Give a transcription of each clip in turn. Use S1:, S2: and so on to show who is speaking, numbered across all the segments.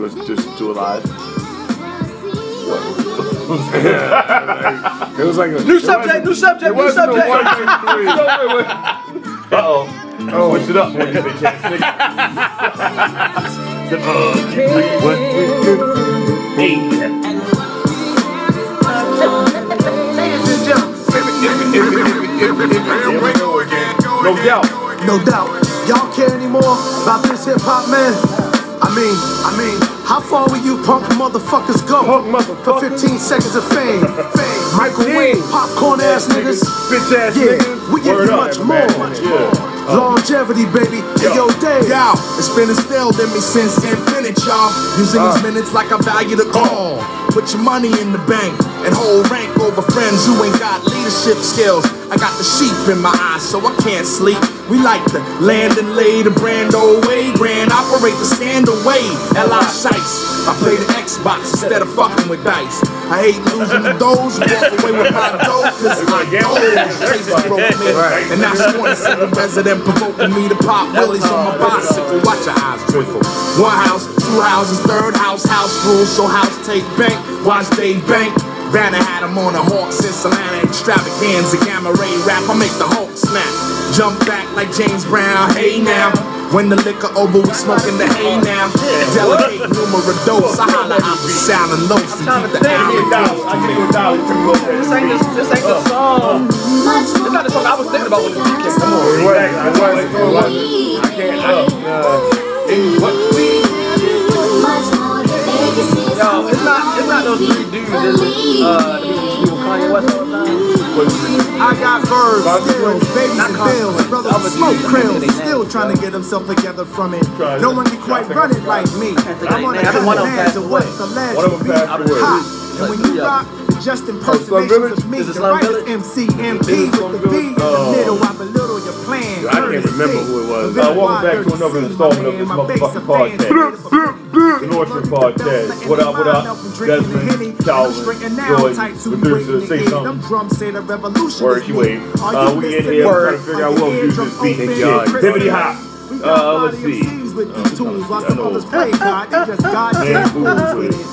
S1: was just too alive.
S2: It was like a
S3: New subject, new subject, new subject.
S1: Uh-oh.
S2: Oh,
S1: Switched it up. Hey.
S2: No doubt.
S3: No doubt, y'all care anymore about this hip hop man. I mean, I mean, how far will you punk motherfuckers go?
S2: Punk motherfuckers.
S3: For 15 seconds of fame. fame. Michael
S2: Yeah.
S3: Wayne, popcorn ass niggas.
S2: Bitch ass
S3: Yeah,
S2: niggas.
S3: we give
S2: Word
S3: you
S2: up,
S3: much more.
S2: everybody. Yeah.
S3: Longevity, baby, in
S2: Yo.
S3: your days.
S4: Yo, it's been instilled in me since infinite, y'all. Using these minutes like I value the call. Put your money in the bank and hold rank over friends who ain't got leadership skills. I got the sheep in my eyes, so I can't sleep. We like to land and lay the brand away, grand operate the stand away. L.I. Shice, I play the Xbox instead of fucking with dice. I hate losing the doze, walk away with my dough, cause I doze. Chase broke me,
S2: Right.
S4: and that's one single resident provoking me to pop willies on my bicycle. Watch your eyes twinkle. One house, two houses, third house, house rules. So house take bank, watch they bank. Banner had him on a hawk since Atlanta extravaganza, gamma ray rap. I make the Hulk snap. Jump back like James Brown, hey now. When the liquor over, we smoking the hay now. Delegate numero dos. I holla out the sound and low. So
S5: trying to
S4: keep the
S5: think.
S4: alley
S2: Give me a dollar. I give you a dollar. if you go there.
S5: This ain't the, this ain't the song.
S6: It's
S5: not the song I was thinking about when the weekend come on.
S2: Exactly. I wasn't- I wasn't-
S6: I can't
S5: Yo, it's not, it's not those three dudes. It's, uh, the people who Kanye West all the time.
S4: I got birds,
S2: Bobby
S4: skills, babies
S5: Not
S4: and
S5: Congress.
S4: bills, brothers
S5: That
S4: with
S5: was
S4: smoke
S5: you.
S4: krills,
S5: They
S4: still
S5: nasty,
S4: trying to
S5: bro.
S4: get himself together from it.
S2: Try
S4: No
S2: to-
S4: one can quite
S2: I think
S4: run
S2: it's
S4: it like me.
S5: can't think of
S4: I'm on
S5: their
S4: a
S5: name. I think one of them
S4: man
S5: passed
S4: to
S5: away.
S4: what's alleged
S2: One of
S4: to
S2: them
S4: be
S2: passed away.
S4: hot. And when you
S5: Yeah.
S4: rock, it's just
S2: Village?
S4: impersonations of me,
S5: Is it
S4: the
S5: Slum
S4: writer's
S5: Village?
S4: MC, MP with the B in the middle. I belittle your plan.
S2: Oh. I can't remember who it was. Now, welcome back to another installment of this motherfucking podcast. The Northman Podcast. What up, what up? Desmond, Calvin, Joy, the producers, say something. Word,
S4: Word,
S2: you wait. Uh, we in here trying to figure out what we use this beat. Uh, Dibbity hop. Uh, let's see. Man, fool with it.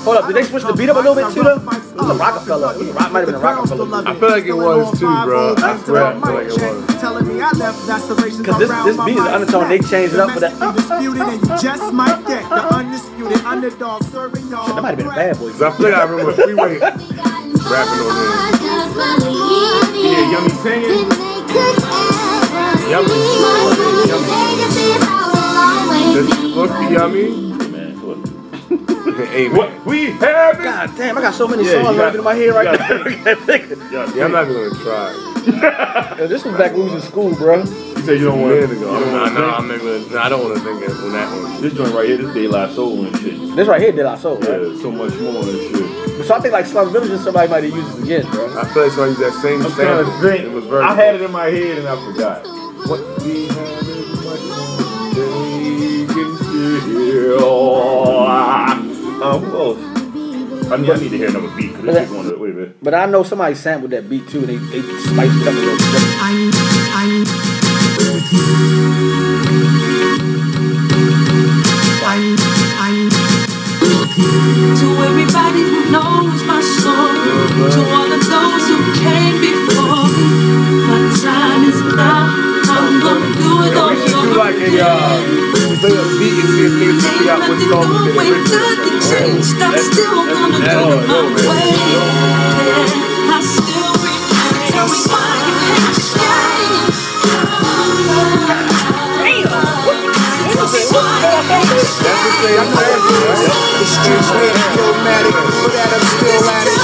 S5: Hold up, did they switch the beat up a little bit too, though? It was a Rockefeller. It was a rock, might have been a Rockefeller. beat.
S2: I feel like it was too, bro. I swear I feel like it was.
S4: Telling me I left lacerations
S5: Cause this-
S4: around
S5: this
S4: my
S5: beat is
S4: mind's
S5: undertone. They
S4: neck.
S5: changed it up for that.
S4: Domestic undisputed, and you just might get the undisputed underdog serving y'all.
S5: That might have been a bad boy.
S2: 'Cause I feel like I remember Freeway rapping on this. Yeah, yummy singing. This look yummy.
S1: Amen.
S2: What we have is.
S5: God damn, I got so many
S2: Yeah, you
S5: songs
S2: got-
S5: running in my head right
S2: you
S5: now.
S2: Yeah, I'm not even gonna try.
S5: Yo, this was back when we was in school, bro.
S2: You said you don't want
S1: Years
S2: to
S1: ago. I'm not, nah, I'm not gonna, nah, I don't wanna think of on that one.
S7: This joint right here, this day live soul and shit.
S5: This right here did our soul, right?
S7: Yeah, so much more and shit.
S5: So I think like Slum Village and somebody might have used it again, bro.
S1: I feel like somebody used that same
S2: I'm trying
S1: sample.
S2: to think.
S1: It was very.
S7: I had it in my head and I forgot.
S2: What we have is much more than we can feel.
S7: Uh, who else? I need, I need to hear another beat because this shit going to, wait a minute.
S5: But I know somebody sampled that beat too, and they, they spiced it up a little bit.
S8: To everybody who knows my soul, to all of those who came before me, my time is now. I'm gonna do it all
S2: We should do
S8: over
S2: like a uh, play a beat and see if niggas can figure out what song is in the original.
S4: The streets made me nomadic, but that I'm still at it.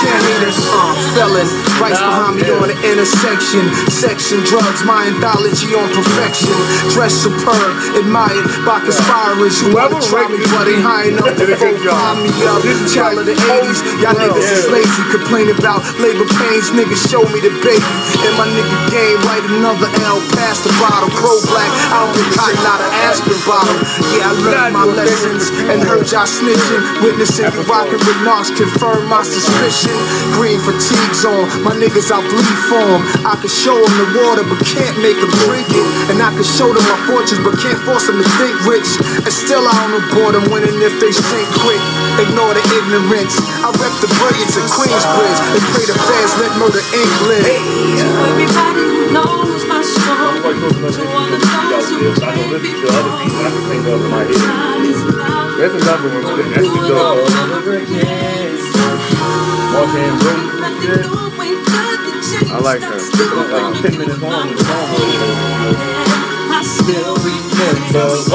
S4: Can't hate us, uh, felon. Right behind me on the intersection. Section drugs, my anthology on perfection. Dress superb, admired by conspirers. Whoever try me, but they high enough to
S2: did a
S4: full
S2: good job.
S4: find me up. Child of the 80s, y'all niggas is lazy. Complain about labor pains, niggas show me the baby. And my nigga game, write another L, pass the bottle. Pro black, I don't get cotton out of aspirin bottle. Yeah, I learned my lessons and heard y'all snitching. Witnessing you rocking with knocks confirmed my suspicion. Green fatigue leagues on. My niggas out bleed for 'em. I can show them the water, but can't make them drink it. And I can show them my fortunes, but can't force them to think rich. And still, I don't abhor them winning if they sink quick. Ignore the ignorance. I rep the brilliance of Queensbridge. And pray the fans let know the ink live.
S8: To everybody who knows my soul,
S2: Like those other
S8: to all of those who
S2: people out there. I know this is the other people I can
S8: came before.
S2: think of in my head.
S8: Time is now.
S9: That's another one. too. That's
S8: Do
S9: the
S8: it all
S9: dog.
S8: over again.
S2: Mark Andrews.
S8: Nothing new ain't nothing
S9: I like her. uh,
S8: changed. Still
S2: Like
S8: wanna
S2: 10
S8: do
S2: minutes
S8: it
S2: long,
S8: my
S2: the song
S8: way.
S2: was
S8: I still remember.
S2: over.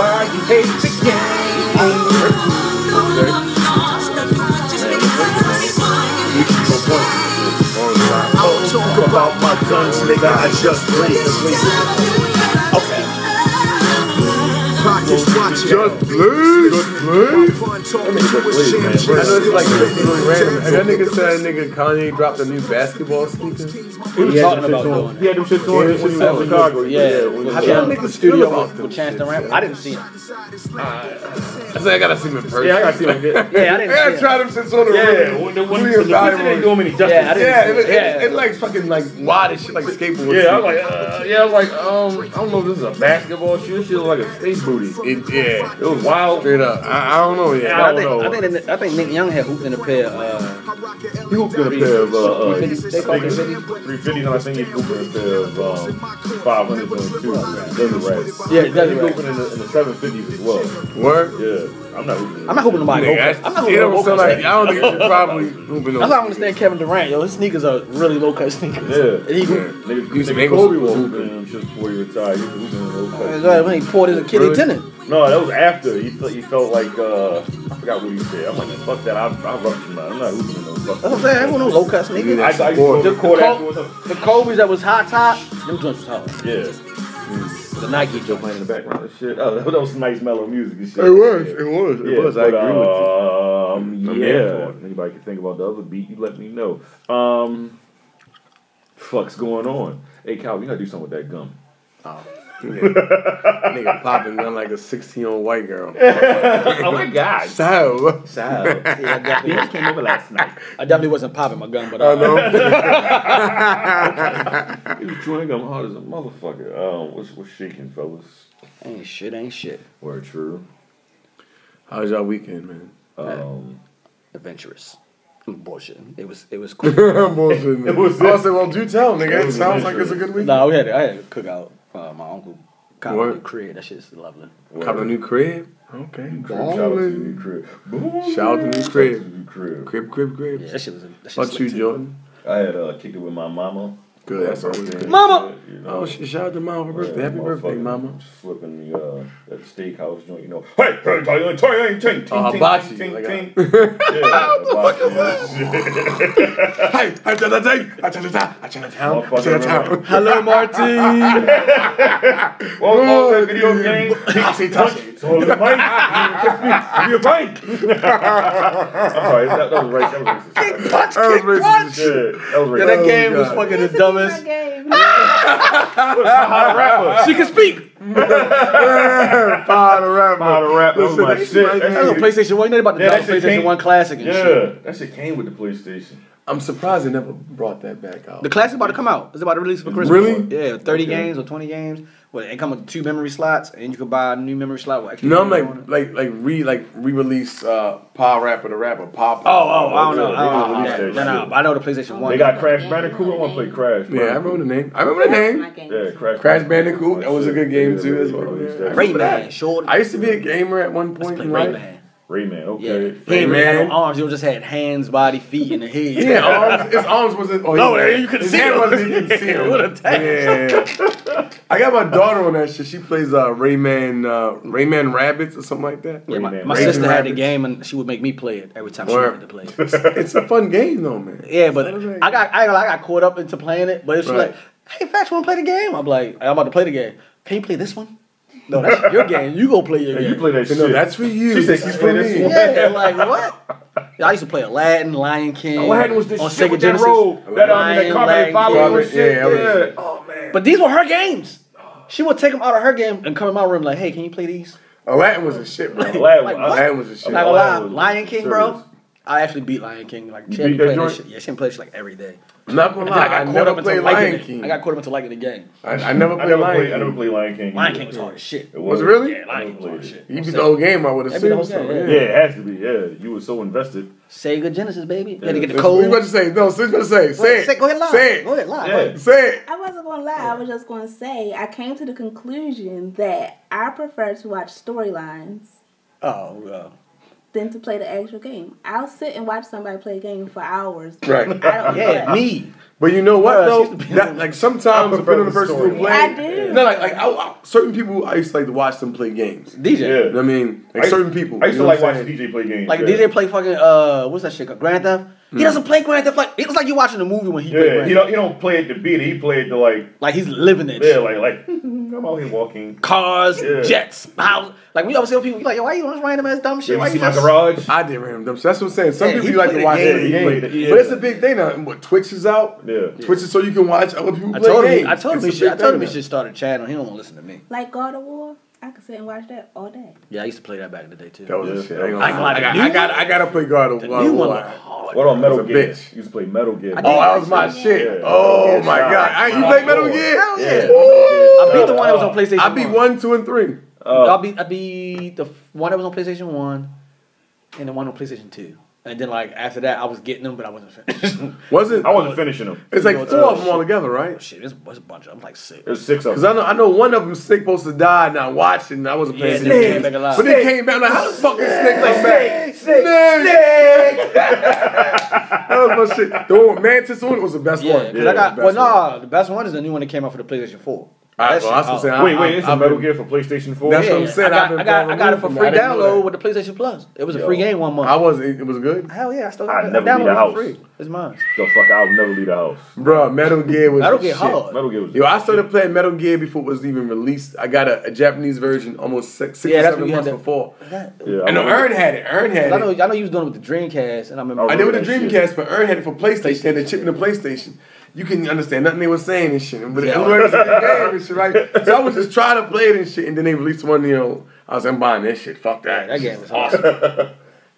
S2: I don't talk about my guns, nigga. I just blaze.
S4: Pockets watching.
S9: Just please, please.
S4: Fun talking to a sham.
S9: I know it's like it's really random. And that nigga said, nigga, Kanye dropped a new basketball sneaker.
S2: He was
S5: He had
S2: talking
S5: them
S2: about
S5: shits
S2: those.
S5: on.
S2: He had them shits on when he was in Chicago.
S5: Yeah,
S2: when he
S5: with,
S2: was
S5: uh,
S2: out.
S9: niggas feel
S5: the studio
S9: about
S5: with,
S9: them
S5: with Chance the Rapper. I didn't see him.
S9: I said, I gotta see him in person.
S2: Yeah, I gotta see him again.
S5: Yeah, I
S9: Yeah, I
S5: didn't see him.
S9: tried them since on the
S2: Yeah,
S9: road.
S2: when the when
S9: We
S2: the
S9: invaluable.
S2: didn't do him any justice.
S5: Yeah, I didn't
S9: Yeah,
S5: see
S9: it,
S5: him.
S9: it,
S5: yeah.
S9: it, like fucking like wide as shit, like skateboard.
S2: Yeah, I was
S9: shit.
S2: like, uh, yeah, I was like, um, I don't know if this is a basketball shoe. This shit look like a skate booty.
S9: It, yeah,
S2: It was wild.
S9: straight up. I, I don't know yet.
S2: Yeah,
S5: I
S2: don't
S5: think,
S2: know.
S5: I, think in the, I think Nick Young had hooped in a pair. Uh,
S2: He hooped in a pair of uh, uh,
S5: 350s. They call them 350s.
S2: 350s, and I think he hooped in a pair of um, 500s on two. Doesn't rest.
S5: Yeah, Desert
S2: He
S5: Rats.
S2: hooped in the, in the 750s as well.
S9: Word.
S2: Yeah, I'm not hooping.
S5: I'm not hooping nobody.
S9: Nigga,
S5: Nigga,
S9: that's-
S5: I'm not
S9: it
S5: hooping
S9: don't sound like,
S5: nobody.
S9: I don't think you probably hooping
S5: That's why I
S9: on.
S5: understand Kevin Durant. Yo, his sneakers are really low cut sneakers.
S2: Yeah.
S5: And he,
S2: Nigga,
S9: You some
S2: nigga
S9: ankles
S2: Kobe was
S9: hooping.
S2: hooping in them shit before he retired. He was hooping in those
S5: That's
S2: cuts.
S5: right, when he poured his Achilles
S9: Really?
S5: tendon.
S2: No, that was after. He felt, he felt like, uh, I forgot what he said. I'm like, fuck that. I, I ruptured my, I'm not hooping in those fucking
S5: That's what I'm saying. I ain't want no low cut sneakers.
S2: I, I used to go to
S5: The,
S2: the court
S5: Col-
S2: afterwards.
S5: the Kobe's that was high top, them joints was hard.
S2: Yeah.
S5: The Nike joint.
S2: Playing in the background. and Shit. Oh, that was some nice mellow music and shit.
S9: It was,
S2: Yeah.
S9: it was, it
S2: Yeah,
S9: was. I
S2: but,
S9: agree with you.
S2: um,
S9: I'm
S2: Yeah.
S9: here for it.
S2: If anybody can think about the other beat, you let me know. Um, fuck's going on? Hey, Cal, you gotta do something with that gum.
S9: uh, Nigga popping gun like a 16 year old white girl.
S2: oh my god.
S9: So,
S2: Child.
S5: Yeah, I definitely,
S2: Bitch came over last night.
S5: I definitely wasn't popping my gun, but
S9: I
S5: uh,
S9: know.
S2: He was chewing gum hard as a motherfucker. Um, what's what's shaking, fellas?
S5: ain't shit, ain't shit.
S2: Word true.
S9: How was y'all weekend, man?
S2: Um,
S5: Adventurous. Bullshit. It was it was cool.
S9: I'm bullshitting, nigga.
S2: It was-
S9: I said, well, do tell, nigga. It
S2: was
S9: sounds like
S2: adventure.
S9: it's a good weekend.
S5: no, we had I had a cookout. Uh, my uncle got
S9: What?
S5: a new crib. That shit's lovely.
S9: Cop a new crib. Okay.
S2: Shout out to the
S9: Ballin'.
S2: new crib. Boom.
S9: Shout out to new
S2: Shout out to
S9: crib.
S2: the new crib.
S9: Crib, crib, crib.
S5: Yeah, that shit was. That shit's
S9: What
S5: slick,
S9: you,
S5: too.
S9: Jordan?
S2: I had uh, kicked it with my mama.
S9: Good. That's always good.
S5: Mama!
S2: You know,
S9: Oh, sh- shout out to mama for birthday. Happy birthday,
S2: motherfucker
S9: mama.
S2: Just flipping the uh, that steakhouse joint, you know. Hey, hey, hey, hey, hey, hey, hey,
S9: Oh,
S2: ting,
S9: hibachi,
S2: ting,
S9: like
S2: ting, ting. Yeah, hibachi.
S9: Hey, I tell the day. I tell the town. I tell the town. I tell the town.
S5: Hello, Martin.
S2: What was that video game?
S9: Tossy, tossy.
S2: It's all in the mic. You just need to be a mic. I'm sorry, that, that was right. That was racist.
S9: That was racist as
S2: Yeah,
S9: shit.
S2: that was racist.
S5: Yeah,
S2: Oh,
S5: that game
S9: God.
S5: was fucking the dumbest.
S2: rapper.
S5: She can speak.
S9: Fire the rapper.
S2: Fire the rapper. That was
S9: Listen,
S2: my
S9: that
S2: shit.
S9: right
S2: That
S5: That's on
S9: there.
S5: PlayStation One. You know they about to
S2: Yeah,
S5: drop
S2: that shit
S5: PlayStation
S2: came-
S5: One classic and shit.
S2: Yeah, that shit came with the PlayStation.
S9: I'm surprised they never brought that back out.
S5: The classic about to come out. It's about to release for Christmas.
S9: Really?
S5: Yeah, thirty games or twenty games. Well, it come with two memory slots, and you can buy a new memory slot. With extra
S9: No, I'm
S5: memory on it.
S9: like like like re like re-release uh Pa Rapper the Rapper Pa.
S5: Oh, oh, I don't know.
S2: They
S5: I don't know.
S2: released
S5: Yeah,
S2: that
S5: No, no,
S2: shit.
S5: but I know the PlayStation One.
S2: They got Crash Bandicoot. I want to play Crash.
S9: yeah, I
S2: Bandicoot.
S9: remember the name. I remember the name.
S2: Yeah, Crash,
S9: Crash Bandicoot, that was a good game,
S2: Yeah,
S9: too,
S2: they
S9: as well.
S2: released
S9: Yeah.
S2: that.
S9: Ray-
S5: Rayman. Short.
S9: I used to be a gamer at one
S5: Let's
S9: point
S5: play
S9: in life.
S5: Rayman.
S2: Rayman,
S5: Yeah.
S2: okay.
S5: He ain't really had
S9: Rayman.
S5: no arms. You just had hands, body, feet, and a head.
S9: Yeah, arms, his arms wasn't. Oh,
S5: No,
S9: his-
S5: you couldn't
S9: his
S5: see
S9: hand
S5: him.
S9: Wasn't, you couldn't see him.
S5: What a tag.
S9: Yeah, I got my daughter on that shit. She plays uh, Rayman, uh, Rayman Rabbits or something like that.
S5: Yeah, my,
S2: Rayman.
S5: my
S2: Rayman
S5: sister had the
S9: Rabbids.
S5: game and she would make me play it every time she
S9: Word.
S5: wanted to play it.
S9: It's a fun game though, man.
S5: Yeah, but
S9: Sounds like-
S5: I got I, ain't gonna lie, I got caught up into playing it. But it's
S9: Right.
S5: like, hey, Fax, want to play the game? I'm like, I'm about to play the game. Can you play this one? No, that's your game. You go play your
S2: Hey,
S5: game.
S2: you play that
S9: You
S2: shit.
S9: know, that's for you.
S2: She said
S9: This
S2: she
S9: is for
S2: played this
S9: me.
S2: one.
S5: yeah, like what? Yeah, I used to play Aladdin, Lion King.
S2: Aladdin was the shit with that
S5: Genesis.
S2: robe. That, um, that
S5: Lion,
S2: Carmen
S5: Lion
S2: Fowler
S9: Robert,
S2: and shit.
S9: yeah, that was-
S2: Yeah.
S5: King. But these were her games. She would take them out of her game and come in my room like, hey, can you play these?
S9: Aladdin was a shit, bro.
S2: Aladdin
S5: Like,
S2: was-
S5: what?
S9: Aladdin was a shit.
S5: I'm not gonna lie,
S2: Lion was
S5: Lion King,
S2: serious.
S5: bro. I actually beat Lion King. Like, she had
S2: beat
S5: me play
S2: that
S5: that
S2: joint?
S5: shit. Yeah, she didn't play shit like every day.
S9: I'm not gonna
S5: And then
S9: lie,
S5: I
S9: I,
S5: got caught up
S9: never
S5: into
S9: played Lion
S5: liking it.
S9: King.
S5: I got caught up into liking the game.
S9: I, I never
S2: I
S9: played
S2: never
S9: Lion
S2: played.
S9: King.
S2: I never played Lion King.
S5: Lion King was hard as shit.
S2: It
S9: Was it really?
S5: Yeah, Lion King was hard as shit.
S9: You beat the whole game, I would
S5: That
S9: have
S5: beat
S9: seen
S5: the whole game,
S2: Yeah, it has to be. Yeah, you were so invested.
S5: Sega Genesis, baby. You had to get the
S9: That's what
S5: code.
S9: you about to say? No, so you about to say? Say
S5: Wait,
S9: it.
S5: say- Go ahead, lie.
S9: Say it.
S5: Go ahead, lie.
S2: Yeah.
S5: Like,
S9: Say it.
S10: I wasn't gonna lie. I was just gonna say I came to the conclusion that I prefer to watch storylines
S5: Oh, uh,
S10: than to play the actual game. I'll sit and watch somebody play a game for hours.
S9: Right.
S10: I don't
S5: yeah,
S10: play.
S5: me.
S9: But you know what
S5: Yeah,
S9: though?
S5: she's the best.
S9: That, like sometimes
S2: I
S9: depending on the
S2: prefer the
S9: person who
S2: story.
S9: plays.
S10: I do.
S9: No, like like I, I- certain people I used to like to watch them play games.
S5: DJ.
S9: You know what I mean, like
S2: I used-
S9: certain people.
S2: I used
S9: you
S2: to
S9: know
S2: like
S9: what I'm
S2: watching
S9: saying?
S2: DJ play games.
S5: Like
S2: yeah.
S5: DJ play fucking uh, what's that shit called? Grand Theft.
S9: Hmm.
S5: He doesn't play Grand Theft. Like it's like you watching a movie when he play
S2: Yeah,
S5: Grand
S2: he
S5: Theft.
S2: don't he don't play it to beat it. He played to like
S5: Like he's living it.
S2: yeah, like like I'm out here walking.
S5: Cars,
S2: Yeah.
S5: jets, house. Like we always see people. you Like yo, why you on this random ass dumb shit?
S2: Did
S5: Why
S2: you see my
S5: just-
S2: garage?
S9: I did random dumb. shit. That's what I'm saying. Some
S5: Yeah, he
S9: people you like
S5: played
S9: to
S5: the
S9: watch
S5: game.
S9: them
S2: He
S9: play
S2: played
S9: games.
S2: the- yeah.
S9: But it's a big thing now. What Twitch is out.
S2: Yeah.
S9: Twitch is so you can watch other people
S5: I
S9: play
S5: told
S9: games.
S5: him. I told him.
S9: It's
S5: He should,
S9: a
S5: I
S9: big
S5: told him
S9: thing
S5: he should start a channel. He don't want to listen to me.
S10: Like God of War, I could sit and watch that all day.
S5: Yeah, I used to play that back in the day too.
S9: now. That was a
S2: Yeah.
S9: shit.
S5: I
S9: I ain't
S5: ain't
S9: gonna lie.
S5: gonna
S9: I
S5: lie,
S9: got.
S5: the
S9: I
S5: new
S9: got.
S5: one-
S9: I gotta play God of War.
S5: New one was hard.
S2: What on Metal
S9: It's a
S2: Gear?
S9: bitch.
S2: You used to play Metal Gear.
S9: Oh, that was my
S10: Yeah.
S9: shit. Oh my
S2: Yeah.
S9: god. I- You
S2: Yeah.
S9: play Metal
S2: Yeah.
S9: Gear?
S5: Hell yeah.
S9: Ooh.
S5: I beat the one that was on PlayStation.
S9: I beat one, two, and three.
S5: I beat I beat the f- one that was on PlayStation One, and the one on PlayStation Two. And then like after that, I was getting them, but I wasn't finished.
S9: Wasn't
S2: I wasn't finishing them.
S9: it's like four of them all together, right?
S5: Shit, this was a bunch. of I'm like sick.
S2: There's six of
S9: Cause I
S2: them.
S9: know I know one of them snake supposed to die and I watched it and I wasn't
S5: Yeah,
S9: paying
S5: then it came
S9: attention.
S5: back alive.
S9: But they came back like how the fuck is snake come back? Snake, snake, that was my shit. The one with Mantis on it was the best
S5: Yeah,
S9: one.
S5: 'cause I got well, nah, the best one is the new one that came out for the PlayStation Four.
S9: I,
S5: That
S9: well,
S5: shit
S9: that's what I'm
S5: out.
S9: saying.
S2: Wait,
S9: I,
S2: wait,
S9: I,
S2: it's
S9: I,
S2: a Metal Gear for PlayStation 4?
S9: That's
S5: Yeah,
S9: what I'm saying.
S5: I got,
S9: I've been
S5: I got, I got it for
S9: removed
S5: free
S9: from that. I didn't know
S5: download
S9: that.
S5: with the PlayStation Plus. It was a
S2: Yo.
S5: free game one month.
S9: I was it, it was good.
S5: Hell yeah, I still
S2: I'd
S5: I
S2: never leave
S5: downloaded
S2: the
S5: it
S2: house.
S5: for free. It's mine.
S2: The fuck, I'll never leave the house.
S9: Bruh, Metal Gear was
S5: That'll
S9: the
S5: get
S9: shit.
S5: hard.
S2: Metal Gear was
S9: Yo, I started playing Metal Gear before it was even released. I got a, a Japanese version almost six, six
S5: Yeah,
S9: or
S5: that's
S9: seven
S5: what we had
S9: months
S5: to-
S9: before.
S5: That-
S2: Yeah,
S9: And no,
S2: remember-
S9: Earn had it. Earn had
S5: I know,
S9: it.
S5: I know you was doing it with the Dreamcast, and I remember.
S9: I did with the
S2: That shit.
S9: Dreamcast, but Earn had it for PlayStation. They had the chip in the PlayStation. You couldn't understand nothing they were saying and shit. But it
S5: Yeah.
S9: was already in the game and shit, right? So I was just trying to play it and shit, and then they released one, you know, I was like, I'm buying that shit. Fuck that.
S5: That game
S9: Shit
S5: was
S9: awesome.
S5: awesome.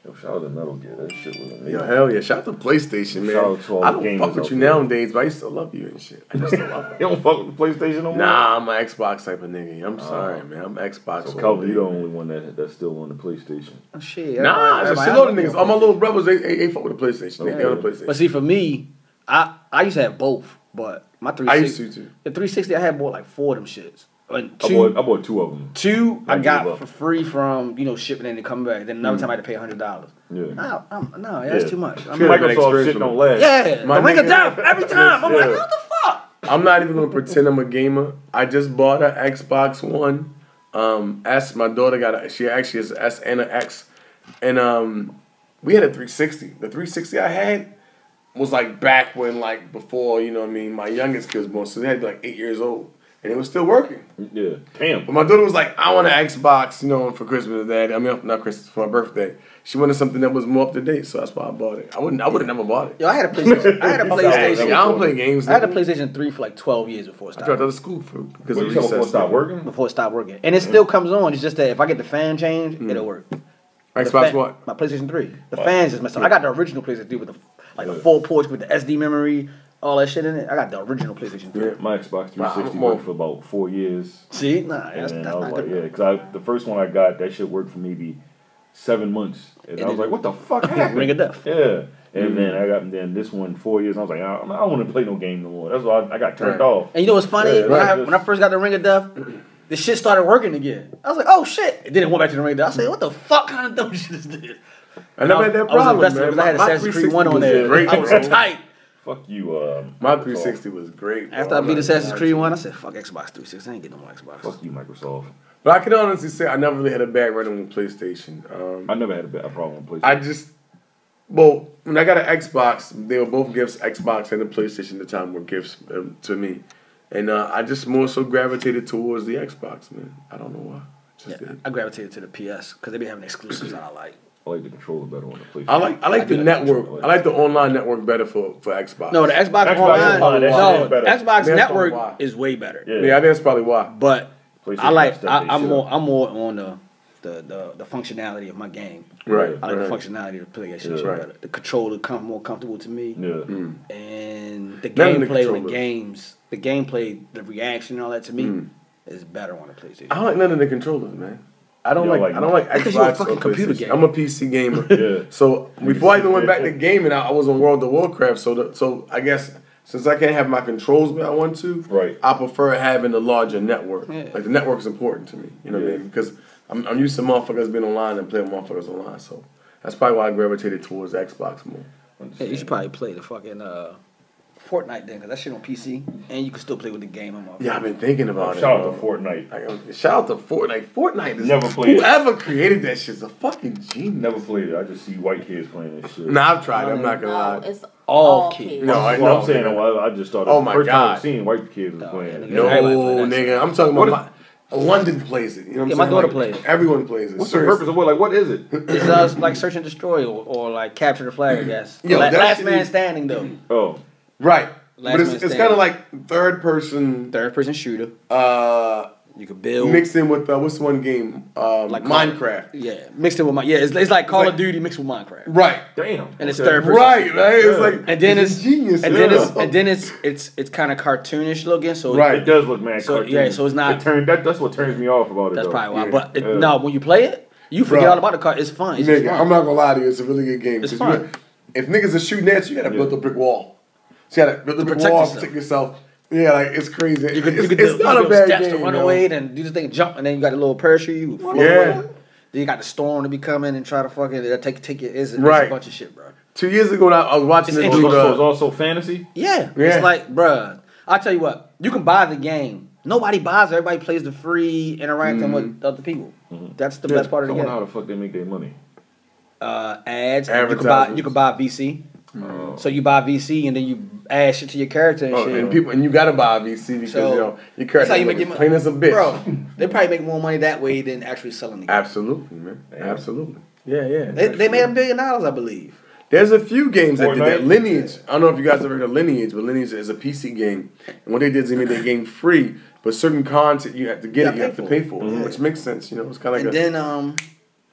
S2: Yo, shout out to Metal Gear. That shit was amazing.
S9: Yo, hell yeah. Shout out to PlayStation, man.
S2: Shout out to all
S9: I
S2: the
S9: don't
S2: gamers
S9: fuck with
S2: out
S9: you
S2: there.
S9: nowadays, but I used to love you and shit. I used to love you.
S2: You don't fuck with the PlayStation no more?
S9: Nah, I'm an Xbox type of nigga. I'm sorry, man. I'm Xbox.
S2: So,
S9: only.
S2: Calvin, you the only one that, that's still on the PlayStation.
S5: oh, Shit,
S9: Nah, it's a
S5: everybody-
S9: shitload of niggas. All my little brothers, they, they, they fuck with the PlayStation. They, they on the PlayStation.
S5: But see, for me, I I used to have both, but my three.
S9: I used to, too.
S5: The three sixty, I had bought like four of them shits. And
S2: I
S5: two,
S2: bought, I bought two of them.
S5: Two, I
S2: Like you
S5: got
S2: up.
S5: for free from you know shipping and coming back. Then
S9: Mm.
S5: another time I had to pay hundred dollars.
S2: Yeah.
S5: No, I'm, no, that's
S2: Yeah.
S5: too much. I'm
S9: Shit.
S5: like,
S9: been
S2: Microsoft shit
S9: experiential.
S2: don't last.
S5: yeah,
S9: My
S5: the ring of
S9: nigga-
S5: death every time. I'm like,
S2: Yeah.
S5: what the fuck?
S9: I'm not even gonna pretend I'm a gamer. I just bought an Xbox One. Um, S. My daughter got a. She actually has an S and an X, and um, we had a 360. The 360 I had was like back when, like before, you know what I mean. My youngest kid was born, so they had like eight years old, and it was still working.
S2: Yeah.
S9: But
S2: Damn.
S9: my daughter was like, I want an Xbox, you know, for Christmas, Dad. I mean, not Christmas, for my birthday. She wanted something that was more up to date, so that's why I bought it. I wouldn't, I would have never bought it.
S5: Yo, I had a PlayStation. I had a
S9: Hey, I
S5: PlayStation.
S9: don't play games.
S5: I had a
S9: nigga.
S5: PlayStation three for like twelve years before it
S9: I dropped
S5: stopped.
S9: out of school for because
S2: What,
S9: of
S2: you talking about
S9: recess.
S2: stop working?
S5: Before it stopped working, and it still comes on. It's just that if I get the fan change,
S9: Mm.
S5: it'll work. The
S9: Xbox
S5: fan-
S9: what?
S5: My PlayStation three. The fans just messed up. I got the original PlayStation three with the like the full ports with the SD memory, all that shit in it. I got the original PlayStation three.
S2: My Xbox 360
S9: Nah, I'm
S2: worked for about four years.
S5: See, nah, that's,
S2: and
S5: that's
S2: I was
S5: not
S2: like,
S5: good.
S2: yeah, because I the first one I got that shit worked for maybe seven months, and,
S5: It
S2: I was
S5: is-
S2: like, what the fuck happened?
S5: Ring of death.
S2: Yeah, and then I got then this one four years. And I was like, I, I don't want to play no game no more. That's why I, I got turned
S9: Right.
S2: off.
S5: And you know what's funny?
S2: Yeah,
S5: when, I,
S2: right.
S5: when I first got the Ring of Death, the shit started working again. I was like, oh shit. And then it went back to the Ring of Death. I said, what the fuck kind of dumb shit is this?
S9: I never had
S5: I
S9: that
S5: was
S9: problem,
S5: invested
S9: man.
S5: because I had
S9: My- my
S5: Assassin's Creed 1 on
S9: 360
S5: there.
S9: was great,
S5: I was
S9: bro.
S5: tight.
S2: Fuck you. Uh,
S9: My
S2: Microsoft.
S9: 360 was great. bro.
S5: After I
S9: I'm
S5: beat
S9: not-
S5: Assassin's Creed 1, I said, fuck Xbox 360. I ain't getting no more Xbox.
S2: Fuck you, Microsoft.
S9: But I can honestly say I never really had a bad running with PlayStation. Um,
S2: I never had a, ba- a problem with PlayStation.
S9: I just, well, when I got an Xbox, they were both gifts. Xbox and the PlayStation at the time were gifts um, to me, and uh, I just more so gravitated towards the Xbox, man. I don't know why. I Just
S5: Yeah,
S9: did.
S5: I gravitated to the PS because they be having exclusives that I like.
S2: I like the controller better on the PlayStation.
S9: I like I like the
S5: get it.
S9: network. I like the online network better for, for Xbox.
S5: No, the Xbox,
S2: Xbox
S5: Online,
S2: Online, that shit
S5: no,
S2: is better.
S5: Xbox
S9: That's why.
S5: Network is way better.
S2: Yeah.
S9: yeah, I think that's probably why.
S5: But I
S2: PlayStation
S5: like,
S2: stepped
S5: I,
S2: their
S5: I'm
S2: shit
S5: more,
S2: up.
S5: I'm more on the the, the, the functionality of my game.
S9: Right,
S5: I like
S9: right.
S5: the functionality of the play that shit
S9: Yeah.
S5: better.
S9: Right.
S5: The controller come more comfortable to me.
S6: Yeah.
S5: Mm. And the
S9: None of
S5: gameplay
S9: the
S5: of the
S9: controllers.
S5: games, the gameplay, the reaction and all that to me is better on the PlayStation.
S9: Mm. I don't like none of the controllers, man. I don't
S6: You
S9: like,
S6: don't like
S9: I don't like
S5: Because you're a
S9: Xbox
S5: fucking
S9: or
S5: computer
S9: PlayStation.
S5: gamer.
S9: I'm a PC gamer.
S6: Yeah.
S9: So before I even went back to
S6: Yeah.
S9: gaming, I, I was on World of Warcraft. So the, so I guess since I can't have my controls where I want to,
S6: Right.
S9: I prefer having a larger network.
S5: Yeah.
S9: Like the network's important to me. You know what I
S6: Yeah.
S9: mean? Because I'm, I'm used to motherfuckers being online and playing motherfuckers online. So that's probably why I gravitated towards Xbox more.
S5: Yeah, you should probably play the fucking uh, Fortnite then, because that shit on PC, and you can still play with the game on my
S9: Yeah, I've been thinking about it.
S6: Shout out to
S9: bro.
S6: Fortnite.
S9: Like, uh, shout out to Fortnite. Fortnite is
S6: Never played it.
S9: whoever created that shit's a fucking genius.
S6: Never played it. I just see white kids playing this shit.
S9: Nah, I've tried it. I'm not gonna
S10: No,
S9: lie.
S10: it's
S5: All
S10: all
S5: kids.
S10: kids.
S9: No, I
S6: Well,
S9: know.
S6: I'm saying I, I just started.
S9: Oh my
S6: first time
S9: God.
S6: I've seen white kids was playing. it.
S5: yeah,
S9: No,
S5: Everybody play that
S9: nigga. I'm talking
S6: What
S9: about my, London plays it. You know what
S5: Yeah,
S9: I'm
S5: my
S9: saying?
S5: daughter
S9: Like,
S5: plays it.
S9: Everyone plays it.
S6: What's the
S9: seriously.
S6: purpose of what? Like, what is it?
S5: It's uh, like search and destroy or, or like capture the flag, I guess.
S9: Yo,
S5: La-
S9: that
S5: last
S9: shit
S5: man
S9: is-
S5: standing though.
S6: Oh,
S9: Right.
S5: Last
S9: but it's,
S5: man
S9: it's kind
S5: standing.
S9: of like third person
S5: Third person shooter.
S9: uh,
S5: You could build
S9: mixed in with uh, what's the one game? Um,
S5: Like Call-
S9: Minecraft.
S5: Yeah, mixed in with my yeah. It's, it's like Call
S9: like-
S5: of Duty mixed with Minecraft.
S9: Right.
S6: damn.
S5: And it's
S6: Okay.
S5: third person.
S9: Right. Right. It's
S6: Yeah.
S9: like
S5: And then it's,
S9: genius.
S5: And then it's
S9: yeah.
S5: and then it's it's it's kind of cartoonish looking. So
S9: Right.
S6: It does look mad.
S5: So, yeah,
S6: cartoony.
S5: so it's not-
S6: It turned, that, that's what turns me off about it.
S5: that's
S6: though.
S5: probably why.
S9: Yeah.
S5: But it,
S6: Yeah.
S5: no, when you play it, you forget
S9: Bruh.
S5: all about the car. It's fun. It's just
S9: Nigga,
S5: fun.
S9: I'm not gonna lie to you. It's a really good game.
S5: It's
S9: 'cause
S5: fun.
S9: you- If niggas are shooting at you, you gotta
S6: Yeah.
S9: build a brick wall. So you gotta build a brick
S5: protect
S9: wall,
S5: yourself.
S9: protect yourself. Yeah, like it's crazy.
S5: You could,
S9: it's
S5: you could
S9: it's
S5: do,
S9: not
S5: you
S9: a
S5: could
S9: bad
S5: steps
S9: game.
S5: to run
S9: yo.
S5: away, and do the thing, jump, and then you got a little parachute. You float
S9: Yeah.
S5: away. Then you got the storm to be coming and try to fucking it'll take take your is
S9: Right.
S5: a bunch of shit, bro.
S9: Two years ago, when I, I was watching
S5: It's
S9: this
S6: So,
S9: dude.
S5: interesting.
S6: so it's
S9: Uh,
S6: also fantasy.
S5: Yeah,
S9: Yeah.
S5: it's like, bruh. I tell you what, you can buy the game. Nobody buys it. Everybody plays the free interacting
S9: Mm-hmm.
S5: with other people. That's the best part of
S6: I
S5: the
S6: wonder how
S5: game.
S6: the fuck they make their money.
S5: Uh, ads. You can buy. You can buy VC.
S6: Uh,
S5: So you buy VC and then you add shit to your character and
S9: Mm-hmm. oh,
S5: shit.
S9: and people and you gotta buy a VC because
S5: So,
S9: yo, your
S5: That's
S9: character
S5: how you
S9: look
S5: make your money.
S9: plain as a bitch.
S5: Bro, they probably make more money that way than actually selling the game.
S9: Absolutely, man. Absolutely. Yeah, yeah.
S5: They, they made a billion dollars, I believe.
S9: There's a few games that did that.
S6: Fortnite?
S9: Lineage. I don't know if you guys ever heard of Lineage, but Lineage is a PC game. And what they did is they made their game free, but certain content you have to get
S5: Yeah,
S9: it, you
S5: pay
S9: have to
S5: for
S9: pay
S5: it.
S9: for it, which makes sense. You know, it's kind of
S5: And
S9: like a,
S5: then um,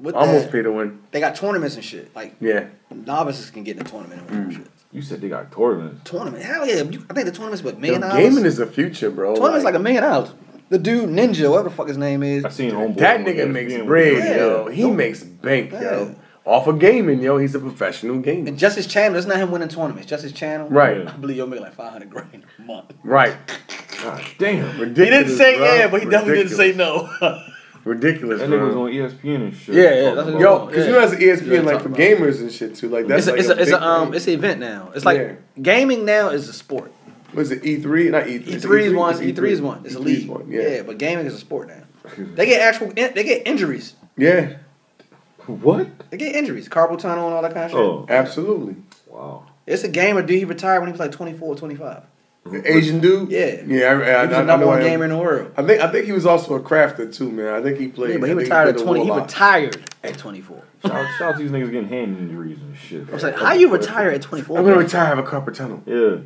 S5: with
S9: almost
S5: almost
S9: pay to win.
S5: they got tournaments and shit. Like
S9: Yeah.
S5: novices can get in a tournament and
S9: Mm.
S5: win shit.
S6: you said they got tournaments.
S5: Tournament, hell yeah! You, I think the tournament's what
S9: Yo,
S5: million dollars.
S9: gaming is the future, bro.
S5: tournament's like a million dollars. The dude Ninja, whatever the fuck his name is,
S6: I seen homeboy.
S9: that
S6: on E
S9: nigga
S6: ESPN
S9: makes
S6: with
S9: bread,
S6: that.
S5: Yeah.
S9: yo. He
S5: Don't-
S9: makes bank,
S5: Yeah.
S9: yo. Off of gaming, yo. He's a professional gamer.
S5: and just his channel. It's not him winning tournaments. Just his channel.
S9: Right.
S5: I believe you'll make like five hundred grand a month.
S9: Right.
S6: God damn.
S5: He didn't
S9: Ridiculous,
S5: say
S9: bro.
S5: yeah, but he definitely didn't say
S9: Ridiculous.
S5: no.
S9: Ridiculous,
S6: That nigga was
S9: bro.
S6: on E ESPN and shit.
S5: Yeah, yeah,
S6: Talking
S5: that's what-
S6: about-
S9: Yo, because you know, as E an
S5: Yeah,
S9: ESPN, like for
S5: talking
S9: gamers and shit too, like that's
S5: it's a,
S9: like
S5: it's a, it's
S9: big
S5: a um,
S9: thing.
S5: it's an event now. It's like
S9: Yeah.
S5: gaming now is a sport.
S9: What is it E three? Not E three.
S5: E three is one. E three is one. It's a league.
S9: Yeah.
S5: yeah. but gaming is a sport now. They get actual. in- They get injuries.
S9: Yeah,
S6: What?
S5: They get injuries. Carpal tunnel and all that kind of shit.
S6: Oh,
S9: absolutely.
S6: wow.
S5: It's a gamer. Dude, he retired when he was like 24, 25.
S9: The Asian dude.
S5: Yeah.
S9: Yeah. I, I,
S5: He was
S9: I,
S5: the
S9: I
S5: number
S9: know
S5: one
S9: him.
S5: gamer in the world.
S9: I think I think he was also a crafter too, man. I think he played.
S5: Yeah, but he
S9: I think
S5: retired at
S9: played the
S5: 20. He
S9: Warlock.
S5: retired at 24.
S6: Shout, shout out to these niggas getting hand injuries and shit.
S5: I'm saying, how you retire at 24?
S9: I'm gonna retire. Have a carpal tunnel.
S6: Yeah.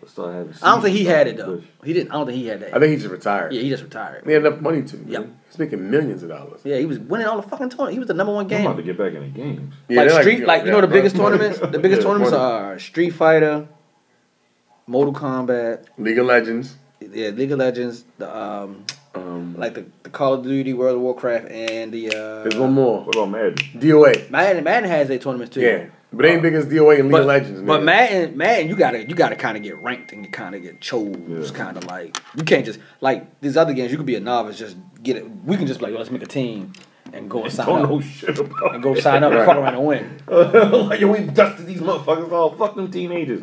S6: Let's start having.
S5: I don't think he had it though. He didn't. I don't think he had that.
S9: I think he just retired.
S5: yeah, he just retired.
S9: He had enough money to.
S5: Yeah.
S9: Yeah. He's making millions of dollars.
S5: Yeah, he was winning all the fucking tournament. He was the number one
S6: I'm
S5: game.
S6: about to get back in the games.
S9: Yeah,
S5: like
S9: they're
S5: street, like you know, the
S9: yeah,
S5: biggest
S9: bro.
S5: tournaments. The biggest
S9: Yeah,
S5: tournaments
S9: money.
S5: are Street Fighter, Mortal Kombat,
S9: League of Legends.
S5: yeah, League of Legends, the um,
S9: Um,
S5: like the, the Call of Duty, World of Warcraft, and the uh,
S9: there's one more.
S6: What about Madden?
S9: DOA.
S5: Madden. Madden has their tournaments too.
S9: Yeah, but they ain't big as DOA and League
S5: But,
S9: of Legends.
S5: but
S9: nigga.
S5: Madden, Madden, you gotta you gotta kind of get ranked and you kind of get chose,
S6: Yeah.
S5: kind of like you can't just like these other games. You could be a novice, just get it. We can just be like, Yo, let's make a team and go and sign
S6: Don't know
S5: up
S6: shit about.
S5: and go sign up and fuck around and win.
S6: like, yo, we dusted these motherfuckers all. Fuck them teenagers.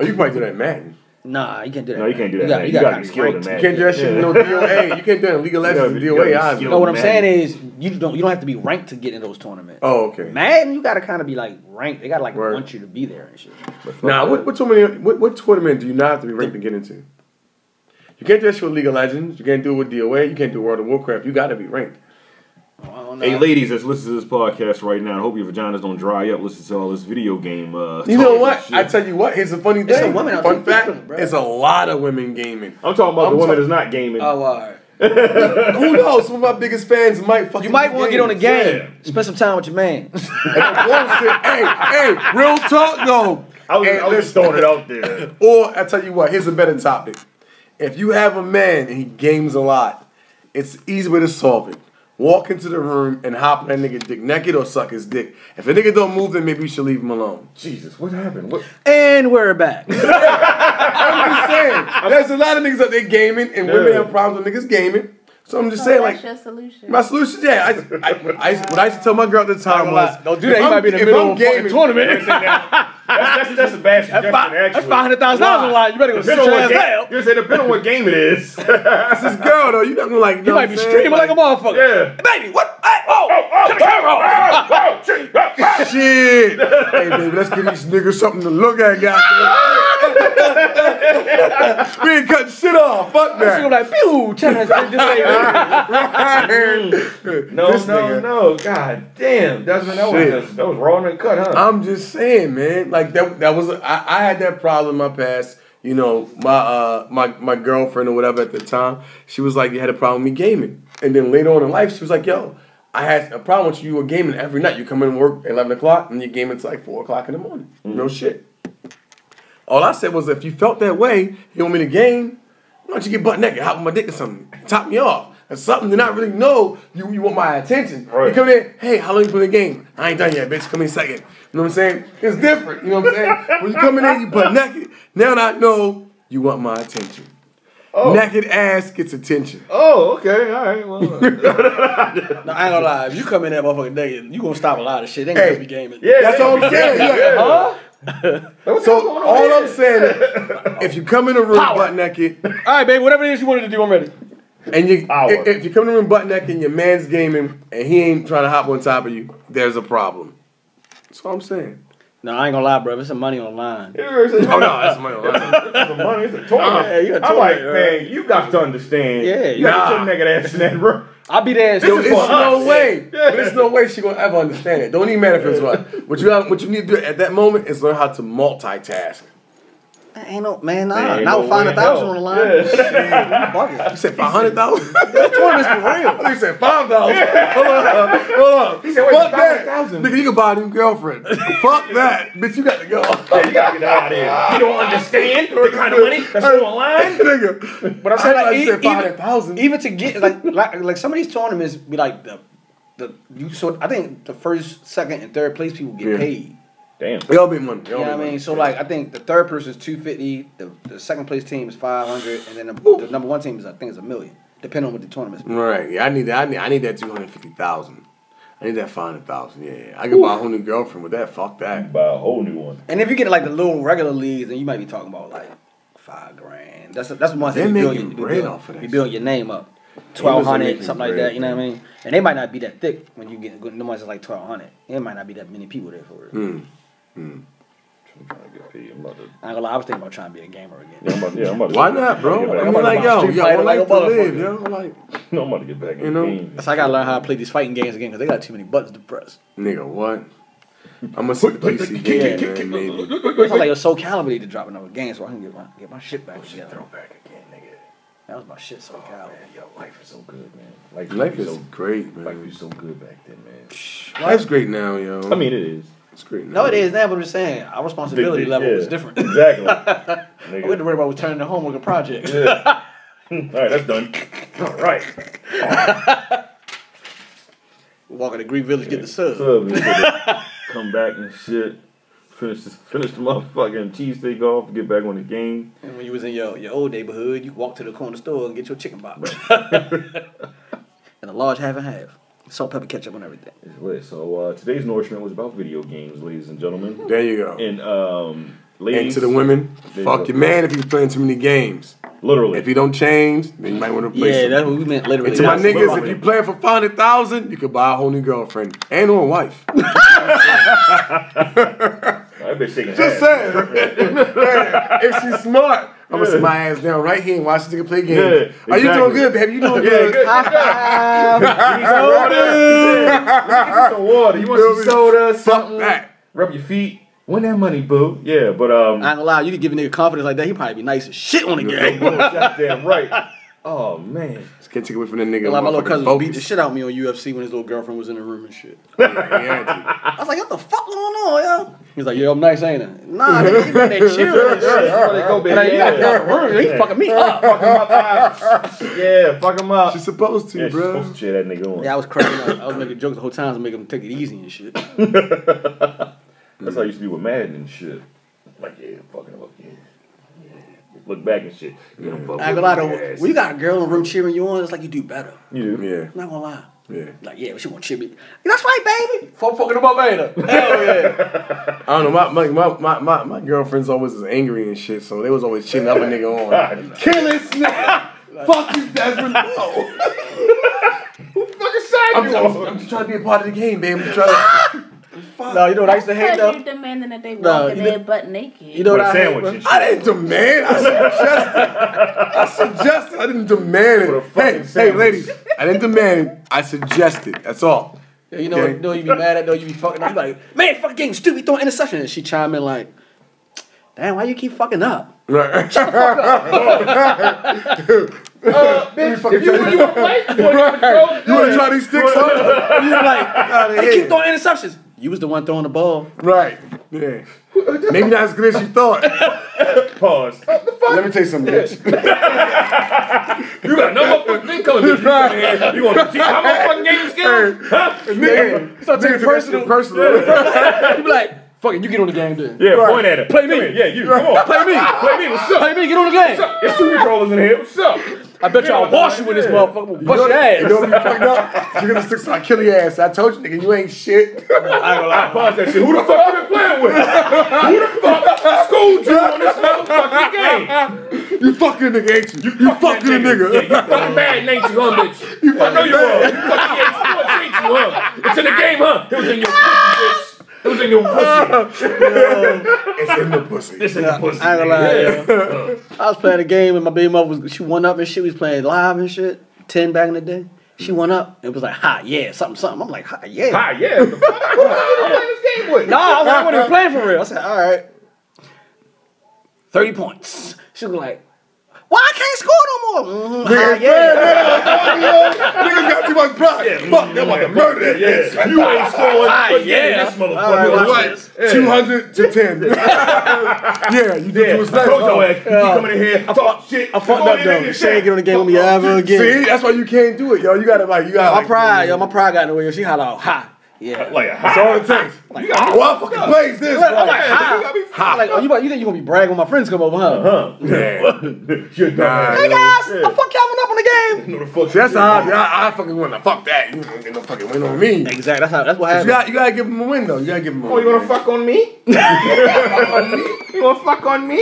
S9: Oh, you can probably do that in Madden.
S5: Nah, you can't do that.
S6: No, you can't do that.
S5: gotta-
S6: man.
S5: You
S6: You
S5: gotta
S6: got to
S5: kind
S6: be
S5: of
S6: skilled in
S9: You
S6: that.
S9: can't do that shit in no DOA. You can't do that in League of Legends
S6: gotta
S9: and
S6: be- you gotta be
S9: DOA. obviously.
S6: skilled.
S5: No, what I'm
S6: Madden.
S5: saying is you don't you don't have to be ranked to get in those tournaments.
S9: Oh, okay.
S5: Madden, you gotta kind of be like ranked. They gotta like
S9: Right.
S5: want you to be there and shit.
S9: Now, what, what tournament? What, what tournament do you not have to be ranked to get into? You can't do this with League of Legends. You can't do it with DOA. You can't do World of Warcraft. You got to be ranked.
S5: I don't know.
S6: Hey, ladies that's listening to this podcast right now, I hope your vaginas don't dry up. Listen to all this video game. Uh,
S9: You know
S6: talk
S9: what?
S6: and
S9: I
S6: shit.
S9: tell you what. Here's a funny thing.
S5: It's a woman out
S9: Fun
S5: there
S9: fact:
S5: gaming, bro.
S9: It's a lot of women gaming.
S6: I'm talking about
S9: I'm
S6: the woman
S9: talk-
S6: that's not gaming.
S5: Oh, all right.
S9: Who knows? Who my biggest fans might fucking
S5: You might want to get on the game.
S9: Yeah.
S5: Spend some time with your man.
S9: And I'm bullshit. hey, hey, real talk though.
S2: I was,
S9: And
S2: I was just
S9: listen-
S2: throwing it out there.
S9: Or I tell you what, here's a better topic. If you have a man and he games a lot, it's an easy way to solve it. Walk into the room and hop on that nigga dick naked or suck his dick. If a nigga don't move, then maybe you should leave him alone.
S2: Jesus, what happened? What?
S5: and we're back.
S9: I'm just saying, there's a lot of niggas out there gaming, and women
S2: Yeah.
S9: have problems with niggas gaming. So I'm just saying, like,
S10: that's your solution.
S9: My solution, yeah. I, I, I, what I used to tell my girl at the time was,
S5: Don't do that.
S9: if
S5: You
S9: I'm-
S5: might be in the
S9: if
S5: middle
S9: I'm
S5: of a fucking
S9: gaming-
S5: tournament.
S2: That's, that's, that's a bad suggestion,
S5: That's
S2: actually.
S5: five hundred thousand dollars a lot. You better go sit
S2: Depending on
S5: your
S2: what game,
S5: ass down.
S2: you said depending on what game it is.
S9: That's this girl though. You not gonna like. You, know
S5: You might
S9: what I'm
S5: be
S9: saying?
S5: streaming like a motherfucker.
S2: yeah.
S5: Baby, what? Hey, oh,
S2: oh,
S9: Shit. hey, baby, let's give these niggas something to look at, goddamn. we ain't cutting shit off. Fuck
S5: She gonna be
S9: that.
S5: like, pew, challenge, bitch, this ain't
S2: No,
S9: This
S2: no,
S9: nigga.
S2: no. God damn. Desmond, that
S9: Shit. Uh,
S2: was, that was raw and cut, huh?
S9: I'm just saying, man. Like that. That was. I, I had that problem in my past. You know, my uh, my my girlfriend or whatever at the time, she was like, you had a problem with me gaming, and then later on in life, she was like, yo. I had a problem with you. You were gaming every night. You come in work at eleven o'clock, and you game until like four o'clock in the morning. No
S2: Mm.
S9: shit. All I said was, if you felt that way, you want me to game, why don't you get butt naked, hop on my dick or something, top me off, or something that I really know you, you want my attention.
S2: Right.
S9: You come in, hey, how long you been in the game? I ain't done yet, bitch, come in second. You know what I'm saying? It's different, you know what I'm saying? when you come in there, you butt naked, now that I know you want my attention. Naked ass gets attention.
S2: oh, okay. All right. Well, uh,
S5: No, I ain't gonna lie. If you come in that motherfucking day, you gonna stop a lot of shit. Ain't
S9: Hey.
S5: gonna be gaming.
S2: yeah,
S9: That's
S2: yeah,
S9: all I'm saying.
S2: Yeah.
S9: Look,
S2: What's
S9: So
S2: going on
S9: all
S2: here?
S9: I'm saying, is, if you come in the room
S5: Power.
S9: butt naked,
S5: All right, baby, whatever it is you wanted to do, I'm ready.
S9: And you,
S2: Hour.
S9: if, if you come to room butt neck and your man's gaming and he ain't trying to hop on top of you, there's a problem. That's all I'm saying.
S5: No, I ain't gonna lie, bro. There's some money online.
S9: Oh no, that's my line.
S2: It's the money. It's a tournament.
S5: Yeah, you a
S2: I'm like,
S5: tournament, right.
S2: man, you got to understand.
S5: Yeah,
S2: you got
S9: nah.
S2: to get your naked ass in that room.
S5: I'll be there.
S9: Yo, it's
S2: for
S9: no
S2: us.
S9: way. There's no way she gonna ever understand it. Don't even matter if it's what. What you have, what you need to do at that moment is learn how to multitask.
S5: ain't no man. Nah,
S2: Ain't
S5: not
S2: no way
S5: with five
S2: in
S5: hundred thousand
S2: hell.
S5: on the line.
S2: Yeah.
S9: You said five hundred thousand. Tournament's for real. You said five dollars. Hold on, hold on. He
S2: said, wait,
S9: Fuck that,
S2: $500,000.
S9: nigga. You can buy a new girlfriend. Fuck that, bitch. You got to go.
S2: you got to get out of here. You don't understand the kind of money that's going online.
S9: nigga. But I'm
S5: saying,
S9: saying,
S5: like,
S9: you said
S5: e- even-
S9: five hundred thousand.
S5: Even to get like like like some of these tournaments be like the the you so I think the first, second, and third place people get
S9: Yeah.
S5: paid.
S2: Damn.
S9: They all be money. They
S5: You
S9: all
S5: know
S9: be
S5: what I
S9: money.
S5: mean? So like I think the third person is two fifty, the, the second place team is five hundred, and then the, the number one team is I think is a million, depending on what the tournament's.
S9: Right. Yeah, I need that. I need. I need that two hundred fifty thousand. I need that five hundred thousand. Yeah, yeah. I could buy a whole new girlfriend with that. Fuck that.
S2: Buy a whole new one.
S5: And if you get like the little regular leagues, then you might be talking about like five grand. That's that's one
S9: They're
S5: thing. you build
S9: making
S5: your- you
S9: bread
S5: build-
S9: off of that
S5: You
S9: shit.
S5: build your name up, twelve hundred
S9: making
S5: something like
S9: bread,
S5: that. You know what I mean? And they might not be that thick when you get good. No one's like twelve hundred. It might not be that many people there for real.
S9: Hmm.
S2: I'm trying to get paid. I'm about to-
S5: I ain't gonna lie, I was thinking about trying to be a gamer again.
S2: yeah, I'm about to- yeah, I'm about to-
S9: Why not,
S2: I'm about
S9: bro? I
S2: to-
S9: mean, like,
S5: buy a
S9: yo,
S5: Street
S9: yo, I
S5: Fighter
S9: like
S5: like
S9: to
S5: a
S9: live, yo.
S5: motherfucker.
S9: Like,
S2: No, I'm about to get back in
S9: You
S2: the
S9: know?
S2: game.
S5: So I gotta learn how to play these fighting games again because they gotta too many buttons to press.
S9: nigga, what? I'm gonna see the PC game, man. Maybe.
S5: It's not like a Soul Calibur need to drop another game so I can get my get my shit
S9: Oh,
S5: back together.
S2: Back again, nigga.
S5: That was my shit, Soul Calibur.
S2: Yo, life is so good, man. Life,
S9: Life
S2: be
S9: is
S2: so,
S9: great,
S2: life
S9: man.
S2: is so good back then, man.
S9: Life's great now, yo.
S2: I mean, it is.
S9: it's great now.
S5: No, it is now, but I'm just saying our responsibility
S2: Yeah.
S5: level is different. I
S2: Exactly.
S5: we had to
S2: Nigga.
S5: worry about returning the homework and project.
S2: All right, that's done. All right.
S5: Walking to Green Village, get the sub.
S2: Sub and shit. Come back and shit. Finish, this, finish the motherfucking cheesesteak off. Get back on the game.
S5: And when you was in your, your old neighborhood, you walk to the corner store and get your chicken box. and a large half and half. Salt, pepper, ketchup, and everything.
S2: It's lit. So uh, today's nourishment was about video games, ladies and gentlemen.
S9: There you go.
S2: And um,
S9: And
S2: ladies,
S9: to the women,
S2: There you go.
S9: fuck your man if he's playing too many games.
S2: literally.
S9: If he don't change, then you might want to replace
S5: Yeah,
S9: him.
S5: that's what we meant literally.
S9: And to my
S5: That's what-
S9: niggas, if you play for five hundred thousand, you could buy a whole new girlfriend and or a wife.
S2: I've been shaking hands.
S9: Just saying. if she's smart, I'm gonna sit my ass down right here and watch this nigga play games.
S2: Yeah,
S9: Are you
S2: exactly.
S9: doing good, baby? You doing
S2: Yeah,
S9: good?
S2: good. You need some water. Yeah. You need some water. You want some soda,
S9: Fuck
S2: something?
S9: that.
S2: Rub your feet. Win that money, boo. Yeah, but um,
S5: I ain't gonna lie, you give a nigga confidence like that, he probably be nice as shit on the game.
S2: goddamn right. Oh man.
S9: Just can't take away from the nigga.
S5: Like my little
S9: motherfucking
S5: cousin
S9: focus.
S5: beat the shit out of me on UFC when his little girlfriend was in the room and shit.
S9: Yeah,
S5: I was like, what the fuck going on, yo? He's like, yo, I'm nice, ain't I? Nah, nigga, you been there chilling and shit. And like, you got
S2: Yeah,
S5: the room, he fucking me up.
S2: yeah, fuck him up.
S9: she's supposed to,
S2: Yeah, she's
S9: bro.
S2: supposed to cheer that nigga on.
S5: Yeah, I was cracking up. I was making jokes the whole time to make him take it easy and shit.
S2: That's how I used to be with Madden and shit. Like, yeah, fucking him up, yeah. yeah. Look back and shit. You don't fuck
S5: I ain't
S2: with
S5: gonna lie
S2: your
S5: though,
S2: ass.
S5: when you got a girl in the room cheering you on, it's like you do better.
S2: You do.
S9: Yeah,
S5: I'm not gonna lie.
S9: yeah.
S5: Like, yeah, she wanna cheer me. That's right, baby. Fuck fucking them up, ain't I? Hell yeah.
S9: I don't know. My my, my, my, my my girlfriend's always is angry and shit, so they was always cheating up a nigga on.
S2: Kill this nigga! Fuck you, Desmond. Who fucking shot
S9: I'm,
S2: you?
S9: just- I'm just trying to be a part of the game, babe. I'm trying to,
S5: No, you know what I used to hate
S10: Because
S5: though?
S10: you demanding that they walk
S5: No,
S10: in
S5: you
S10: there
S5: did-
S10: butt naked.
S5: You know what I hate?
S2: sandwich
S5: bro?
S2: and
S9: I
S2: shit.
S9: didn't demand. I suggested. I suggested. I didn't demand
S2: With a
S9: it.
S2: fucking
S9: Hey, hey,
S2: sandwich.
S9: ladies. I didn't demand it. I suggested. That's all.
S5: Yeah, You know,
S9: Okay.
S5: you know, you be mad at though, you be fucking up. You like, man, fucking game, stupid, you throwing interception. And she chime in like, damn, why you keep fucking up?
S9: Right.
S5: Uh,
S2: If you were you were white, you wouldn't control
S9: You want to try these sticks? huh?
S5: You're like,
S9: Outta
S5: they keep
S9: here.
S5: throwing interceptions. You was the one throwing the ball.
S9: Right. Yeah. Maybe not as good as you thought.
S2: Pause.
S9: Let me tell you something, bitch.
S2: You got no motherfucking thing coming to you. man. You want to teach how motherfucking game skills?
S9: Nigga,
S5: Start taking
S9: nigga
S5: it
S9: took that shit
S5: personal.
S9: personal.
S5: You be like, fucking, you get on the game then.
S2: Yeah, point at it.
S5: Play me.
S2: Yeah, you. Come on. Play me. Play me. What's up?
S5: Hey, man, get on the game.
S2: It's two controllers in here. What's up?
S5: I bet y'all wash you with this
S2: Yeah.
S5: motherfucker. We'll Bust your
S9: You
S5: ass.
S9: know what you fucked up? You're gonna stick to my killing ass. I told you, nigga, you ain't shit.
S2: I pause that shit. Who the fuck you been playing with? Who the fuck schooled you on this motherfucking game?
S9: You fucking nigga, ain't you? You, fucking a
S2: Yeah,
S9: nigga.
S2: you fucking bad, ain't you, huh, bitch? You I know you are. You fucking ain't sports, ain't you, huh? It's in the game, huh? It was in your pussy, bitch. It was in your pussy.
S9: It's in the pussy.
S2: It's in the pussy.
S5: I ain't gonna lie.
S2: Yeah.
S5: I was playing a game and my baby mother was she won up and shit. We was playing live and shit. Ten back in the day. She went up and was like, "Ha, yeah, something, something." I'm like, "Ha, yeah."
S2: Ah, yeah. What the fuck? Who the fuck you been playing this game with?
S5: No, I was like, I wasn't even playing for real. I said, all right. 30 points. She was like, why I can't score no more? Mm, ah, yeah.
S9: Niggas got too much pride. Fuck, they want to murder that bitch.
S2: Yeah, you ain't scoring.
S5: Ah,
S2: but
S5: yeah.
S2: this motherfucker.
S5: All
S2: Watch
S5: right.
S2: this. Yeah.
S9: 200 to 10. yeah, you did
S2: Yeah,
S9: it was
S2: I
S9: nice.
S2: told your ass, you keep coming in here, talk shit.
S5: I fucked up though. She ain't get on the game with me ever
S9: See,
S5: again.
S9: that's why you can't do it, yo. You gotta like, you gotta.
S5: My
S9: like,
S5: pride, yo, my pride got in the way. She hollered out, ha. Yeah.
S2: Like, ha.
S9: That's all it takes.
S2: you got
S9: Well, I fucking plays this.
S5: I'm
S9: bro.
S5: like, ha. I'm like, oh, you, about- you think you gonna be bragging when my friends come over, huh?
S9: Yeah.
S2: You're
S9: Nah,
S2: dumb.
S5: Hey
S9: yo.
S5: guys, I fucked Calvin up on the game.
S2: You know the fuck.
S9: That's how I, I, I fucking win. Now, Fuck that. You don't get no fucking win on me. You
S5: Exactly. That's how. That's what happened.
S9: gotta, you gotta give him a win, though. You gotta give him a
S2: Oh,
S9: win.
S2: you wanna fuck on me? you wanna fuck on me?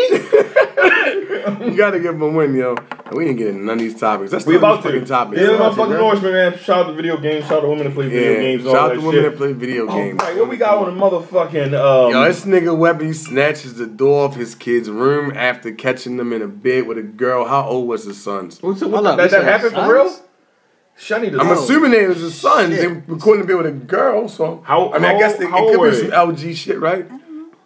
S9: You gotta give him a win, yo. And we didn't get into none of these topics. That's
S2: We
S9: none
S2: about
S9: of
S2: to.
S9: these fucking topics.
S2: Yeah, my
S9: About to,
S2: fucking
S9: bro.
S2: Norseman, man. Shout out to video games. Shout out to women that play video
S9: Yeah.
S2: games.
S9: Shout
S2: all
S9: out to
S2: that
S9: women
S2: shit. Oh
S9: that play video games.
S2: All right, what we got on the motherfucking um,
S9: Yo, this nigga Webby snatches the door of his kid's room after catching them in a bed with a girl. How old was his sons?
S2: what's it,
S5: Hold
S2: what,
S5: up,
S2: that,
S5: you
S2: that
S5: said
S2: happened for
S5: sons?
S2: real? Shit, I need to
S9: I'm
S2: know.
S9: assuming they was his sons. They were going to be with a girl, so
S2: How-
S9: I mean, I
S2: how-
S9: guess they, it
S2: how
S9: could
S2: old
S9: be
S2: were
S9: some
S2: they?
S9: LG shit, right?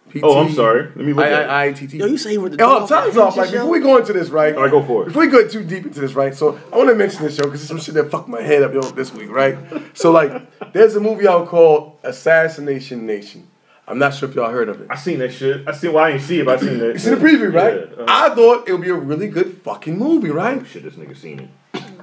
S9: PT,
S2: Oh, I'm sorry. Let me look.
S9: I,
S2: at it.
S9: I, ITT.
S5: Yo, you say you were the
S9: Yo,
S5: dog.
S9: time's off. Like before we go into this, right?
S2: All right, go for it.
S9: Before we go too deep into this, right? So I want to mention this show because it's some shit that fucked my head up, yo, this week, right? so like, there's a movie out called Assassination Nation. I'm not sure if y'all heard of it.
S2: I seen that shit. I seen. Well, I ain't see it, but I seen that.
S9: It's in the preview, right?
S2: Yeah, uh,
S9: I thought it would be a really good fucking movie, right?
S2: shit, this nigga seen it.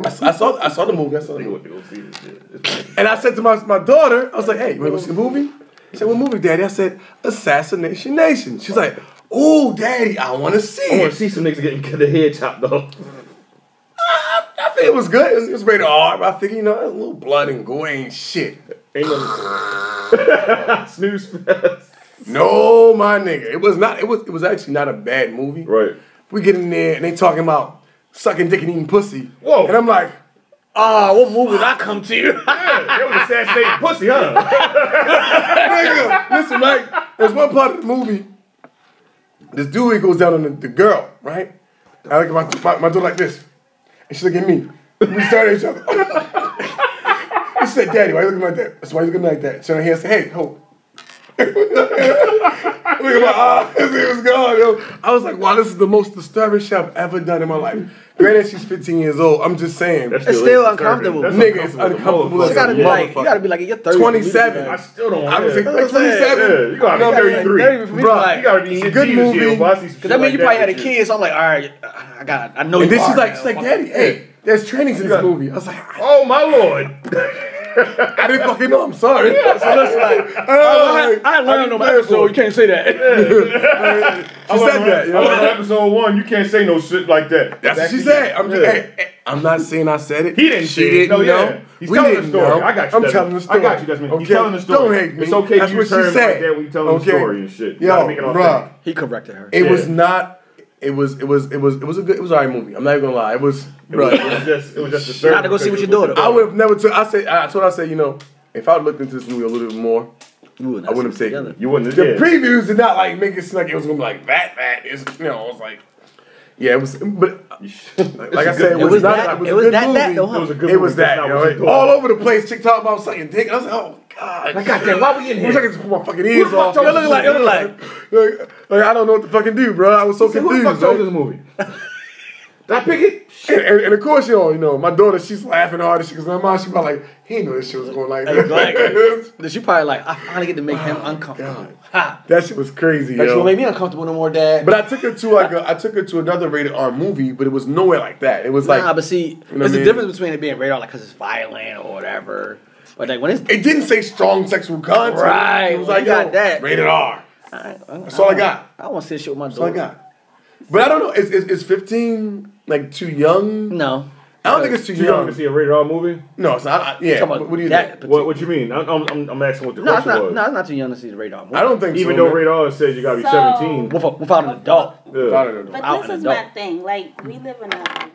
S9: I, I saw I saw the movie. I saw the
S2: Nigga
S9: movie.
S2: went to go see this shit. It's-
S9: And I said to my, my daughter, I was like, hey, you wanna go see the movie? She said, what movie, daddy? I said, Assassination Nation. She's like, oh, daddy, I want to see
S2: I want
S9: it.
S2: to see some niggas getting their head chopped off.
S9: I think it was good. It was, it was rated R, but I think, you know, a little blood and gore ain't shit.
S2: Ain't nothing. Snooze fest.
S9: No, my nigga. It was not, it was, it was actually not a bad movie.
S2: Right.
S9: We get in there and they talking about sucking dick and eating pussy.
S2: Whoa.
S9: And I'm like,
S5: Ah, what movie did I come to?
S2: Yeah, they was assassinating pussy, huh?
S9: nigga, listen, right? There's one part of the movie. This dude he goes down on the, the girl, right? And I look at my, my, my daughter like this. And she look at me. We stare at each other. I said, Daddy, why you looking like that? That's why you looking like that. So he said, hey, ho. look at my eyes, it was gone, yo. I was like, wow, this is the most disturbing shit I've ever done in my life. Granted, she's 15 years old. I'm just saying.
S5: It's still uncomfortable.
S9: That's Nigga, it's uncomfortable
S5: You gotta be like, you
S9: Motherfucker.
S5: gotta be like, in your thirty.
S9: 27.
S2: I still don't
S9: I
S2: want
S9: was
S2: it.
S9: like,
S5: That's what I'm saying.
S9: 27.
S2: Yeah, you gotta
S9: No,
S2: be
S9: I'm
S5: Like,
S2: 33.
S5: 30 for me to
S9: Bruh,
S5: like,
S2: You gotta be in your
S9: It's a good
S2: teens, yo,
S9: movie.
S2: but I see some shit
S5: Cause I mean,
S2: like
S5: you probably
S2: that
S5: had a
S2: shit.
S5: kid, so I'm like, all right, I got, I know.
S9: And
S5: you
S9: then she's
S5: are
S9: like,
S5: now.
S9: she's like,
S5: Fuck
S9: Daddy,
S5: it.
S9: hey, there's trannies in
S2: Yeah.
S9: this movie. I was like, I
S2: Oh my lord!
S9: I didn't fucking know. I'm oh. sorry.
S5: So that's like, I, I learned on my episode. You can't say that.
S9: She said that. you
S2: I
S9: know?
S2: learned episode one. You can't say no shit like that.
S9: That's what she
S2: Back to
S9: said.
S2: you.
S9: I'm,
S2: Yeah.
S9: just, hey, hey, I'm not saying I said it.
S2: He didn't
S9: She
S2: say it.
S9: didn't
S2: No, yeah.
S9: know.
S2: He's
S9: we
S2: telling
S9: didn't
S2: the story.
S9: Know.
S2: I got you,
S9: I'm
S2: Desmond.
S9: telling the
S2: I
S9: story.
S2: got you, Desmond. He's telling the story.
S9: Don't hate me.
S2: It's okay
S9: That's
S2: you
S9: what she
S2: turn right
S9: said.
S2: there when you telling the story and shit. You
S9: Yo,
S2: gotta make it
S9: bruh,
S2: authentic.
S5: he corrected her.
S9: it was
S2: Yeah.
S9: not. It was. It was. It was. It was a good. It was alright movie. I'm not even gonna lie. It was.
S2: It
S9: Bruh,
S2: was just, it was just
S5: Not to go see what your daughter.
S9: I would have never took. I said. I told. her, I said. You know, if I looked into this movie a little bit more, I wouldn't have taken. it.
S2: You wouldn't
S9: The
S2: have. Yeah.
S9: previews did not like make it seem like it was gonna be like that. That is. You know, I was like, yeah, it was. But like I said, it
S5: It
S9: was,
S5: was
S9: not.
S5: that.
S9: was
S5: It
S9: a
S5: was
S9: good
S5: that. That
S9: movie.
S5: though, huh?
S2: It was a good
S9: It was
S2: movie, that's not
S9: that, yo.
S2: what you thought.
S9: All over the place. Chick talking about sucking dick. I was like, oh god. Like,
S5: goddamn, why we in
S9: I wish I could just put my fucking ears off.
S5: told you this movie?
S9: like, like, like, I don't know what to fucking do, bro. I was so
S2: Who
S9: confused.
S2: the fuck told you
S9: yo.
S2: this movie? Did I pick it?
S9: and, and, and of course, you know, you know, my daughter, she's laughing hard as she because my mom, she about like, he knew this shit was going like that.
S5: Exactly. Then she probably like, I finally get to make him uncomfortable. Ha!
S9: that shit was crazy,
S5: That shit
S9: Oh yo.
S5: won't make me uncomfortable no more, Dad.
S9: But I took her to like a, I took her to another rated R movie, but it was nowhere like that. It was like
S5: nah, but see,
S9: know what I
S5: there's a
S9: mean?
S5: difference between it being radar, like, cause it's violent or whatever. But like when it's
S9: it didn't say strong sexual content.
S5: Right,
S9: It was
S5: well,
S9: like
S5: you got
S9: yo,
S5: that.
S9: rated R.
S5: that's
S9: all I got.
S5: I want to see shit with my
S9: That's all I
S5: daughter.
S9: got. But I don't know. Is, is, is fifteen like too young?
S5: No,
S9: I don't think it's too,
S2: You
S9: young.
S2: don't see a rated R movie?
S9: No, it's not. I, yeah.
S5: Talking about
S9: What, what do you
S5: that
S9: think?
S5: particular-
S2: What What you mean? I'm, I'm- I'm, I'm asking what the
S5: no, it's
S2: question
S5: not.
S2: was.
S5: No, it's not too young to see the radar.
S9: I don't think
S2: Even
S9: so.
S2: though rated R says you gotta be
S10: So-
S2: 17.
S5: With a- without an adult.
S2: Yeah.
S9: I don't know.
S5: out
S10: But this
S5: and
S10: is my
S5: adult.
S10: thing. Like we live in a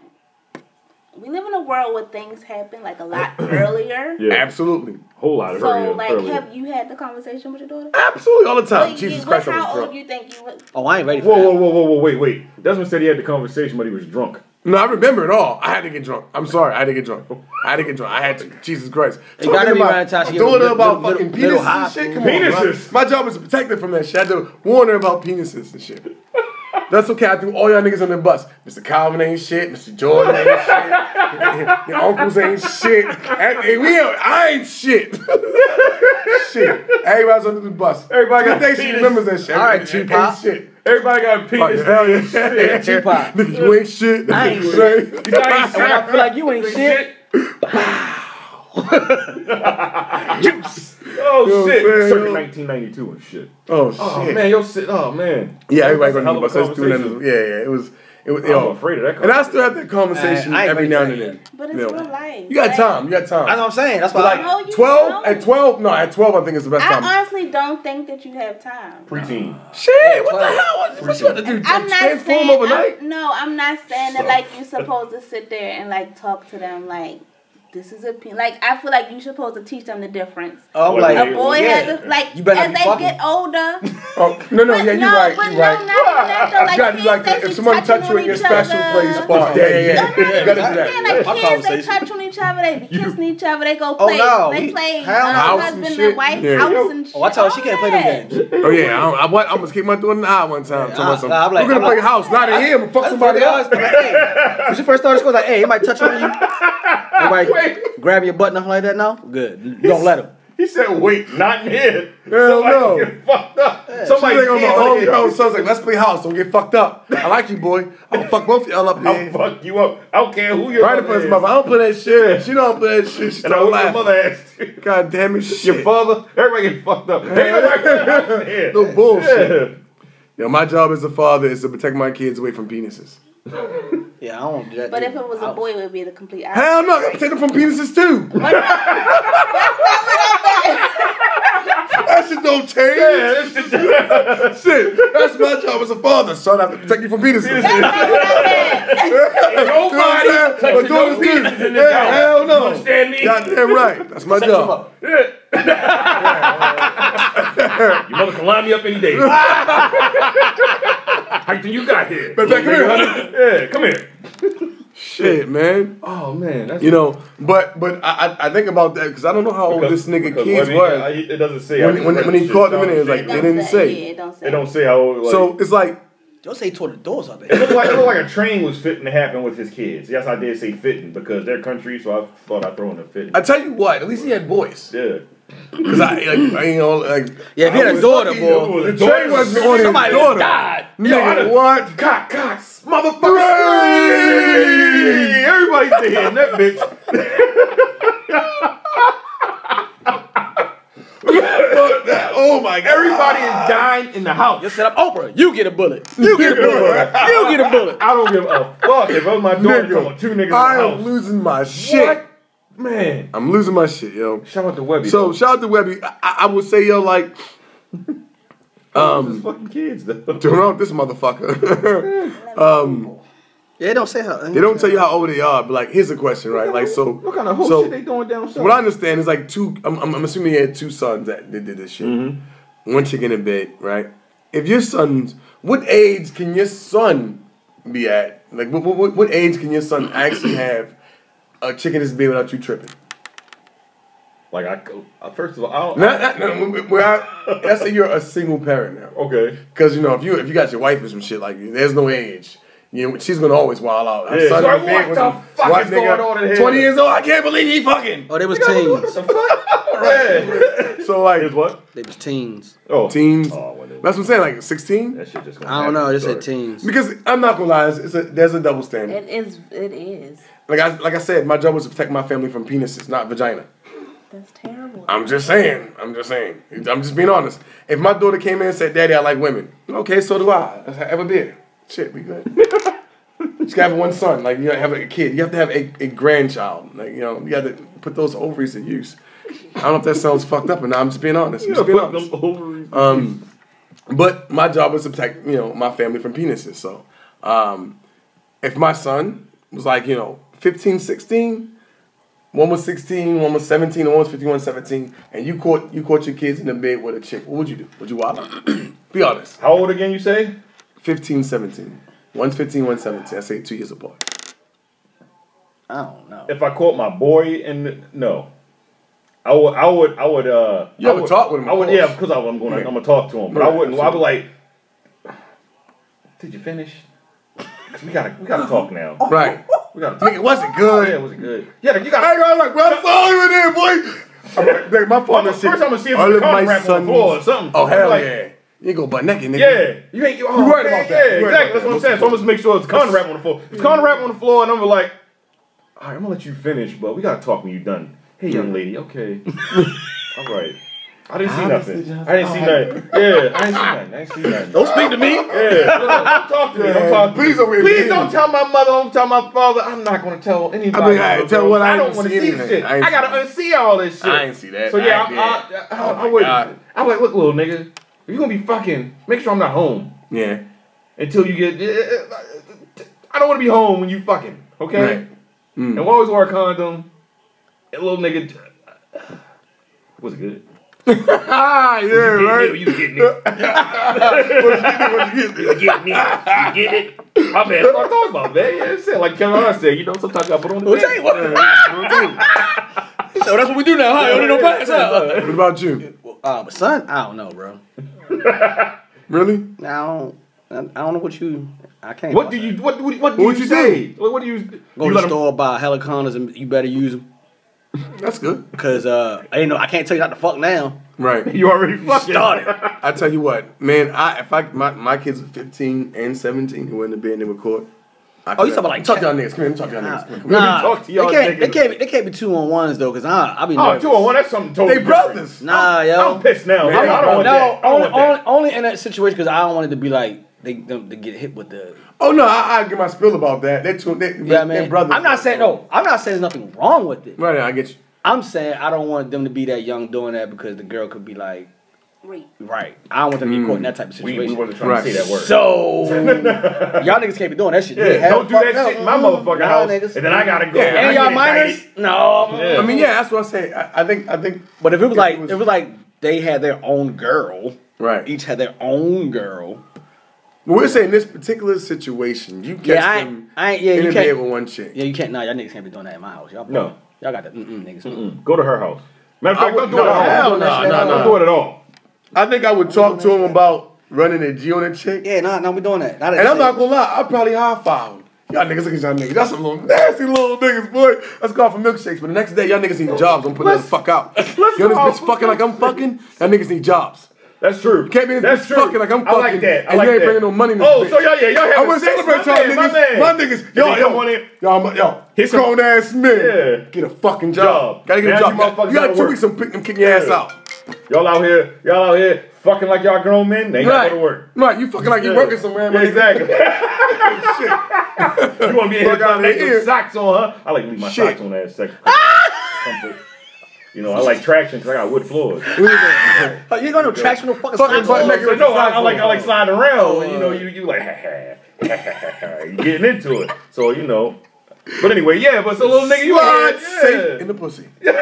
S10: we live in a world where things happen like a lot earlier.
S2: Yeah.
S9: Absolutely.
S2: Whole lot of
S10: So
S2: earlier,
S10: like,
S2: earlier.
S10: have you had the conversation with your daughter?
S9: Absolutely all the time.
S10: Like,
S9: Oh, Jesus
S10: you-
S9: Christ, I
S10: how
S9: was
S10: old
S9: drunk.
S10: you think you was?
S5: Oh, I ain't ready for
S2: Whoa,
S5: that.
S2: whoa, whoa, whoa, whoa, wait, wait. Desmond said he had the conversation, but he was drunk.
S9: No, I remember it all. I had to get drunk. I'm sorry, I had to get drunk. I had to get drunk. I had to. Jesus Christ.
S5: It gotta be around the time she
S9: daughter
S5: was little-
S9: about
S5: little-
S9: fucking
S5: little
S9: penises
S5: high
S9: and shit.
S5: school.
S9: Come on, bro.
S2: Penises.
S9: My job was to protect her from that shit. I had to warn her about penises and shit. That's okay. I threw all y'all niggas on the bus. Mr. Calvin ain't shit. Mr. Jordan ain't shit. Your uncles ain't shit. And, and we ain't, I ain't shit. shit. Everybody's under the bus.
S2: Everybody got
S9: Good thing she
S2: penis.
S9: remembers that shit.
S5: All right,
S9: Ain't
S5: Tupac.
S9: shit.
S2: Everybody got a penis.
S9: Hell yeah.
S5: Tupac.
S9: Nigga, you ain't shit.
S5: I ain't
S9: shit.
S2: You got any
S5: And when I feel like you ain't shit.
S2: shit? Oh
S9: You know what
S2: shit!
S9: I'm saying?
S2: Circa 1992 and shit.
S9: Oh,
S2: Oh
S9: shit.
S2: man, yo, sit. Oh man.
S9: Yeah, everybody
S2: That's a
S9: gonna
S2: hell
S9: be
S2: of a
S9: us doing that.
S2: conversation.
S9: Yeah, yeah. It was. It was.
S2: I'm
S9: Yo.
S2: afraid of that.
S9: And I still have that conversation
S5: Man, I ain't
S9: every
S5: ready
S9: now
S5: for
S9: and
S5: that
S9: then.
S10: But it's
S9: Yeah.
S10: real life.
S9: You got
S10: Like,
S9: time. You got
S5: That's what
S9: time.
S5: I'm saying. That's why.
S9: But
S5: Like,
S10: No, you
S9: like twelve
S10: don't.
S9: at twelve. No, at twelve, I think it's the best
S10: I
S9: time.
S10: honestly don't think that you have time.
S2: Preteen.
S9: Shit. What the hell? What- What you about to do?
S10: I'm not
S9: Transform
S10: saying
S9: overnight?
S10: I'm, no, I'm not saying that like you're supposed to sit there and like talk to them like this is a pe- like I feel like you're supposed to teach them the difference.
S5: I'm
S2: What
S5: like,
S2: they-
S10: a boy
S5: yeah.
S10: has a, like
S5: You better
S10: as
S5: be
S10: they
S5: fucking.
S10: get older.
S9: Oh no, no. Yeah, you're right.
S10: but
S9: You're
S10: no,
S9: right.
S10: not even that though.
S9: gotta
S10: Like,
S9: do like
S10: kids,
S9: that.
S10: they
S9: If somebody touch you
S10: on
S9: in your
S10: each
S9: special
S10: other.
S9: play spot,
S5: Yeah,
S9: yeah, yeah,
S5: yeah,
S9: yeah.
S5: yeah.
S9: You gotta do
S10: Yeah,
S9: that.
S10: like
S5: My
S10: kids, they
S5: conversation.
S10: touch on each other, they be kissing each other, they go
S5: Oh,
S10: play,
S5: no.
S10: they
S5: You-
S10: play
S5: hell
S10: uh,
S5: no.
S9: House
S10: husband
S9: and
S10: and,
S9: shit.
S10: wife,
S9: Yeah.
S10: house and shit.
S5: Oh, I told her she
S10: all
S5: can't play
S10: that.
S5: them games.
S9: Oh yeah, I, I, what- I almost kicked my daughter in the eye one time. Talking about
S5: Nah, nah, I'm
S9: something.
S5: like-
S9: We're gonna
S5: I'm
S9: play
S5: like-
S9: house, not in here. Fuck
S5: That's what
S9: somebody
S5: they always
S9: else.
S5: be Like, hey, when you first started school, like, hey, it might touch on you. Everybody grab your butt, nothing like that. Now, good. Don't let him.
S2: He said, "Wait, not in here."
S9: Hell
S2: Somebody
S9: no.
S2: Get fucked up. Somebody
S9: Somebody on my
S2: did
S9: home
S2: it.
S9: girl, so I was like, let's play house. Don't get fucked up. I like you, boy. I'm gonna fuck both of y'all up
S2: I'll
S9: here.
S2: fuck you up. I don't care who you're.
S9: Right in front of his mother. I don't play that shit. She don't play that shit. She
S2: And I hope
S9: don't
S2: your
S9: laugh.
S2: mother ass.
S9: God damn it, shit.
S2: Your father. Everybody get fucked up. Everybody get fucked up in here.
S9: No bullshit.
S2: Yeah.
S9: Yo, my job as a father is to protect my kids away from penises.
S5: Yeah, I don't judge.
S10: But
S5: you.
S10: if it was a boy, it would be the complete opposite.
S9: Hell no, I gotta protect them from penises too. that shit don't change.
S2: Yeah, this is-
S9: Shit, that's my job as a father, son. I have to protect you from penises.
S2: Nobody
S9: You know what I'm saying? My
S2: touching no
S9: daughters do.
S2: penis in this
S9: Yeah,
S2: house.
S9: hell no.
S2: You understand me?
S9: Goddamn right. That's my job.
S2: Your mother can line me up any day. How you think you got here?
S9: Matter of fact, come here, honey.
S2: Yeah, come here.
S9: Shit, man.
S2: Oh man, that's
S9: You know, but but I I- I think about that because I don't know how old this nigga
S2: because
S9: kids
S2: when he- I-
S9: were.
S2: It doesn't say
S9: When-
S2: I just
S9: when-
S2: read
S9: when he
S2: the shit.
S9: called him in, it was
S2: They
S9: like,
S2: don't
S9: they didn't say.
S10: Yeah, don't say.
S2: They don't say how old. Like,
S9: So it's like
S5: Don't say he tore the doors out
S2: It
S5: there.
S2: looked like it looked like a train was fitting to happen with his kids. Yes, I did say fitting because their country, so I thought I'd throw in a fitting.
S9: I tell you what, at least he had boys.
S2: yeah.
S9: Cause I, like, I ain't all like.
S5: Yeah, if he
S9: I
S5: had a
S9: was
S5: daughter,
S9: fucking-
S5: boy.
S9: The train was on his
S5: Somebody
S9: daughter.
S5: died.
S2: Yo, I
S9: Nigga,
S2: done-
S9: what? Cock, cock, motherfucker.
S2: Hey, Everybody's hitting that bitch.
S9: Oh my god.
S2: Everybody is dying in the house.
S5: You set up Oprah. You get a bullet. You get a bullet. You get a bullet.
S2: I don't give a fuck if I'm my daughter
S9: Nigga,
S2: nigga, two niggas in the
S9: I am
S2: house.
S9: losing my shit.
S2: What? Man.
S9: I'm losing my shit, yo.
S2: Shout out to Webby.
S9: So
S2: though.
S9: shout out to Webby. I, I- I would say yo like
S2: Those fucking kids though.
S9: turn off this motherfucker. Um,
S5: Yeah, don't say her.
S9: they don't tell you how old they are, but like here's a question, right? Like so
S2: What kind of whole
S9: so
S2: shit they doing down south?
S9: What I understand is like two. I'm, I'm, I'm assuming he had two sons that that did this shit.
S2: Mm-hmm.
S9: One chicken in bed, right? If your sons, what age can your son be at? Like, what, what- what, what age can your son actually have a chicken in his bed without you tripping?
S2: like I, go- uh, first of all, I don't.
S9: Not, not, not where I, let's say you're a single parent now.
S2: okay.
S9: Because you know, if you if you got your wife or some shit like there's no age. You know, she's gonna always wild out. Her
S2: Yeah,
S9: son
S2: she's like,
S9: in bed
S2: "What
S9: with
S2: the
S9: some
S2: fuck
S9: white
S2: is going on in here?"
S9: Twenty years old. I can't believe he fucking.
S5: Oh, they was teens.
S2: The fuck? Yeah.
S9: So like
S2: Is what?
S5: They was teens.
S2: Oh,
S9: teens.
S2: Oh, well, then-
S9: that's what I'm saying. Like sixteen.
S2: That shit just. gonna
S5: I
S2: happen.
S5: don't know. They said
S2: Sorry.
S5: teens.
S9: Because I'm not gonna lie, it's, it's a, there's a double standard.
S10: It is. It is.
S9: Like I like I said, my job was to protect my family from penises, not vagina.
S10: That's terrible.
S9: I'm just saying. I'm just saying. I'm just being honest. If my daughter came in and said, "Daddy, I like women," okay, so do I. Let's ha- have a beer. Shit, we good. Just gotta have one son. Like you gotta have a kid. You have to have a, a grandchild. Like you know, you got to put those ovaries in use. I don't know if that sounds fucked up or not. I'm just being honest. I'm just being honest. Um, but my job was to protect, you know, my family from penises. So, um, if my son was like, you know, 15, 16, one was 16, one was 17, and one was 51, 17, and you caught you caught your kids in the bed with a chick, what would you do? Would you wild out? Be honest.
S2: How old again? You say?
S9: 15, 17. One's 15, one's 17. I say two years apart.
S5: I don't know.
S2: If I caught my boy and no. I would, I would, I would, uh,
S9: You
S2: I
S9: have a talk with him,
S2: I
S9: of
S2: would,
S9: course.
S2: yeah, because I, I'm going, to
S9: Yeah.
S2: I'm gonna talk to him, but
S9: Right,
S2: I wouldn't. I would like, did you finish? 'Cause we gotta, we gotta talk now.
S9: Right.
S2: We gotta talk.
S9: Nigga, was it
S2: Oh, yeah,
S9: good?
S2: was it good? Yeah, you got.
S9: I ain't gonna look, bro. I saw you in there, boy. I'm like, nigga, my
S2: Well, I'm
S9: father
S2: gonna-
S9: shit.
S2: first I'm gonna see if
S9: All
S2: the
S9: of
S2: cum
S9: my
S2: wrap on the
S9: sons-
S2: floor or something.
S9: Oh, hell
S2: Like-
S9: yeah. You ain't gonna butt naked, nigga.
S2: Yeah, you ain't. You oh,
S9: worried
S2: man,
S9: about that.
S2: Yeah,
S9: You
S2: exactly.
S9: worried about
S2: That's what I'm
S9: that.
S2: saying. So I'm just make sure it's con wrap on the floor. It's con wrap on the floor, and I'm like, all right, I'm gonna let you finish, but we gotta talk when you're done. Hey, young lady. Okay. all right. I didn't see nothing. I didn't see nothing. Yeah, I didn't see nothing. I didn't see nothing.
S5: Don't speak to me.
S2: Yeah, no, no, don't talk to me. Don't talk to me.
S9: Please don't read
S2: Please
S9: me.
S2: don't tell my mother. Don't tell my father. I'm not gonna tell anybody.
S9: I mean, I ain't tell what I
S2: don't
S9: ain't
S2: wanna
S9: see
S2: see
S9: anything.
S2: shit.
S9: I ain't
S2: I gotta unsee all this shit.
S9: I ain't see that.
S2: So yeah,
S9: I
S2: I,
S9: did.
S2: I, I, I,
S9: my
S2: would.
S9: God.
S2: I'm like, look, little nigga, if you're gonna be fucking, make sure I'm not home
S9: Yeah.
S2: until you get. I don't want to be home when you fucking. Okay.
S9: Right.
S2: And we always wear a condom. And little nigga, was it good?
S9: Ah, yeah, right.
S2: You getting it? You getting it? You get it? My bad. That's what I'm talking about, man. Yeah, it's it. like Kevin Hart said, you know, sometimes I put on the.
S5: Well, tell you what. So that's what we do now, huh? You don't need no pass, huh?
S9: What about you?
S5: Uh, but son, I don't know, bro.
S9: Really?
S5: Now I don't, I don't know what you. I can't.
S2: What do you? What? What, what do
S9: What
S2: you
S9: you
S2: say? Like, what do you?
S5: go
S2: you
S5: to
S2: let
S5: the
S2: 'em-
S5: store buy heliconers and you better use them?
S9: That's good.
S5: Cause uh, I ain't know. I can't tell you not to fuck now.
S9: Right.
S2: You already fucking
S5: Started.
S9: I tell you what, man. I if I my, my kids are fifteen and seventeen who went to bed and they were caught. I
S5: Oh, you talking about like
S9: couldn't- talk to
S5: cat-
S9: y'all niggas? Come here, talk to y'all niggas. Come here, come here.
S5: Nah,
S2: talk to y'all
S5: they can't. They
S2: niggas.
S5: can't. Be, they can't be two on ones though, cause I I be
S2: Oh,
S5: nervous.
S2: two on one. That's something totally.
S9: They brothers.
S5: Nah, yo.
S2: I'm pissed now.
S9: Man,
S2: I'm, I
S9: bro,
S2: don't want
S5: no,
S2: that. I don't
S5: only,
S2: want that.
S5: only only in that situation because I don't want it to be like they them to get hit with the.
S9: Oh no, I, I get my spill about that. They're two. They,
S5: Yeah,
S9: yeah,
S5: man.
S9: They're brothers.
S5: I'm not saying no. I'm not saying there's nothing wrong with it.
S9: Right, I get you.
S5: I'm saying I don't want them to be that young doing that because the girl could be like,
S10: Rape.
S5: right. I don't want them to be caught in that type of
S2: We,
S5: situation.
S2: we wasn't trying
S9: Right.
S2: to say that word.
S5: So y'all niggas can't be doing that shit.
S2: yeah,
S5: They have
S2: don't do
S5: fucked
S2: that
S5: up.
S2: shit in my
S5: Mm-mm.
S2: motherfucking
S5: Nah,
S2: house,
S5: niggas.
S2: and then I gotta go.
S9: Yeah.
S2: I
S5: And
S2: get
S5: y'all minors?
S2: indicted.
S5: No.
S2: Yeah.
S9: I mean, yeah, that's what I say. I, I think. I think.
S5: But if it was like
S9: it
S5: it
S9: was-
S5: was, like they had their own girl,
S9: Right.
S5: Each had their own girl.
S9: We're saying this particular situation. You catch
S5: Yeah, I, ain't-
S9: them
S5: I ain't. Yeah,
S9: in
S5: you
S9: the bed
S5: can't.
S9: with one chick.
S5: Yeah, you can't. Nah, y'all niggas can't be doing that in my house. Y'all
S2: No.
S5: Y'all got the mm-mm niggas.
S2: Go to her house. Matter of fact, don't do it
S9: no,
S2: at all.
S9: hell
S2: Don't do
S9: no,
S2: it at
S9: no,
S2: all.
S9: no.
S2: Don't do it at all.
S9: I think I would talk to him about running a G on a chick.
S5: Yeah, nah, nah, we doing that. Not at
S9: And I'm
S5: the
S9: not gonna lie, I probably high fived. Y'all niggas, look at y'all niggas. That's some little nasty little niggas, boy. Let's go out for milkshakes. But the next day, y'all niggas need jobs. I'm putting that fuck out. You know
S2: go out
S9: this
S2: for
S9: bitch fucking like I'm fucking? Y'all niggas need jobs.
S2: That's true.
S9: Can't be in this
S2: That's
S9: bitch
S2: true.
S9: fucking like I'm
S2: I like
S9: fucking,
S2: that. I
S9: and you
S2: like
S9: ain't
S2: that.
S9: bringing no money in this
S2: Oh, so
S9: bitch.
S2: y'all, yeah, y'all
S9: I
S2: having
S9: want to
S2: sex.
S9: celebrate
S2: My
S9: y'all
S2: man,
S9: niggas.
S2: My man.
S9: My niggas.
S2: Yo,
S9: Y'all,
S2: yo, on
S9: yo,
S2: it.
S9: y'all, yo,
S2: Hit some-
S9: grown ass men.
S2: Yeah.
S9: Get a fucking job.
S2: Job.
S9: Gotta get
S2: Now
S9: a
S2: you
S9: job. You got-
S2: motherfuckers
S9: You got
S2: gotta
S9: two
S2: work.
S9: weeks. I'm picking, kicking your ass
S2: Yeah.
S9: out.
S2: Y'all out here, y'all out here fucking like y'all grown men. They ain't
S9: Right.
S2: gotta work.
S9: Right. You fucking like you
S2: Yeah.
S9: working somewhere.
S2: Yeah,
S9: my nigga.
S2: exactly. You want to be in
S9: Fuck
S2: here trying
S9: outta
S2: to make
S9: here.
S2: some socks on, huh? I like to leave my
S9: Shit.
S2: socks on that second. Comfort. You know, I like traction because I got wood floors.
S5: Oh, you ain't got no traction, no fucking
S9: Fucking
S5: socks
S9: butt
S5: on.
S9: naked
S2: So
S9: with the
S2: no, I, I
S9: socks
S2: like
S9: on.
S2: I like sliding around. and, you know, you you like you getting into it. So you know. But anyway, yeah. But so little nigga, you
S9: Slide
S2: out here,
S9: safe
S2: yeah.
S9: in the pussy.
S2: Little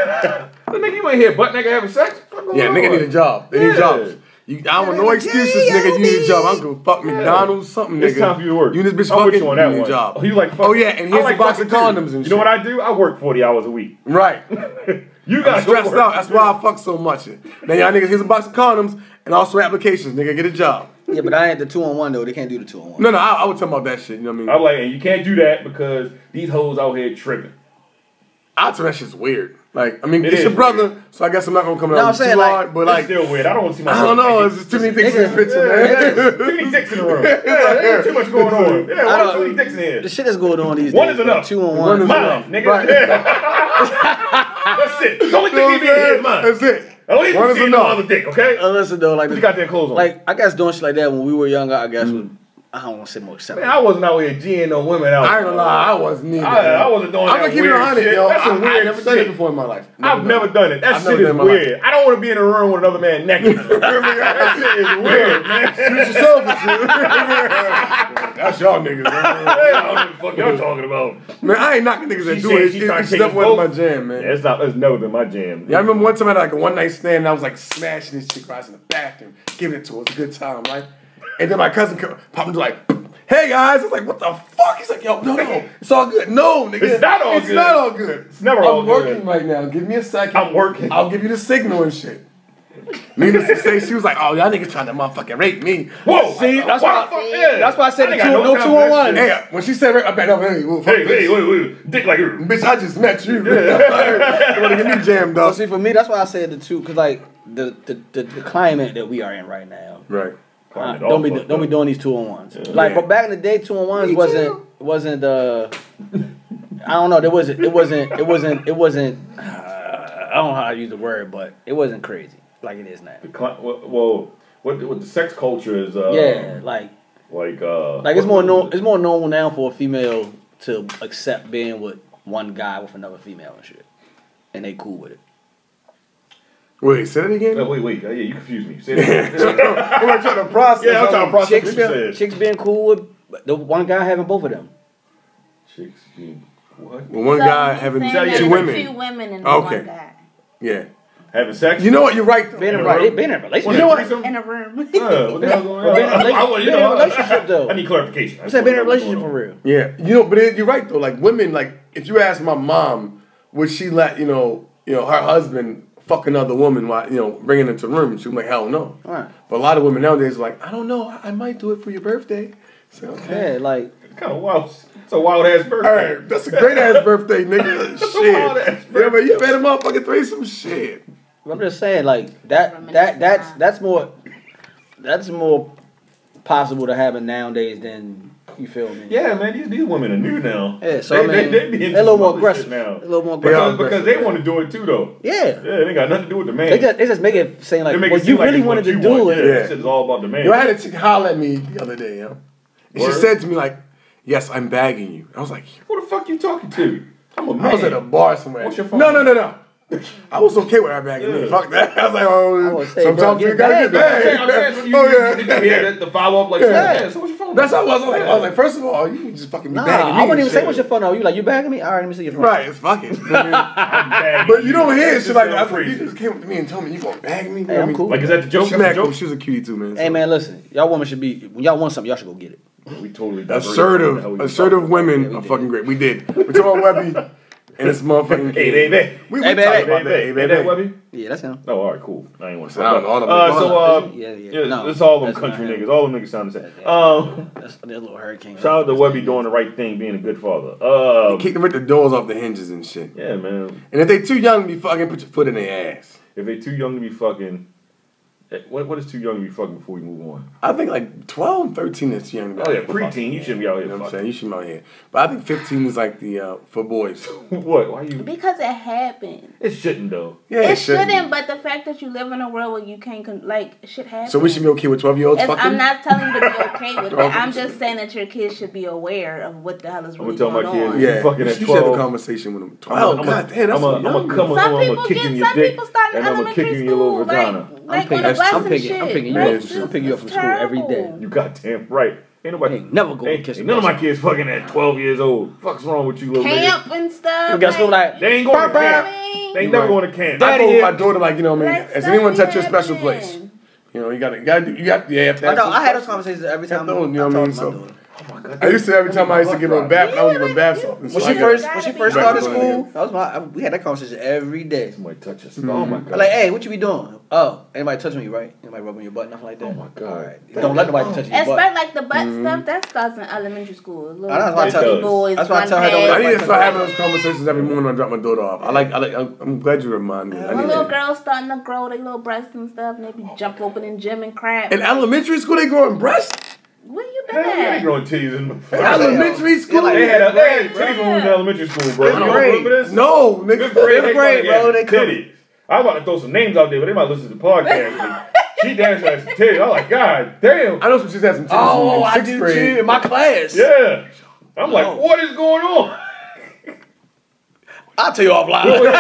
S2: nigga, you ain't here butt naked having sex. Fuck going
S9: Yeah, nigga
S2: on?
S9: need a job. They need
S2: Yeah.
S9: jobs. You, I don't want no excuses, nigga. You need a job. I'm gonna fuck McDonald's, something, nigga.
S2: It's time for you to work.
S9: You and this bitch
S2: I'm
S9: fucking.
S2: with you on that
S9: need
S2: one.
S9: a job.
S2: Oh, you like fucking.
S9: Oh yeah, and
S2: I
S9: here's
S2: like
S9: a box of
S2: fucking too.
S9: condoms and shit.
S2: You know what I do? I work 40 hours a week.
S9: Right.
S2: You got
S9: Stressed
S2: work.
S9: out. That's why I fuck so much. Now y'all niggas, here's a box of condoms and also applications, nigga. Get a job.
S5: Yeah, but I ain't the two on one though. They can't do the two on one.
S9: No, no, I, I would tell about that shit. You know what I mean?
S2: I'm like, and you can't do that because these hoes out here tripping.
S9: I tell that shit's weird. Like, I mean,
S2: It
S9: it's
S2: is
S9: your brother, so I guess I'm not gonna come out
S5: No, I'm
S9: too
S5: saying, like,
S9: hard. But
S2: Like,
S9: like,
S2: still weird. I don't want to see my.
S9: I don't know. It's
S2: It's
S9: just too many things in this picture, man.
S2: too many dicks in the room. Yeah, there's too much going on. Yeah,
S5: I
S2: why
S5: don't-
S2: too many dicks in here?
S5: The shit that's going on these
S2: One
S5: days.
S2: is enough.
S5: Two on
S9: One
S5: one.
S9: is
S2: Mine,
S9: enough.
S2: nigga.
S9: Right.
S2: That's it. The only
S9: You know
S2: thing he
S9: what I'm
S2: be here is
S9: saying?
S2: mine.
S9: That's it.
S2: I don't even
S9: One is
S2: see no
S9: enough.
S2: other dick, okay?
S5: Uh, listen though, like
S2: Put your goddamn clothes on.
S5: Like I guess doing shit like that when we were younger, I guess was, I don't want to say more acceptable.
S2: Man, I wasn't out here G'ing no women out.
S9: I ain't gonna lie, I wasn't neither.
S2: I- I wasn't doing
S9: I'm
S2: that
S9: gonna keep it
S2: weird
S9: 100,
S2: shit.
S9: yo.
S2: That's some
S9: I- I
S2: weird
S9: never done it
S2: shit.
S9: before in my life.
S2: I've never done it. That
S9: I've
S2: shit
S9: never done it
S2: is
S9: in my life.
S2: weird. I don't want to be in a room with another man naked. that shit is weird, man.
S9: It's yourself, it's you. That's y'all niggas. Man.
S2: I don't know what the fuck y'all talking about.
S9: man, I ain't knocking niggas that
S2: She
S9: do
S2: said
S9: it. It's,
S2: she tried
S9: it's
S2: taking
S9: definitely wasn't my
S2: both.
S9: jam, man.
S2: It's not. It's never been my jam.
S9: Yeah, I remember one time I had like a one night stand and I was like smashing this chick while I was in the bathroom, giving it to her. It was a good time, right? And then my cousin come, popped into like, hey guys. I was like, what the fuck? He's like, yo, no, no. It's all good. No, nigga.
S2: It's not all
S9: it's
S2: good.
S9: not all good. It's
S2: never
S9: I'm
S2: all good.
S9: working right now. Give me a second.
S2: I'm working.
S9: I'll give you the signal and shit. Needless to say, she was like, oh, y'all niggas trying to motherfucking rape me.
S2: Whoa!
S5: See, that's
S2: Why
S5: why-
S2: the fuck- yeah.
S5: that's why I said
S2: ain't
S5: the
S2: got
S5: two- no
S2: time
S5: two
S2: for
S5: on
S2: that
S5: one.
S2: shit.
S9: Hey, uh, when she said rape, I bet, no, hey, well, fuck
S2: Hey,
S9: this.
S2: hey, wait, wait, dick like you.
S9: Bitch, I just met you. you want to get me jammed
S5: Well,
S9: up.
S5: see, for me, that's why I said the two, cause like the the, the, the climate that we are in right now,
S9: Right.
S5: uh,
S2: Climate all
S5: don't be
S2: fucked
S5: don't be
S2: up.
S5: doing these two on ones. Like, but back in the day, two on ones wasn't wasn't uh, I don't know, there wasn't it wasn't it wasn't it wasn't. Uh, I don't know how to use the word, but it wasn't crazy like it is now.
S2: Cli- Well, well, what, what the sex culture is? Uh,
S5: Yeah, like
S2: Like uh.
S5: like it's more
S2: what-
S5: normal. It's more normal now for a female to accept being with one guy with another female and shit, and they cool with it.
S9: Wait, say that again?
S2: Uh, wait, wait. Uh, yeah, you confused me. Say that. again.
S9: I'm gonna try to process.
S2: yeah, I'm trying to process
S5: Chicks,
S2: what you
S5: been,
S2: said.
S5: chicks being cool with the one guy having both of them.
S2: Chicks. being- What?
S9: When one
S10: So
S9: guy
S10: he's
S9: having
S10: saying
S2: two
S10: that
S9: two
S10: it's
S9: women.
S10: Two women and
S9: Okay.
S10: one guy.
S9: Yeah.
S2: Having sex?
S9: You know what? You're right. Though.
S5: Being in a,
S2: Right.
S5: right. being in a relationship.
S2: You know what?
S10: In a room.
S2: Uh, what the hell's going on?
S5: Been in a
S2: I- I-
S5: relationship-
S2: I- you
S5: been in
S2: know,
S5: a relationship, though.
S2: I need clarification. I
S5: I'm
S2: just
S5: saying being in a
S2: wanna know what's
S5: relationship for
S2: going on.
S5: real.
S9: Yeah. You know, but it, you're right though. Like women, like if you ask my mom, would she let you know, you know, her husband fuck another woman while you know bringing into the room? She was like, hell no.
S5: Right.
S9: But a lot of women nowadays are like, I don't know, I I might do it for your birthday. So okay.
S5: Yeah, like
S2: It's kind of wild. It's a wild ass
S9: Hey,
S2: birthday.
S9: that's a great ass birthday, nigga.
S2: Wild ass
S9: Shit. Yeah, but you ever had a motherfucking threesome? Shit.
S5: I'm just saying, like that that
S10: Reminiscing
S5: that's
S10: time.
S5: that's more that's more possible to happen nowadays than you feel me.
S2: Yeah, man, these, these women are new now.
S5: Yeah, so I mean,
S2: be
S5: they
S2: into
S5: a little
S2: some
S5: more
S2: other
S5: aggressive.
S2: shit now.
S5: A little more
S9: They are
S2: Because, because
S5: aggressive.
S2: they want to do it too, though.
S5: Yeah.
S2: Yeah, they got nothing to do with the man.
S5: They just they just make it seem
S2: They
S5: like
S2: make
S5: well,
S2: it
S5: you
S2: seem like
S5: really
S2: it's
S5: wanted
S2: what
S5: to
S2: you
S5: do
S2: want.
S5: it.
S2: Yeah,
S9: Yeah.
S2: that shit is all about the man.
S9: Yo, I had a chick holler at me the other day, yo. And she
S2: Word.
S9: said to me, like, yes, I'm bagging you. I was like,
S2: Who the fuck you talking to? I'm a man.
S9: I was at a bar somewhere.
S2: What's your phone
S9: No, no, no, no. I was okay with her bagging me.
S2: Yeah.
S9: Fuck that. I was like, oh,
S5: I would say,
S9: sometimes
S5: bro,
S9: you
S5: get
S9: gotta get
S5: bagged. I'm
S2: Hey, I'm saying,
S9: bagged.
S2: so you,
S9: Oh
S2: you,
S9: yeah.
S2: you hear that, the follow up like, yeah.
S5: Yeah.
S2: so what's your phone?
S9: That's how I
S2: number?
S9: was. I was like, I was like, first of all, you can just fucking be
S5: Nah,
S9: bagging me.
S5: I wouldn't
S9: and
S5: even say
S9: shit.
S5: what's your phone number. You like you bagging me? All right, let me see your phone.
S9: Right, it's fucking.
S2: Bag
S9: but you don't hear shit like that. I was like,
S2: Crazy.
S9: You just came up to me and told me you gonna bag me. You know
S5: Hey, I'm
S9: what I mean?
S5: cool.
S2: Like, is that the joke?
S9: She,
S2: That's
S9: mad,
S2: the
S9: cool.
S2: joke?
S9: she was a cutie too, man.
S5: Hey
S9: so.
S5: man, listen, y'all women should be when y'all want something, y'all should go get it.
S2: We totally diverted from the hell
S9: Assertive,
S2: we was
S9: assertive
S2: talking about.
S9: women are fucking great. We did. We talking about Webby. and it's motherfucking
S2: Hey, hey, hey.
S9: We, we
S5: Hey,
S9: hey,
S5: baby.
S9: talked
S2: Hey,
S9: about that. Hey,
S2: hey, hey,
S9: baby.
S2: hey, Webby.
S5: Yeah, that's him.
S2: Oh, all right, cool. I ain't want to say
S9: I don't know, all
S2: that.
S9: them
S2: Uh,
S9: niggas-
S2: so, uh,
S5: Yeah, yeah,
S2: yeah,
S5: no,
S2: it's all them
S5: that's
S2: country
S5: not him.
S2: niggas. All them niggas sound the same. Um,
S5: That's that little hurricane.
S2: shout out to Webby doing the right thing, being a good father. Uh,
S9: Kick them with the doors off the hinges and shit.
S2: yeah, man.
S9: And if they too young to be fucking, put your foot in their ass.
S2: If they too young to be fucking, eh, what what is too young to be fucking before we move on?
S9: I think like 12, 13 is young.
S2: Oh, yeah, preteen, you shouldn't be out here
S9: You know what I'm
S2: fucking.
S9: saying? You should be out here. But I think 15 is like the, uh, for boys.
S2: what? Why you?
S10: Because it happened.
S2: It shouldn't though.
S9: Yeah,
S10: it shouldn't,
S9: be.
S10: but the fact that you live in a world where you can't, con- like, shit happens.
S9: So we should be okay with 12 year olds
S10: It's-
S9: fucking?
S10: I'm not telling you to be okay with it.
S9: Girl,
S10: I'm just saying that your kids should be aware of what the hell is
S2: I'm gonna
S10: really
S2: tell
S10: going
S2: my
S10: on.
S2: kids,
S9: yeah,
S2: you fucking at
S9: you should have a
S2: 12.
S9: conversation with them. 12,
S2: I'm
S9: Oh, god damn, that's
S2: I'm
S9: so
S2: I'm
S9: young.
S2: gonna come
S10: Some
S2: on, I'm
S10: people
S2: gonna kick
S10: get,
S2: you in
S10: some
S2: your dick,
S10: people start in
S2: and I'm gonna
S10: elementary
S2: kick you in your
S10: school,
S2: little
S10: like,
S2: vagina.
S5: I'm picking,
S10: like on the bus
S5: I'm
S10: and
S5: picking,
S10: shit.
S5: I'm picking you
S10: Like,
S5: up.
S10: this
S5: I'm
S10: is
S5: picking you up from school every day.
S10: terrible.
S2: You goddamn right. Ain't nobody
S5: Ain't never gonna
S2: ain't,
S5: kiss
S2: ain't
S5: the
S2: none of my
S5: bitch.
S2: kids fucking at 12 years old. Fuck's wrong with you, little nigga?
S10: Camp and stuff.
S5: We got school like
S2: They ain't going to
S10: I
S2: camp.
S10: mean,
S2: They ain't
S9: You
S2: never
S9: right.
S2: going to camp.
S9: I
S5: Daddy
S9: told
S5: is-
S9: my daughter, like, you know, man,
S10: that
S9: has
S10: stuff
S9: anyone
S10: be
S9: touched your special
S10: happening.
S9: place? You know, you gotta, you gotta, do, you got, yeah, you have to
S5: I
S9: ask
S5: know.
S9: those
S5: Oh, I had those
S9: questions.
S5: conversations every
S9: Yeah,
S5: time.
S9: those, you know
S5: I
S9: what I mean?
S5: talked to
S9: So-
S5: my daughter.
S2: Oh
S9: I used to every time I used to give her a bath, I would give her baths off.
S5: When she
S10: Yeah.
S5: first, when she first started
S9: Yeah.
S5: school, that was my. I- We had that conversation every day.
S2: Somebody touch us. Oh my god.
S5: I'm like, hey, what you be doing? Oh, anybody touching you, right? Anybody rubbing your butt, nothing like that.
S2: Oh my god.
S5: Don't let nobody touch your
S10: Especially
S5: butt.
S10: like the butt
S2: Mm-hmm.
S10: stuff, that starts in elementary school. Little
S5: I know, that's why I tell
S10: dirty
S2: you.
S10: boys,
S5: That's why I
S10: one
S5: tell her don't
S10: pad.
S5: let
S9: I need to start having those conversations every morning when I drop my daughter off. I like, I like, I'm I'm glad you remind me. I
S10: My
S9: need
S10: little
S9: to.
S10: girls starting to grow their little breasts and stuff, and they be jump open and gym and crap.
S9: In elementary school, they growing breasts.
S10: Where you been
S2: Hell, you ain't
S10: at?
S2: growing titties in the
S9: Elementary school.
S2: They had a they had
S5: Fifth
S2: titties when we was in elementary school, bro.
S5: Fifth
S2: You don't
S5: grade.
S2: remember this?
S9: No,
S2: Fifth
S9: nigga.
S2: grade,
S5: Fifth
S2: grade
S5: grade,
S2: bro.
S5: bro,
S2: They
S5: they come-
S2: titties. I'm about to throw some names out there, but they might listen to the podcast. nigga. she danced like some titties. I'm like, god damn.
S9: I know some shit had some titties
S2: Oh,
S10: Oh.
S9: in like sixth grade.
S5: In my class.
S2: Yeah. I'm like,
S5: No.
S2: what is going on?
S5: I'll tell you
S2: Wait,
S5: offline.
S2: wait, wait, wait,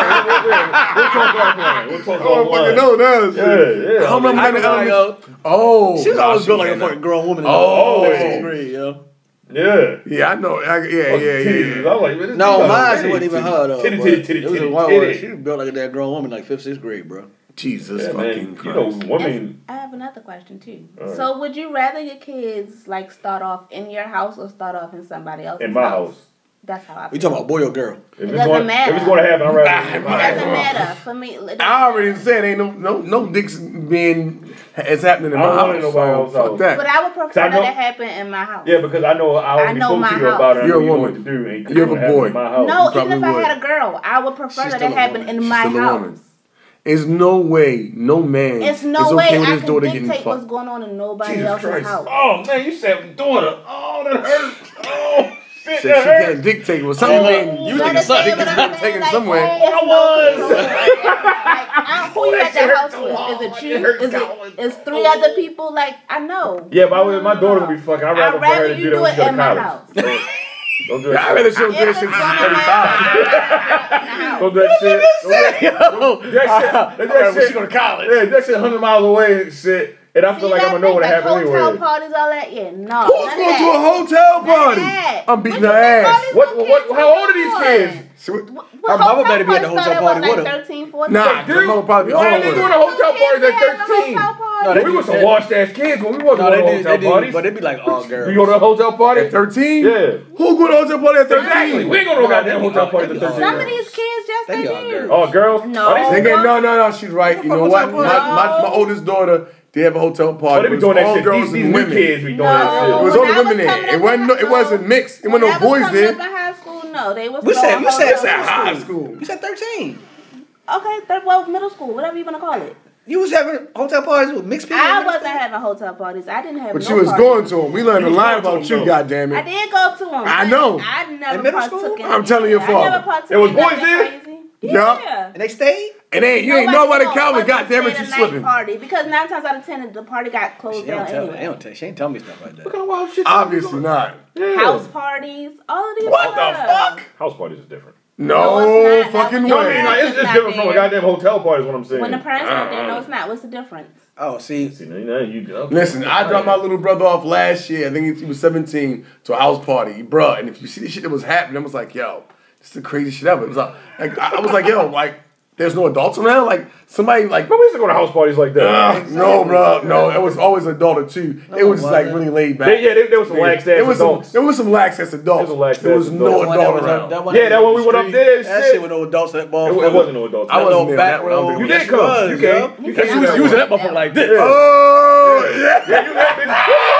S2: wait. We'll talk offline. We'll talk
S9: I don't fucking
S2: offline.
S9: know that. shit.
S2: Yeah, yeah.
S9: I don't remember
S5: I
S9: that
S5: was
S2: um,
S9: in
S5: like,
S9: elementary.
S5: yo,
S9: Oh,
S5: she was
S9: nah,
S5: always
S9: she
S5: built like a
S9: had that.
S5: fucking grown woman. In
S2: Always.
S5: the sixth grade, yo.
S2: Yeah.
S9: Yeah, I know. I, yeah, yeah, yeah,
S2: Titties.
S9: yeah.
S2: I'm like, man, this
S5: No,
S2: nigga got
S5: mine wasn't even
S2: titty,
S5: her though.
S2: Titty,
S5: but
S2: titty, titty,
S5: it was
S2: titty,
S5: the one where
S2: titty.
S5: She was built like a damn grown woman, like fifth, sixth grade, bro.
S9: Jesus
S2: Yeah, man,
S9: fucking
S2: You know,
S9: Christ.
S2: women.
S10: I have another question too.
S2: Alright.
S10: So, would you rather your kids like start off in your house or start off in somebody else's
S2: In my house.
S10: That's how I.
S5: We
S10: Feel.
S5: talking about boy or girl?
S2: If it's
S10: doesn't
S2: going,
S10: matter.
S2: If it's going to happen, I'd rather.
S10: It doesn't matter for me. it doesn't
S9: I already
S10: matter.
S9: said ain't no no no dicks being it's happening in
S2: I
S9: my
S2: don't want it
S9: house.
S2: in
S9: So
S2: nobody's
S9: fuck
S2: house.
S9: that.
S10: But I would
S2: I
S10: prefer
S2: know-
S10: that it happen in my house.
S2: Yeah, because I know I already
S10: I know
S2: spoke
S10: my
S2: to you
S10: house.
S2: about it. I know
S9: You're a
S2: you know what
S9: woman.
S2: to do. and
S9: You're a
S2: gonna happen
S9: boy.
S2: in My house.
S10: no, even
S9: probably
S10: if I had
S9: would.
S10: a girl, I would prefer
S5: She's
S10: that
S5: still
S10: it
S5: a
S10: happen
S5: woman.
S10: in
S9: She's
S10: my
S9: still a
S10: house.
S9: woman. There's no way, no man.
S10: It's no way
S9: with
S10: I
S9: his
S10: can
S9: daughter
S10: dictate what's going on in nobody else's house.
S2: Oh man, you said daughter. Oh, that hurts. Oh shit,
S9: She
S2: that
S9: can't
S2: hurts.
S9: dictate what some man.
S10: You understand
S9: something,
S10: what
S9: because
S10: I'm
S9: I'm
S10: saying?
S9: taking
S10: Like,
S9: somewhere.
S10: hey, it's
S2: I
S10: no
S2: was.
S10: control. Like, I- Who you at that house with? Is it you? Is it is three other people? Like I know.
S2: Yeah, but I would, my daughter would be fucking. I'd rather,
S10: I'd rather
S2: for her to do
S10: you
S2: that
S10: do
S2: when
S10: it
S2: she go to
S10: in my
S2: college.
S10: house.
S2: Don't- Don't do
S9: I
S2: that.
S9: rather show
S10: If
S9: this shit since
S10: it's going to
S9: she's 35.
S10: happen in my house.
S2: Don't do that shit. Don't do that shit.
S5: Yo,
S2: That shit. That shit.
S5: to college.
S2: Yeah, that shit 100 miles away and shit. And I feel
S10: See,
S2: like I'm gonna
S10: that
S2: know
S10: thing,
S2: what
S10: like
S2: happened
S10: hotel
S2: anyway.
S10: parties, all that. Yeah, no.
S9: Who's going to a hotel party? I'm beating her ass.
S2: What, what, How old are these kids?
S5: Her mama better be at the hotel party
S10: like
S5: with her.
S10: 13, 14.
S9: Nah,
S2: Dude,
S9: the mother probably be
S2: why are
S9: home
S2: they
S9: with
S2: doing a
S9: her.
S2: hotel party at 13?
S5: No, they
S2: we
S5: do
S2: was some
S5: that.
S2: washed ass kids when we wasn't
S5: No,
S2: going to
S5: they do, they
S2: hotel
S5: do,
S2: parties.
S5: but they be like all
S2: We go
S5: girls.
S2: to a hotel party?
S9: At 13?
S2: Yeah.
S9: Who going to a hotel party at 13?
S2: Exactly. We ain't going to no goddamn
S5: they be
S2: hotel
S5: all-
S2: party
S5: they
S2: at
S5: be all
S2: 13.
S10: Some of these kids just
S5: They
S10: they
S5: young
S10: do.
S5: girls.
S2: Oh, girls?
S10: No.
S2: Are they-
S9: Nigga, no, no, no, she's right. You know what? My, my, my oldest daughter, they have a hotel
S2: Oh,
S9: party.
S2: they be
S9: with
S2: doing that
S9: all
S2: shit.
S9: girls
S2: These, these
S9: and
S2: new
S9: women.
S2: kids be doing
S9: It
S10: No.
S2: that
S9: was
S2: shit.
S10: When
S9: only
S10: I was
S9: women there.
S10: coming up
S9: It
S10: in
S9: wasn't, no,
S10: high
S9: it wasn't
S10: school-
S9: mixed. It
S10: When
S9: wasn't
S10: I
S9: no
S10: was
S9: boys
S10: coming up in
S9: there.
S10: high school, no, they was.
S5: We
S10: throwing
S5: said, you said,
S10: hoes
S5: you
S9: At
S10: up.
S9: high school.
S5: said thirteen.
S10: Okay, third well, middle school, whatever you wanna call it.
S5: You was having hotel parties with mixed people.
S10: I wasn't having hotel parties. I didn't have.
S9: But
S10: no
S9: she was
S10: parties.
S9: going to them. We learned a
S2: You was
S9: lie
S2: going to
S9: about
S2: them,
S9: you,
S2: though.
S9: goddammit.
S10: I did go to them.
S9: I know.
S10: I never
S5: In middle
S10: partook
S5: school?
S10: in
S9: I'm
S10: it.
S9: telling your
S10: I
S9: father.
S10: never partook
S2: There was
S10: in
S2: boys
S10: nothing
S2: there?
S10: crazy.
S9: Yeah.
S10: Yeah.
S5: and they stayed.
S9: And ain't you ain't nobody Calvin. God damn it,
S10: you
S9: you slipping.
S10: Party because nine times out of ten, the party got
S5: She
S10: closed
S5: don't
S10: down
S5: tell. They
S10: anyway.
S5: don't tell. She ain't tell me stuff like that.
S9: Obviously not.
S10: House parties, all of these.
S9: What the
S10: stuff.
S9: fuck?
S2: House parties is different.
S10: No,
S9: No
S10: it's not.
S9: fucking
S10: That was-
S2: I mean,
S9: way.
S2: no, it's
S10: It's
S2: just
S10: not
S2: different from a
S10: fair.
S2: goddamn hotel party is what I'm saying.
S10: When the parents are
S9: Uh-uh.
S10: there, no, it's not. What's the difference?
S5: Oh, see,
S2: See, now you- now you- okay.
S9: Listen, I dropped my little brother off last year. I think he was 17 to a house party, bruh. And if you see the shit that was happening, I was like, yo, this is the craziest shit ever. It was like, like, I I was like, yo, like, there's no adults around. Like somebody like
S2: But we used to go to house parties like that.
S9: Ugh, no, bro, no. It was always a daughter too. It was just like really laid back.
S2: They- yeah, there- there was some
S9: Yeah.
S2: lax-ass
S9: There was some-
S2: adults.
S9: There was some lax ass adults.
S2: There was lax-ass
S9: There was no
S2: adults.
S5: One that
S9: adult
S5: was up-
S9: around.
S5: that one
S2: Yeah, that
S5: was
S2: one
S5: up
S2: we
S5: the
S2: went up
S5: street.
S2: there and
S5: That
S2: shit.
S5: shit with no adults. That ball.
S2: It, wa- it wasn't no adults.
S9: I
S5: That
S9: was-
S5: little
S9: wasn't there.
S5: back
S9: That one I don't
S5: road.
S9: think
S2: you
S9: Yes,
S2: did come. you came. You came.
S5: You was, you was in that motherfucker like this.
S9: Oh yeah,
S2: Yeah, you that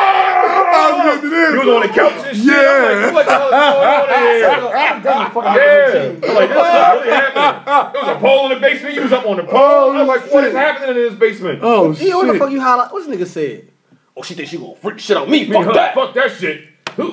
S9: I was
S2: bitch.
S9: with this.
S2: You was on the couch and shit.
S9: Yeah.
S2: I'm like, what the hell is going on here? Yeah. I'm like, what's really happening? There was a pole in the basement. You was up on the pole. I'm like, what is happening in this basement?
S9: Oh
S5: Yeah, what the fuck
S9: shit.
S5: you holla? What's nigga said? Oh, she thinks she gonna freak shit on me. Fuck
S2: Huh,
S5: that.
S2: Fuck that shit.
S9: I'm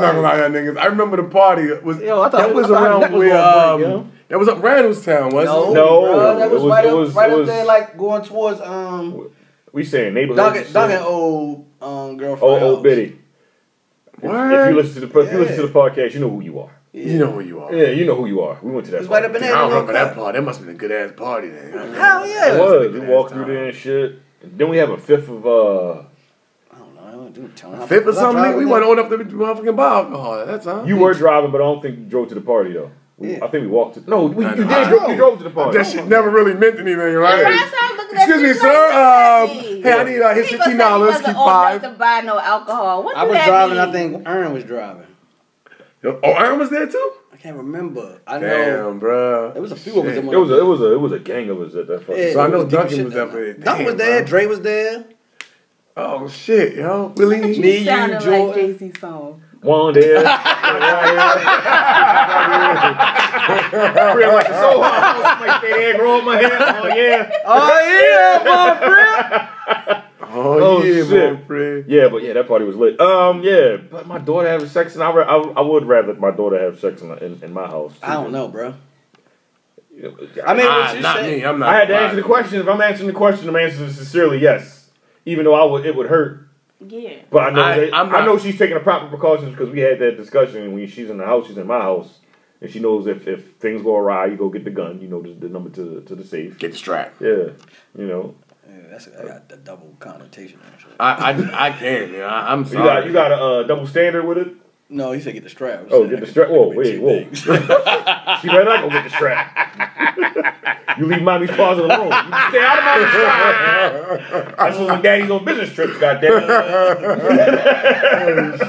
S9: not gonna lie, y'all niggas. I remember the party It was
S5: Yo, I thought-
S9: that was
S5: I thought
S9: around
S5: that was
S9: where
S5: gonna break, yo.
S9: um that was up Randallstown, wasn't
S5: No,
S9: it?
S2: No,
S5: bro, that was,
S2: it was-
S5: right
S2: it
S5: up,
S2: was-
S5: right
S2: it
S5: up
S2: was-
S5: there, like going towards um,
S2: We saying neighborhood.
S5: Doug,
S2: shit.
S5: Doug and old um girlfriend.
S2: Oh, oh,
S5: house.
S2: Biddy. If
S9: Word.
S2: you listen to the if you listen to the podcast, you know who you are.
S9: You know who you are.
S2: Yeah, you know who you are. We went to that.
S5: It's right up in
S2: party.
S9: I
S5: there.
S9: don't remember
S5: Hell
S9: that part. That must have been a good ass party then.
S5: yeah.
S2: It was. We
S9: That's
S2: walked
S9: time.
S2: through there and shit. Then we have a fifth of uh.
S5: I don't know. I don't do telling how-
S9: Fifth or
S5: was I
S9: something, nigga,
S5: driving
S9: we
S5: that?
S9: went on up to the motherfucking bar alcohol at that time.
S2: You were driving, but I don't think you drove to the party though. We-
S5: Yeah.
S2: I think we walked. To, no, we,
S9: I
S2: you
S9: know.
S2: did.
S9: I
S2: dro- you drove to the party.
S9: that shit never really meant anything,
S10: Last
S9: right?
S10: time looking at
S9: Excuse me,
S10: you
S9: sir.
S10: like
S9: Um,
S10: that.
S9: hey, I need uh,
S10: He
S9: his
S10: was
S9: fifteen
S10: like, he
S9: dollars.
S10: wasn't
S9: Keep
S10: old enough
S9: five.
S10: to buy no alcohol. What
S5: I
S10: do
S5: was
S10: that
S5: driving.
S10: mean?
S5: I think Ern was driving.
S9: Oh, Aaron was there too.
S5: I can't remember. I know
S9: Damn, bro.
S5: there was a few of us. in
S2: It was a it was a it was a gang of us at that fucking.
S5: Yeah.
S9: So I know
S5: It was deep
S9: Duncan
S5: shit
S9: was
S5: down
S9: up there.
S5: Doug was
S9: Damn,
S5: there.
S9: bro.
S5: Dre was there.
S9: Oh shit, yo, Willie.
S5: Me, you,
S10: sounded like
S5: Jordan.
S10: JC song.
S2: One day. One day. Real like so hard. Like that egg roll in my head. Oh yeah.
S5: Oh yeah, my friend.
S9: Oh,
S2: Oh,
S9: yeah,
S2: shit.
S9: my friend.
S2: Yeah, but yeah, that party was lit. Um, yeah, but my daughter having sex, and I, ra- I, I would rather my daughter have sex in, in, in my house.
S5: I don't know, bro.
S2: I mean,
S9: Ah,
S5: what you
S9: not
S5: said.
S9: me. I'm not.
S2: I had to
S9: lying.
S2: answer the question. If I'm answering the question, I'm answering sincerely yes, even though I would it would hurt.
S10: Yeah.
S2: But I know
S9: I-
S2: that,
S9: I'm
S2: I know
S9: not-
S2: she's taking the proper precautions because we had that discussion. When she's in the house, she's in my house, and she knows if, if things go awry, you go get the gun. You know the, the number to to the safe.
S9: Get the strap.
S2: Yeah, you know
S5: Yeah, that's I got the double connotation. Actually.
S9: I, I, I can, man. I, I'm
S2: you
S9: sorry.
S2: got you got a uh, double standard with it.
S5: No, he said get the strap.
S2: Oh, get the strap. Whoa, wait, whoa. she better not go get the strap. you leave mommy's closet alone. You stay out of mommy's closet. That's when daddy's on business trips, goddamn.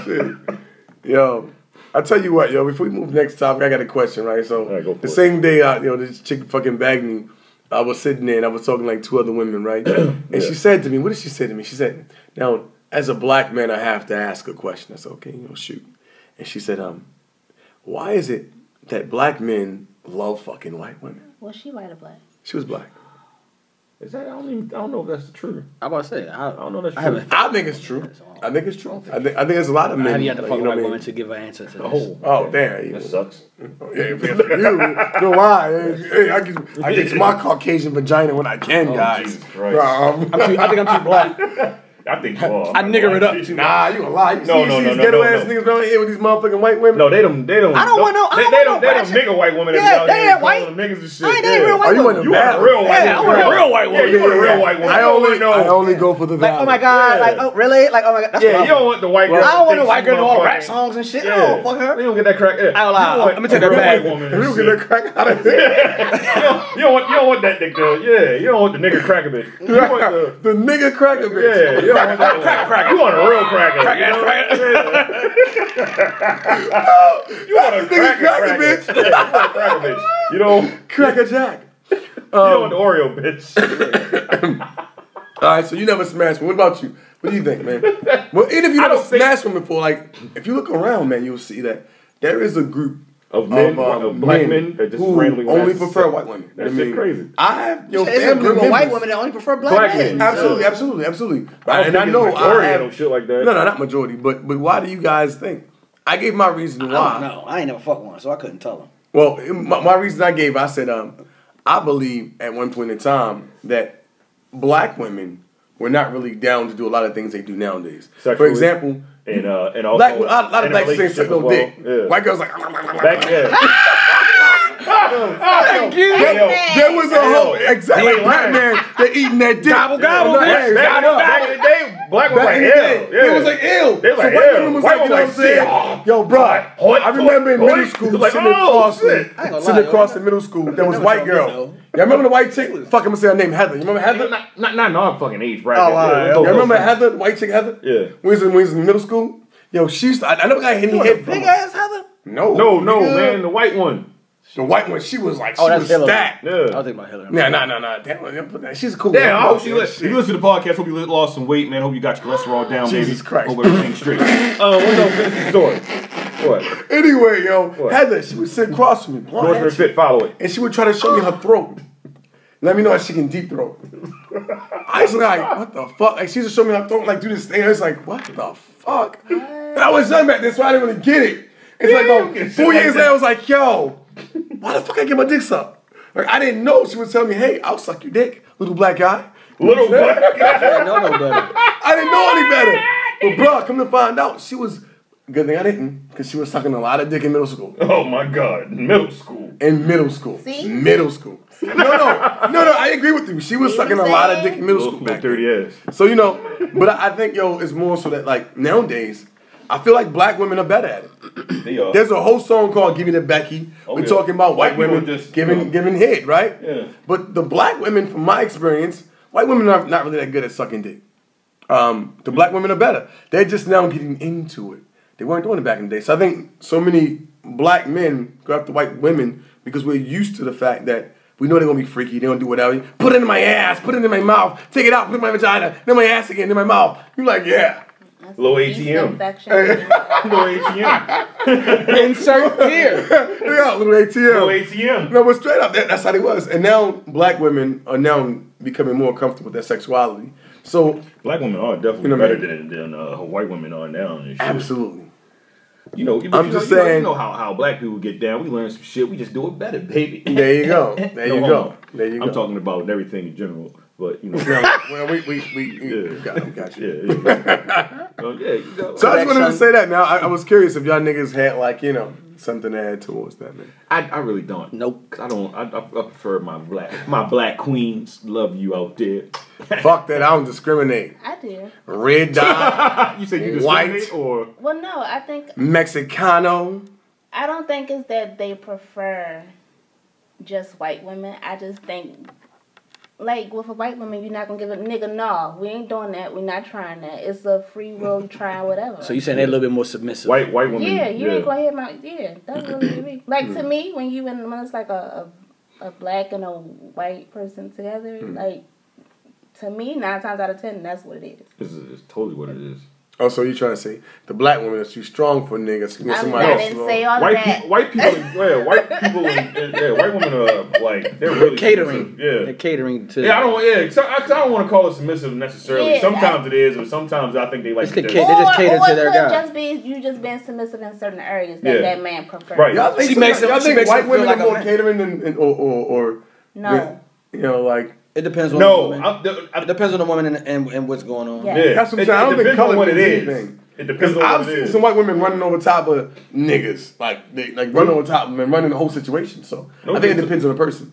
S9: shit. Yo, I tell you what, yo. Before we move next topic, I got a question, right? So
S2: right, go for
S9: the
S2: it.
S9: same day, I, you know, this chick fucking bagged me. I was sitting there and I was talking to, like two other women, right? and she said to me, "What did she say to me?" She said, "Now, as a black man, I have to ask a question." I said, "Okay, you know, shoot." And she said, "Um, why is it that black men love fucking white women?"
S10: Was she white or black?
S9: She was black.
S2: Is that? I don't even. I don't know if that's the truth.
S5: I'm about to say. I, I
S2: don't know that's
S5: I
S2: true.
S5: haven't.
S9: I think it's true. I think it's true. I think I think there's a lot of men.
S5: I haven't yet to
S9: like,
S5: fuck
S9: you
S5: a
S9: know
S5: white
S9: what I
S5: woman
S9: mean?
S5: to give an answer to this.
S9: Oh damn! you
S2: that
S9: know.
S2: sucks.
S9: Yeah, for you, no lie. Hey, hey, I get, I get my Caucasian vagina when I can, guys.
S2: Oh, Jesus Christ.
S9: Um,
S5: I'm too, I think I'm too black.
S2: I think. Well,
S5: I nigger it up too.
S9: nah, you a lie. You
S2: No,
S9: see,
S2: no,
S9: see
S2: no,
S9: these
S2: no, no,
S9: ghetto ass
S2: no.
S9: niggas around here with these motherfucking white women.
S2: No, they don't. They don't.
S5: I don't want no- I
S2: They,
S5: don't
S2: they don't.
S5: want no
S2: They don't
S5: ratchet.
S2: nigga white women.
S5: Yeah,
S2: out
S5: they
S2: here
S5: ain't
S2: calling
S5: white.
S2: them Niggas and shit.
S5: I ain't- they
S2: yeah.
S5: ain't real
S9: Oh,
S5: white
S9: you
S5: woman.
S9: want a
S2: You want a real white
S5: Yeah, I
S2: woman.
S5: want a real white
S2: Yeah, you want a real white woman.
S9: I
S2: You don't
S9: only,
S2: want no-
S9: I only go for the
S5: Like, oh my
S9: value.
S5: god,
S2: Yeah.
S5: like, oh really? Like, oh my god, that's
S2: Yeah,
S5: what
S2: you don't want the white girl.
S5: I, I
S2: to
S5: don't want
S2: think
S5: a white
S2: she
S5: girl to all
S2: motherfucking-
S5: rap songs and shit.
S2: Yeah.
S5: I don't fuck
S2: You
S5: her.
S2: don't get that crack. Yeah.
S5: I don't lie.
S2: You want
S5: I'ma take
S2: a
S5: that
S2: real
S5: back.
S2: white woman and
S9: You
S2: shit.
S9: get the crack out of here.
S2: you don't want you don't want that nigga. Yeah, you don't want the nigga cracker bitch. You want the
S9: the nigga cracker bitch.
S2: yeah, you don't want that one. You want a real cracker. you know? Yeah. you want a
S9: Nigga
S2: cracker,
S9: cracker
S2: cracker.
S9: bitch.
S2: Yeah, you want a cracker bitch. You don't you
S9: Cracker jack.
S2: don't
S9: Um,
S2: want the Oreo bitch.
S9: All right, so you never smashed women. What about you? What do you think, man? well, even if you
S2: I
S9: never
S2: don't think-
S9: smashed women before, like if you look around, man, you'll see that there is a group
S2: Of men,
S9: um,
S2: of black men that just
S9: who
S2: randomly went
S9: only
S2: out to
S9: prefer
S2: sex.
S9: white women.
S2: That
S9: I
S2: shit
S9: mean,
S2: crazy.
S9: I have your
S5: It's a
S9: family
S5: group of white
S9: members-
S5: women that only prefer black,
S2: Black
S5: men.
S2: men.
S9: Absolutely, absolutely, absolutely.
S2: I don't
S9: and I
S2: think it's
S9: know I
S2: majority
S9: have,
S2: of them shit like that.
S9: No, no, not majority, but but why do you guys think? I gave my reason why.
S5: I don't know. I ain't never fucked one, so I couldn't tell him.
S9: Well, my, my reason I gave, I said, um, I believe at one point in time that black women were not really down to do a lot of things they do nowadays. For
S2: Sexually.
S9: example,
S2: And uh, and also
S9: black, a lot, a lot of
S2: in
S9: black chicks
S2: relationship
S9: ain't suck no
S2: as well.
S9: dick.
S2: Yeah.
S9: White girls like,
S2: Back yeah. Thank you.
S9: There was a whole exactly
S2: They lying.
S9: Batman. They eating that dick. Gobble
S5: gobble,
S2: Back, back, back in the day, black was
S9: Back
S2: like,
S9: in
S2: ew.
S9: the day,
S2: Yeah.
S9: it was like eh. ew.
S2: They like,
S9: so white
S2: ew.
S9: women was
S2: White
S9: like, you know
S2: women
S9: what I'm
S2: like,
S9: saying?
S2: shit.
S9: Yo, bro,
S2: Hoi,
S9: I remember in
S2: hoi,
S9: middle
S2: hoi.
S9: school,
S2: Like,
S9: sitting
S2: oh,
S9: across,
S2: shit.
S5: I ain't gonna
S9: sitting
S5: lie,
S9: across
S5: yo.
S9: in middle school, there was
S5: never
S9: white
S5: saw
S9: girl.
S5: me, though.
S9: Y'all remember the white chick? Fuck, I'm gonna say her name, Heather. You remember Heather?
S2: Not, not, not in our fucking age bracket.
S9: Oh, all right.
S2: Yeah,
S9: Y'all remember Heather, the white chick Heather?
S2: Yeah.
S9: We was in, we was in middle school. Yo, she used to, I, I never got hit in the head.
S5: Big ass Heather.
S9: No,
S2: No, no,
S9: nigga.
S2: man, the white one.
S9: The white one, she was like, she
S5: Oh, that's
S9: was
S5: Hillary.
S9: stacked.
S2: Yeah.
S5: I'll think about Hillary.
S9: Nah, nah, nah, nah. Damn, don't put that- she's a cool.
S2: Damn, I
S9: one.
S2: hope she
S9: Yeah,
S2: listen.
S9: shit.
S2: If you listen to the podcast, hope you li- lost some weight, man. Hope you got your cholesterol down,
S9: Jesus
S2: baby.
S9: Christ.
S2: Hope everything's straight. Uh, what's up, Vince's door? What?
S9: Anyway, yo,
S2: What?
S9: Heather, she would sit across from me, blonde
S2: Northman
S9: ass chick,
S2: Fit, follow it.
S9: and she would try to show me her throat. Let me know if she can deep throat. I was like, what the fuck? Like she used to show me her throat, like do this thing. I was like, what the fuck? And I was young back then, so I didn't really get it. It's like,
S2: you
S9: oh,
S2: get shit
S9: four
S2: like
S9: years later, I was like, yo, why the fuck I get my dick sucked? Like I didn't know she would tell me, hey, I'll suck your dick, little black guy.
S2: Little black guy.
S5: I know no better.
S9: I didn't know any better. But bro, come to find out, she was good thing I didn't, because she was sucking a lot of dick in middle school.
S2: Oh my God, middle school.
S9: In middle school.
S10: See?
S9: Middle school. No, no, no, no, I agree with you. She was
S10: See what
S9: sucking a
S10: I'm
S9: lot of
S10: saying?
S9: dick in middle
S2: Little
S9: school
S2: school,
S9: back
S2: dirty
S9: then.
S2: ass.
S9: So you know, but I I think yo, it's more so that like nowadays, I feel like black women are better at it.
S2: They uh, are.
S9: There's a whole song called "Giving It Becky."
S2: Oh,
S9: We're
S2: yeah.
S9: talking about white
S2: White people
S9: women
S2: just,
S9: giving
S2: you know.
S9: giving head, right?
S2: Yeah.
S9: But the black women, from my experience, white women are not really that good at sucking dick. Um, the black women are better. They're just now getting into it. They weren't doing it back in the day. So I think so many black men go after white women because we're used to the fact that we know they're gonna be freaky. They don't do whatever. Put it in my ass. Put it in my mouth. Take it out. Put it in my vagina. Then my ass again. Then my mouth. You're like, yeah.
S2: Low
S10: Yeast
S2: ATM.
S10: infection. That's
S2: Low ATM.
S5: Insert here.
S9: Yeah, little ATM.
S2: Low ATM.
S9: No, but straight up, that, that's how they was. And now black women are now becoming more comfortable with their sexuality. So
S2: Black women are definitely
S9: You know what I
S2: better than, than uh, white women are now. And shit.
S9: absolutely,
S2: You know, you know,
S9: I'm
S2: you
S9: just
S2: know, you know-
S9: saying-
S2: You know how, how black people get down. We learn some shit. We just do it better, baby.
S9: there you go, there
S2: No
S9: you
S2: homo.
S9: go, there you go.
S2: I'm talking about everything in general, but you know. yeah,
S9: Now, well, we we we, we
S2: Yeah.
S9: got, we got you.
S2: yeah. Oh, yeah, you know.
S9: So I just
S5: Back,
S9: wanted to
S5: son.
S9: say that. Now I, I was curious if y'all niggas had like you know something to add towards that. Man.
S2: I, I really don't.
S5: Nope.
S2: 'Cause I don't. I, I I prefer my black my black queens. Love you out there.
S9: Fuck that. I don't discriminate.
S10: I do.
S9: Red dot,
S2: you say you
S9: White.
S2: discriminate or
S10: Well, no, I think
S9: Mexicano.
S10: I don't think it's that they prefer just white women. I just think, like, with a white woman, you're not gonna give a nigga, no, we ain't doing that. We're not trying that. It's a free will, you trying whatever.
S5: So you saying they're a little bit more submissive?
S2: white white women.
S10: yeah, you ain't gonna hit my, yeah, that's really me. Like, to me, when you and when it's like a, a, a black and a white person together,
S5: Hmm.
S10: like, to me, nine times out of ten, that's what it is.
S2: This is it's totally what it is.
S9: Oh, so you trying to say the black woman is too strong for niggas? Give me
S10: I, mean,
S9: somebody
S10: I
S9: else,
S10: didn't
S9: Lord.
S10: say all of
S2: White
S10: that.
S2: people, white people, yeah, white people, and, and- yeah, white women are like they're really
S5: catering.
S2: submissive,
S5: They're
S2: Yeah.
S5: catering to.
S2: Yeah, I don't. Yeah, 'cause I, 'cause I don't want to call it submissive necessarily.
S10: Yeah,
S2: sometimes it is, but sometimes I think they like
S5: It's the
S2: to-
S5: kid. They just cater to
S10: it
S5: their
S10: could
S5: guy.
S10: Just be you just being submissive in certain areas that
S2: Yeah.
S10: that man prefers.
S2: Right.
S9: Y'all think,
S5: She
S9: some-
S5: makes them-
S9: y'all
S5: she
S9: think
S5: makes
S9: white
S5: them
S9: women
S5: feel like
S9: are
S5: a
S9: more
S5: man.
S9: catering than, than or, or or
S10: No.
S9: you know like
S5: It depends on. The
S2: No,
S5: woman.
S2: I, the, I,
S5: it depends on the woman and, and, and what's going on.
S10: Yeah.
S2: yeah.
S9: That's what I'm
S2: It-
S9: saying. I
S2: it
S9: don't think
S2: depends on
S9: color
S2: what it
S9: means
S2: is.
S9: anything.
S2: It depends on
S9: I've
S2: what it
S9: seen
S2: is.
S9: some white women running over top of niggas, like they, like running over top of them and running the whole situation. So
S2: No,
S9: I think it
S2: it's-
S9: depends on the person.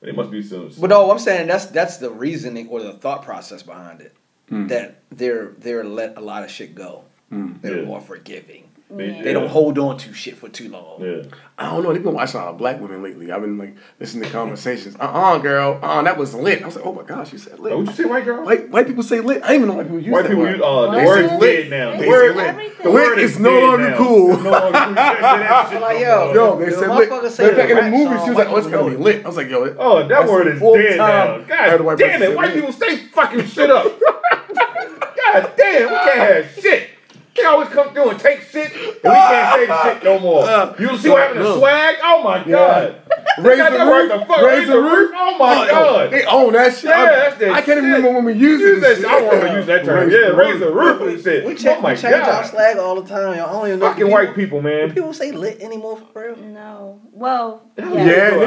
S2: They must be some.
S5: But no, I'm saying that's that's the reasoning or the thought process behind it.
S2: Hmm.
S5: That they're they're let a lot of shit go. They're
S2: Yeah.
S5: more forgiving.
S2: they,
S5: They don't
S2: yeah.
S5: hold on to shit for too long.
S2: Yeah.
S9: I don't know. They've been watching a lot of black women lately. I've been like listening to conversations. Uh uh girl. Uh, that was lit. I was like, oh my gosh, you said lit.
S2: Oh, would you say white girl?
S9: White white people say lit. I didn't even know white people use
S2: White
S9: that
S2: people
S9: word.
S2: use uh, the
S10: What?
S2: word
S10: They
S2: lit now. The
S9: say
S2: word
S9: lit.
S2: The
S10: Everything.
S2: word
S9: Lit is no
S2: dead
S9: longer
S2: now.
S9: cool.
S2: It's No longer cool. You can't say that shit
S5: Like,
S2: no
S5: yo,
S2: more.
S9: Yo, they
S5: The
S9: said lit.
S5: motherfucker said
S9: In fact, in the
S5: rap
S9: movie,
S5: song,
S9: she was
S5: white
S9: like, oh, it's
S5: people
S9: gonna be
S5: know it.
S9: lit. I was like, yo.
S2: Oh, that
S9: that's
S2: word
S9: the
S2: is
S9: fourth
S2: dead now.
S9: time I heard a
S2: God
S9: white
S2: damn
S9: person
S2: it,
S9: say
S2: white
S9: lit.
S2: people stay fucking shit up. God damn, we can't have shit. They always come through and take shit, and we can't say the shit no more. you see what happened to swag? Oh my god.
S9: Raise
S2: Got
S9: the
S2: that word
S9: roof.
S2: the fuck,
S9: Raise the roof.
S2: Oh my
S9: Oh,
S2: god.
S9: They own that shit.
S2: Yeah,
S9: I-
S2: that's that
S9: I can't even
S2: shit.
S9: remember when we used
S2: Use
S9: this
S2: that
S9: shit.
S2: shit. I don't want to use that term.
S9: Raise
S2: Yeah,
S9: the
S2: raise
S9: roof.
S2: the roof and shit.
S5: We check,
S2: oh my
S5: we change our
S2: god.
S5: slag all the time. Y'all. I don't even know.
S2: Fucking
S5: do
S2: white people, man.
S5: do People say lit anymore for real.
S10: No. Well, yeah.
S9: Yeah,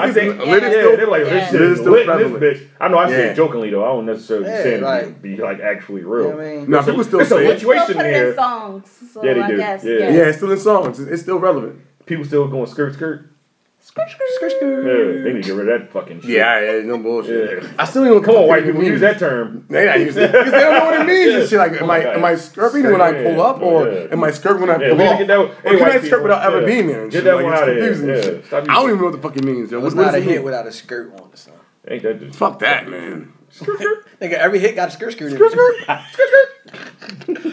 S2: I
S9: niggas
S2: think,
S9: lit-
S2: yeah,
S9: lit is still-
S2: they're like, this
S10: yeah.
S2: shit
S9: Lit
S2: is
S9: is still
S2: lit in
S9: prevalent.
S2: this bitch. I know I say
S9: Yeah.
S2: it jokingly, though. I don't necessarily
S5: Yeah,
S2: say it
S5: like-
S2: be like actually real.
S5: You know what I mean?
S9: No, people still
S2: It's a
S9: say
S10: They
S9: it.
S10: still
S2: situation
S10: put it
S2: here.
S10: in songs. So
S2: Yeah, they
S10: I
S2: do.
S10: guess.
S2: Yeah.
S10: Yeah.
S9: Yeah, it's still in songs. It's, it's still relevant.
S2: People still going skirt skirt.
S9: Skirt, skirt, skirt.
S2: Yeah, they need to get rid of that fucking shit.
S9: Yeah, yeah, no bullshit.
S2: Yeah.
S9: I still don't even
S2: Come on, white people, use that term.
S9: They not using it because they don't know what it means and shit. Like,
S2: Oh
S9: am
S2: my
S9: I
S2: God.
S9: am I skirping when I pull up, or
S2: Yeah.
S9: am I skirping when I
S2: Yeah,
S9: pull
S2: we need
S9: off?
S2: to get that.
S9: Or
S2: hey,
S9: can
S2: white
S9: I skirt
S2: people,
S9: without ever
S2: yeah.
S9: being there? and
S2: Get
S9: shit?
S2: that
S9: Like,
S2: one
S9: it's
S2: out of here.
S9: confusing and
S2: Yeah.
S9: shit.
S2: Stop
S9: I don't
S2: using-
S9: even know what the fuck it means. Yo,
S5: It's
S9: what, what
S5: not
S9: does
S5: a
S9: it
S5: hit
S9: mean?
S5: without a skirt on or something.
S2: Ain't that just
S9: Fuck that, man.
S5: Nigga, every hit got a skirt skirt. in it.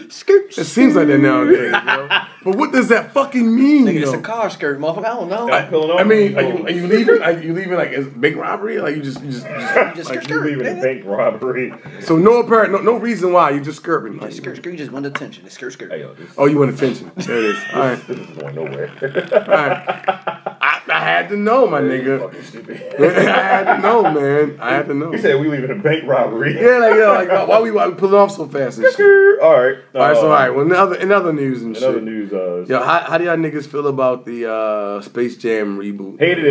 S5: Skirt
S9: It seems like that nowadays, yo. But what does that fucking mean,
S5: Nigga, it's
S9: though?
S5: a car skirt, motherfucker. I don't know.
S2: Stop peeling off.
S9: I mean, are you, are you leaving? Are you leaving like as big robbery? Like you just, you just, you just
S5: You just
S9: like,
S5: skirt
S2: you
S5: skirt.
S2: leaving a
S5: nigga.
S2: bank robbery?
S9: so no apparent, no, no reason why you just skirting. Like,
S5: Skirt skirt. You just want attention. It's skirt skirt.
S2: Hey, yo, this,
S9: oh, you want attention? There it is. All right,
S2: this is going nowhere.
S9: all right. I, I had to know, my nigga.
S2: Fucking stupid.
S9: I had to know, man. I had to know.
S2: He said we leaving a bank robbery.
S9: Yeah, like yo, like why- why we why we pulling off so fast and shit.
S2: All right. Uh,
S9: All right, so all right. Well, another another news and
S2: Another
S9: shit.
S2: news. Uh,
S9: Yo, how, how do y'all niggas feel about the uh, Space Jam reboot?
S2: Hated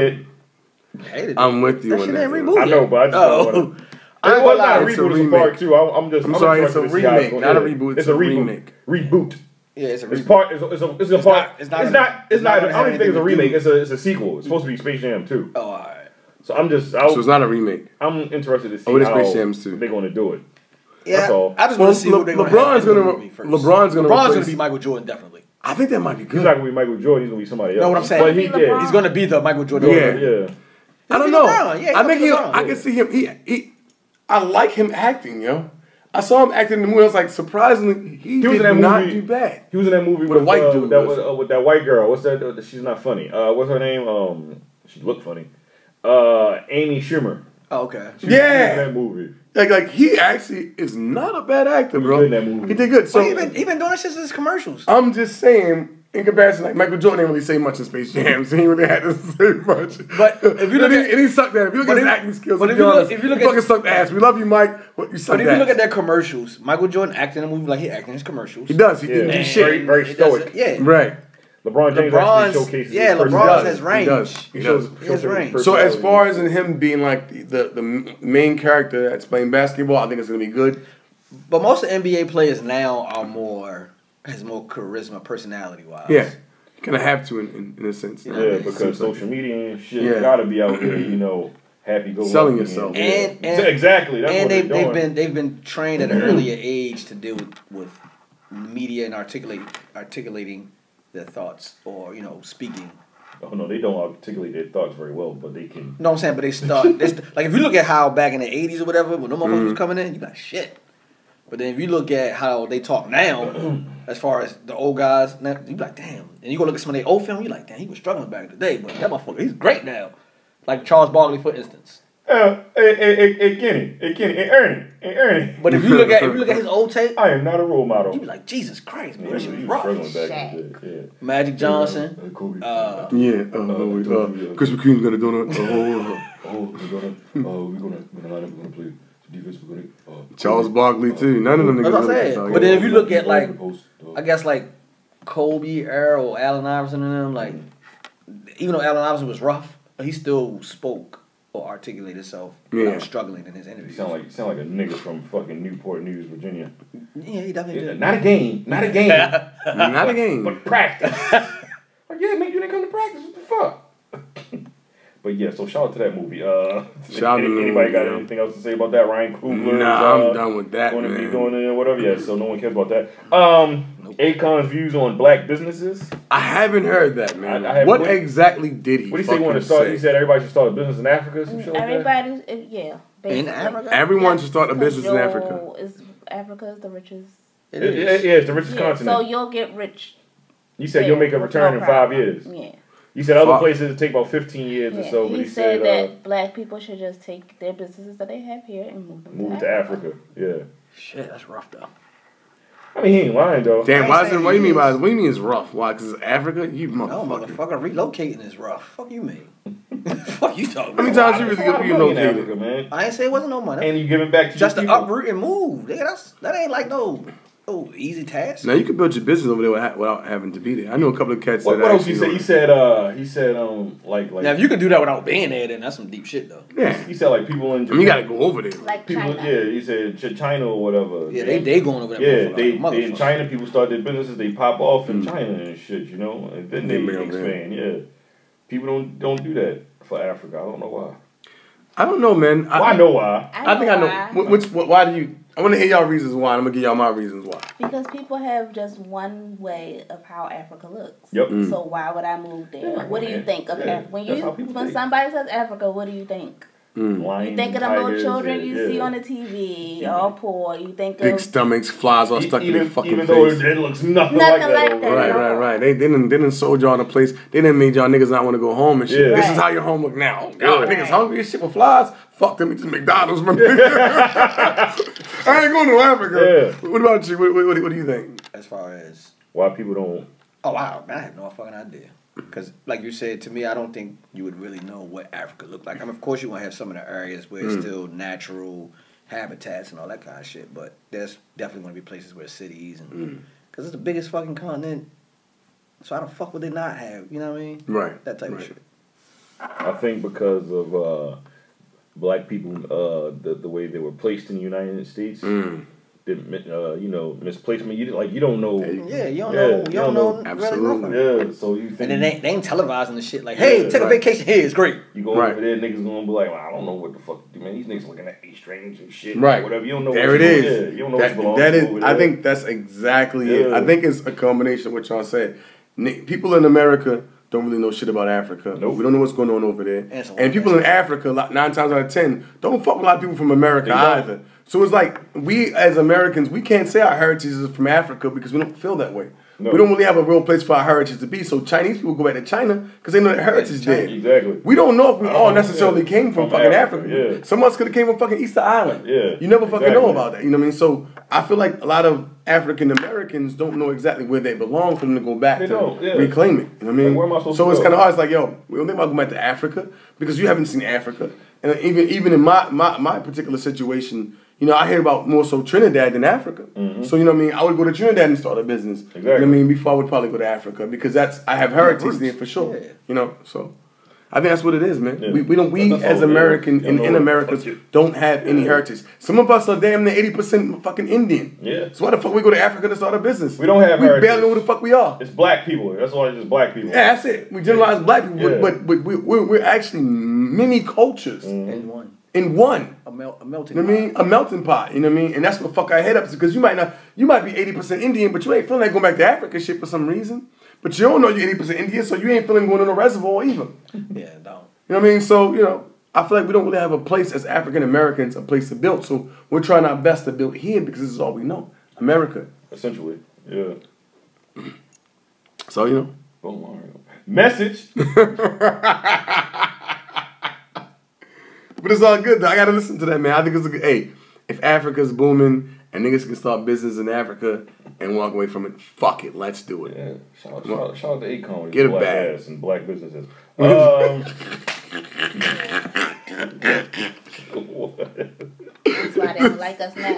S2: it.
S5: Hated it.
S9: I'm with you
S5: That
S9: on
S5: shit
S9: that.
S5: ain't
S9: yo.
S5: rebooted.
S2: I know, but I just
S5: Oh.
S2: don't wanna-
S9: I ain't
S2: It
S9: gonna
S2: was not
S9: lie,
S2: a reboot. It's
S9: it's a
S2: a
S9: remake.
S2: part two. I'm, I'm just.
S9: I'm
S2: I'm
S9: sorry,
S2: interested
S9: it's
S2: to
S9: a
S2: see how
S9: remake,
S2: going.
S9: not a
S2: Yeah.
S9: reboot,
S2: It's a reboot. Reboot.
S5: Yeah, it's a
S2: It's
S5: reboot.
S2: part. It's a. It's a. It's a part.
S5: not-
S2: It's
S5: it's
S2: not.
S5: not
S2: It's
S5: gonna-
S2: not.
S5: it's not
S2: I
S5: gonna
S2: don't even think
S5: have
S2: it's a
S5: anything to
S2: remake.
S5: do-
S2: It's a. It's a sequel. It's supposed to be Space Jam 2.
S5: oh, all right.
S2: So I'm just.
S9: So it's
S2: I'll,
S9: not a remake.
S2: I'm interested to see
S9: Oh, it is
S2: how
S9: Space Jam 2.
S2: they're going to do it.
S5: Yeah,
S2: That's all.
S5: I just
S9: Well,
S5: want to see who
S9: Le-
S5: they're gonna
S9: LeBron's
S5: have in the
S9: gonna-
S5: movie first.
S9: LeBron's gonna
S5: LeBron's
S9: replace-
S5: be Michael Jordan definitely.
S9: I think that might be
S2: He's
S9: good.
S2: not going to be Michael Jordan. He's going to be somebody else.
S5: know what I'm saying?
S2: But he
S10: He'll be
S2: did.
S10: LeBron.
S5: He's gonna be the Michael Jordan.
S9: Yeah.
S2: Yeah.
S9: I don't
S5: be
S9: know.
S5: LeBron. Yeah,
S9: I
S5: he'll
S9: think
S5: be
S9: he,
S5: LeBron.
S9: I can see him. He, he, I like him acting, yo. I saw him acting in the movie. I was like, surprisingly, he,
S2: He was
S9: did
S2: in that
S9: not
S2: movie.
S9: do bad.
S2: He was in that movie
S9: With a
S2: with
S9: white
S2: uh,
S9: dude,
S2: That
S9: was
S2: was, uh, with that white girl. What's that? uh, she's not funny. Uh, what's her name? Um, she looked funny. Uh, Amy Schumer.
S5: Oh, okay.
S2: She was in
S9: Yeah.
S2: that movie.
S9: Like, like he actually is not a bad actor, bro.
S2: good in that movie.
S9: He did good. So
S5: he been he been doing this since his commercials.
S9: I'm just saying, in comparison, like Michael Jordan didn't really say much in Space Jam, so he really had to say much.
S5: But if you
S9: and
S5: look
S9: he,
S5: at-
S9: and he sucked at it. If you look at
S5: but
S9: his
S5: if-
S9: acting skills,
S5: but
S9: if
S5: if you
S9: you
S5: look-
S9: honest,
S5: if you look
S9: he
S5: at-
S9: fucking sucked ass. We love you, Mike. What you
S5: But
S9: sucked
S5: if you look at
S9: ass.
S5: their commercials, Michael Jordan acting in the movie like he acting in his commercials.
S9: He does. He
S2: Yeah.
S9: didn't do
S2: Man.
S9: shit.
S2: Very, very
S5: He does
S2: stoic.
S5: it. Yeah.
S9: Right.
S2: LeBron James
S5: LeBron's-
S2: actually showcases.
S5: yeah,
S2: his
S5: LeBron
S2: personality.
S5: has range.
S9: He does.
S2: He
S9: He does.
S2: shows,
S5: He
S2: shows
S5: has
S2: his
S5: range.
S9: So as
S2: personality.
S9: far as in him being like the, the the m- main character that's playing basketball, I think it's gonna be good.
S5: But most of the NBA players now are more has more charisma, personality wise.
S9: Yeah, kind of have to in, in, in a sense.
S2: yeah, because social media and shit
S9: Yeah.
S2: gotta be out there, you know, happy go
S9: Selling yourself.
S5: And-
S2: yeah.
S5: and-
S2: exactly. That's
S5: and
S2: what
S5: they've,
S2: they're
S5: they've
S2: doing.
S5: been they've been trained at an earlier age to deal with, with media and articulate articulating their thoughts or you know speaking.
S2: Oh no, they don't articulate their thoughts very well, but they can.
S5: You know what I'm saying? But they start they st- like if you look at how back in the '80s or whatever when no motherfuckers
S2: Mm-hmm.
S5: was coming in, you got shit. But then if you look at how they talk now, as far as the old guys, now, you like damn. And you go look at some of their old film, you like damn, he was struggling back in the day, but that motherfucker, he's great now. Like Charles Barkley, for instance.
S2: Uh, hey, hey, hey, hey, Kenny, hey, Kenny, hey, Ernie, hey, Ernie.
S5: But if you look at if you look at his old tape,
S2: I am not a role model.
S5: you be like Jesus Christ, man,
S2: Yeah,
S5: that
S2: he
S5: shit
S2: was
S5: was rough.
S2: struggling back in the day, yeah.
S5: Magic Johnson.
S2: Uh, Kobe.
S5: Uh,
S9: Yeah. Uh, uh, uh, Chris McQueen's gonna do it. Oh,
S2: oh, we're gonna, oh, we're gonna, we're gonna line up, we're gonna play defense, we're gonna. Uh,
S9: Charles Barkley too. None of them niggas.
S5: That's what I'm
S9: really
S5: saying.
S9: can talk.
S5: But then if you look at
S2: Over the
S5: like,
S2: post, uh,
S5: I guess like Kobe era or Allen Iverson and them, like even though Allen Iverson was rough, he still spoke or articulated himself
S9: Yeah.
S5: without struggling in his
S2: You
S5: interviews.
S2: sound like you sound like a nigga from fucking Newport News, Virginia.
S5: yeah, he definitely
S2: Yeah,
S5: did.
S2: Not a game, not a game,
S9: not a game.
S2: but practice. like, yeah, nigga, you didn't come to practice. What the fuck? but yeah, so shout out to that movie. Uh,
S9: Shout out to the
S2: anybody
S9: movie,
S2: got
S9: yeah.
S2: anything else to say about that? Ryan Coogler.
S9: Nah,
S2: uh,
S9: I'm done with that,
S2: Going to be
S9: man.
S2: doing it, or whatever. Yeah, so no one cares about that. Um, Akon's views on black businesses.
S9: I haven't heard that, man.
S2: I- I haven't-
S9: what
S2: what-
S9: exactly did he?
S2: What do you say? He
S9: fucking
S2: wanted to start.
S9: say?
S2: He said everybody should start a business in Africa. or Some shit like that.
S10: Everybody's uh, yeah.
S5: In
S10: basically.
S5: Africa,
S9: everyone should start a
S10: Because
S9: business in
S10: you'll-
S9: Africa.
S10: Is Africa is the richest?
S5: it
S2: It-
S5: is.
S2: it- yeah, it's the richest
S10: Yeah, so
S2: continent.
S10: you'll get rich.
S2: you said you'll
S10: there
S2: make a
S10: with
S2: return
S10: no
S2: in five
S10: problem.
S2: years.
S10: Yeah.
S2: You said other
S9: Fuck.
S2: places it take about fifteen years or
S10: yeah.
S2: so.
S10: he,
S2: But he
S10: said,
S2: said,
S10: that
S2: uh,
S10: black people should just take their businesses that they have here and move them
S2: uh, move to Africa. Yeah.
S5: Shit, that's rough though.
S2: I mean, he ain't lying though.
S9: Damn,
S5: I
S9: why is
S5: say
S9: it? What do you mean by
S5: yes.
S9: what do you mean it's rough? Why? Because it's Africa. You
S5: No,
S9: motherfucker.
S5: motherfucker, relocating is rough. Fuck you, mean. Fuck you talking.
S9: How many
S5: about?
S9: times you really
S2: There's a lot
S9: get
S2: of money in
S9: relocated?
S2: Africa, man.
S5: I ain't say it wasn't no money.
S2: And you giving back to
S5: Just
S2: your
S5: to
S2: people.
S5: uproot and move. Nigga, that's that ain't like no oh easy task.
S9: Now you can build your business over there without, without having to be there. I know a couple of cats
S2: What,
S9: that
S2: what else you
S9: actually
S2: said?
S9: know-
S2: You said uh, he said um, like like
S5: Now if you could do that without being there, then that's some deep shit though.
S9: Yeah,
S2: he said like people in
S9: I mean you got to go over there.
S10: Like
S2: people
S10: China.
S2: yeah he said Ch- China or whatever.
S5: Yeah, they they going over that
S2: yeah
S5: motherfucker
S2: they,
S5: like a
S2: they in
S5: motherfucker.
S2: China people start their businesses they pop off in China and shit you know and then they
S9: They bring 'em in.
S2: expand yeah. People don't don't do that for Africa. I don't know why.
S9: I don't know, man.
S2: Well, I know why.
S9: I think I know.
S10: why.
S9: Wh- Which, wh- why do you? I want to hear y'all reasons why. and I'm gonna give y'all my reasons why.
S10: Because people have just one way of how Africa looks.
S2: Yep. Mm.
S10: So why would I move there?
S2: Yeah,
S10: what do you
S2: man.
S10: think of
S2: Yeah,
S10: Africa? When
S2: that's
S10: you
S2: how people
S10: when
S2: think.
S10: somebody says Africa, what do you think? You
S2: Lions,
S10: think of them little
S2: tigers,
S10: children
S2: yeah,
S10: you
S2: yeah.
S10: see on the TV, all poor. You think
S9: Big
S10: of
S9: stomachs, flies all
S2: E-
S9: stuck in
S2: even,
S9: their fucking
S2: even though
S9: face.
S2: it, it looks nothing, like
S10: Nothing
S2: that.
S10: like
S2: over
S10: that.
S2: there.
S9: Right, right, right. They didn't didn't sold y'all in a place. They didn't made y'all niggas not want to go home and shit.
S2: Yeah.
S9: This is
S10: Right.
S9: how your home look now. Oh, God,
S2: Yeah.
S9: niggas hungry as shit with flies. Fuck them. It's McDonald's, my nigga. I ain't going to Africa. What about you? What, what, what, do- what do you think?
S11: As far as
S2: Why people don't?
S11: Oh wow, man, I have no fucking idea. Because, like you said to me, I don't think you would really know what Africa looked like. I mean, of course, you want to have some of the areas where
S9: Hmm.
S11: it's still natural habitats and all that kind of shit, but there's definitely going to be places where cities and
S9: Hmm.
S11: because it's the biggest fucking continent. So I don't fuck what they not have. You know what I mean?
S9: Right,
S11: That type
S9: right.
S11: of shit.
S2: I think because of uh, black people, uh, the the way they were placed in the United States, the mi- uh, you know misplacement. You didn't- like you don't know.
S11: Yeah, you don't
S2: Yeah,
S11: know. You
S2: you
S11: don't
S2: don't
S11: know.
S2: know.
S11: Really nothing.
S9: Absolutely.
S2: Yeah, so you
S11: And
S2: think
S11: then they, they ain't televising the shit like, hey,
S2: Yeah,
S11: take a
S9: right.
S11: vacation here. It's great.
S2: you go
S9: Right.
S2: over there, niggas gonna be like, well, I don't know what the fuck, to do, man. These niggas looking at A strings and shit,
S9: Right.
S2: Whatever. You don't know.
S9: There
S2: what
S9: it
S2: you-
S9: is.
S2: Yeah, you don't know
S9: that,
S2: what belongs
S9: that
S2: over
S9: is.
S2: there.
S9: I think that's exactly it.
S2: Yeah.
S9: I think it's a combination of what y'all said. Ni- People in America don't really know shit about Africa.
S2: Nope.
S9: We don't know what's going on over there.
S11: it's a lot
S9: And people in Africa, lot- nine times out of ten, don't fuck with a lot of people from America
S2: They don't.
S9: either. So it's like we as Americans, we can't say our heritage is from Africa because we don't feel that way.
S2: No.
S9: We don't really have a real place for our heritage to be. So Chinese people go back to China because they know their heritage
S11: China,
S9: there.
S2: exactly.
S9: We don't know if we
S2: I
S9: all
S2: don't know,
S9: necessarily
S2: yeah.
S9: came from,
S2: From
S9: fucking Africa.
S2: Africa, yeah.
S9: Some of us could have came from fucking Easter Island.
S2: Yeah,
S9: You never fucking know
S2: exactly.
S9: about that. You know what I mean? So I feel like a lot of African Americans don't know exactly where they belong for them to go back
S2: They
S9: to
S2: don't, yeah.
S9: reclaim it. You know what I mean?
S2: Like, where am I supposed
S9: so
S2: to
S9: it's
S2: go?
S9: kind of hard. It's like, yo, we don't think about going back to Africa because you haven't seen Africa. And even even in my, my, my particular situation, you know, I hear about more so Trinidad than Africa. So you know what I mean? I would go to Trinidad and start a business. You know what
S2: Mm-hmm.
S9: I
S2: Exactly.
S9: mean? Before I would probably go to Africa because that's I have heritage there for sure.
S11: Yeah.
S9: You know, so I think that's what it is, man.
S2: Yeah.
S9: We, we don't we
S2: That's all it
S9: as
S2: is.
S9: American
S2: You
S9: and
S2: know
S9: in
S2: what?
S9: America
S2: Fuck you.
S9: don't have any heritage. Some of us are damn near eighty percent fucking Indian.
S2: Yeah.
S9: So why the fuck we go to Africa to start a business?
S2: We don't have
S9: We
S2: heritage.
S9: barely know who the fuck we are.
S2: it's black people. That's why it's just black people.
S9: Yeah, that's it. We generalize black people,
S2: Yeah.
S9: but, but, but we, we're, we're actually many cultures
S2: Mm.
S11: And one.
S9: in one.
S11: A, mel- a melting
S9: You know what I mean? A melting pot. You know what I mean? And that's what fuck our head up is because you might not, you might be eighty percent Indian, but you ain't feeling like going back to Africa shit for some reason. But you don't know you're eighty percent Indian, so you ain't feeling going to the reservoir either.
S11: pot. Yeah, don't.
S9: You know what I mean? So, you know, I feel like we don't really have a place as African Americans, a place to build. So we're trying our best to build here because this is all we know. America.
S2: Essentially. Yeah.
S9: So, you know.
S2: Boom, all right. Message.
S9: But it's all good though. I gotta listen to that, man. I think it's a good hey, if Africa's booming and niggas can start business in Africa and walk away from it, fuck it. Let's do it.
S2: Yeah, shout out, shout out, shout out to Akon.
S9: Get a
S2: black
S9: bag.
S2: ass and black businesses. Um,
S10: that's why they don't like us now.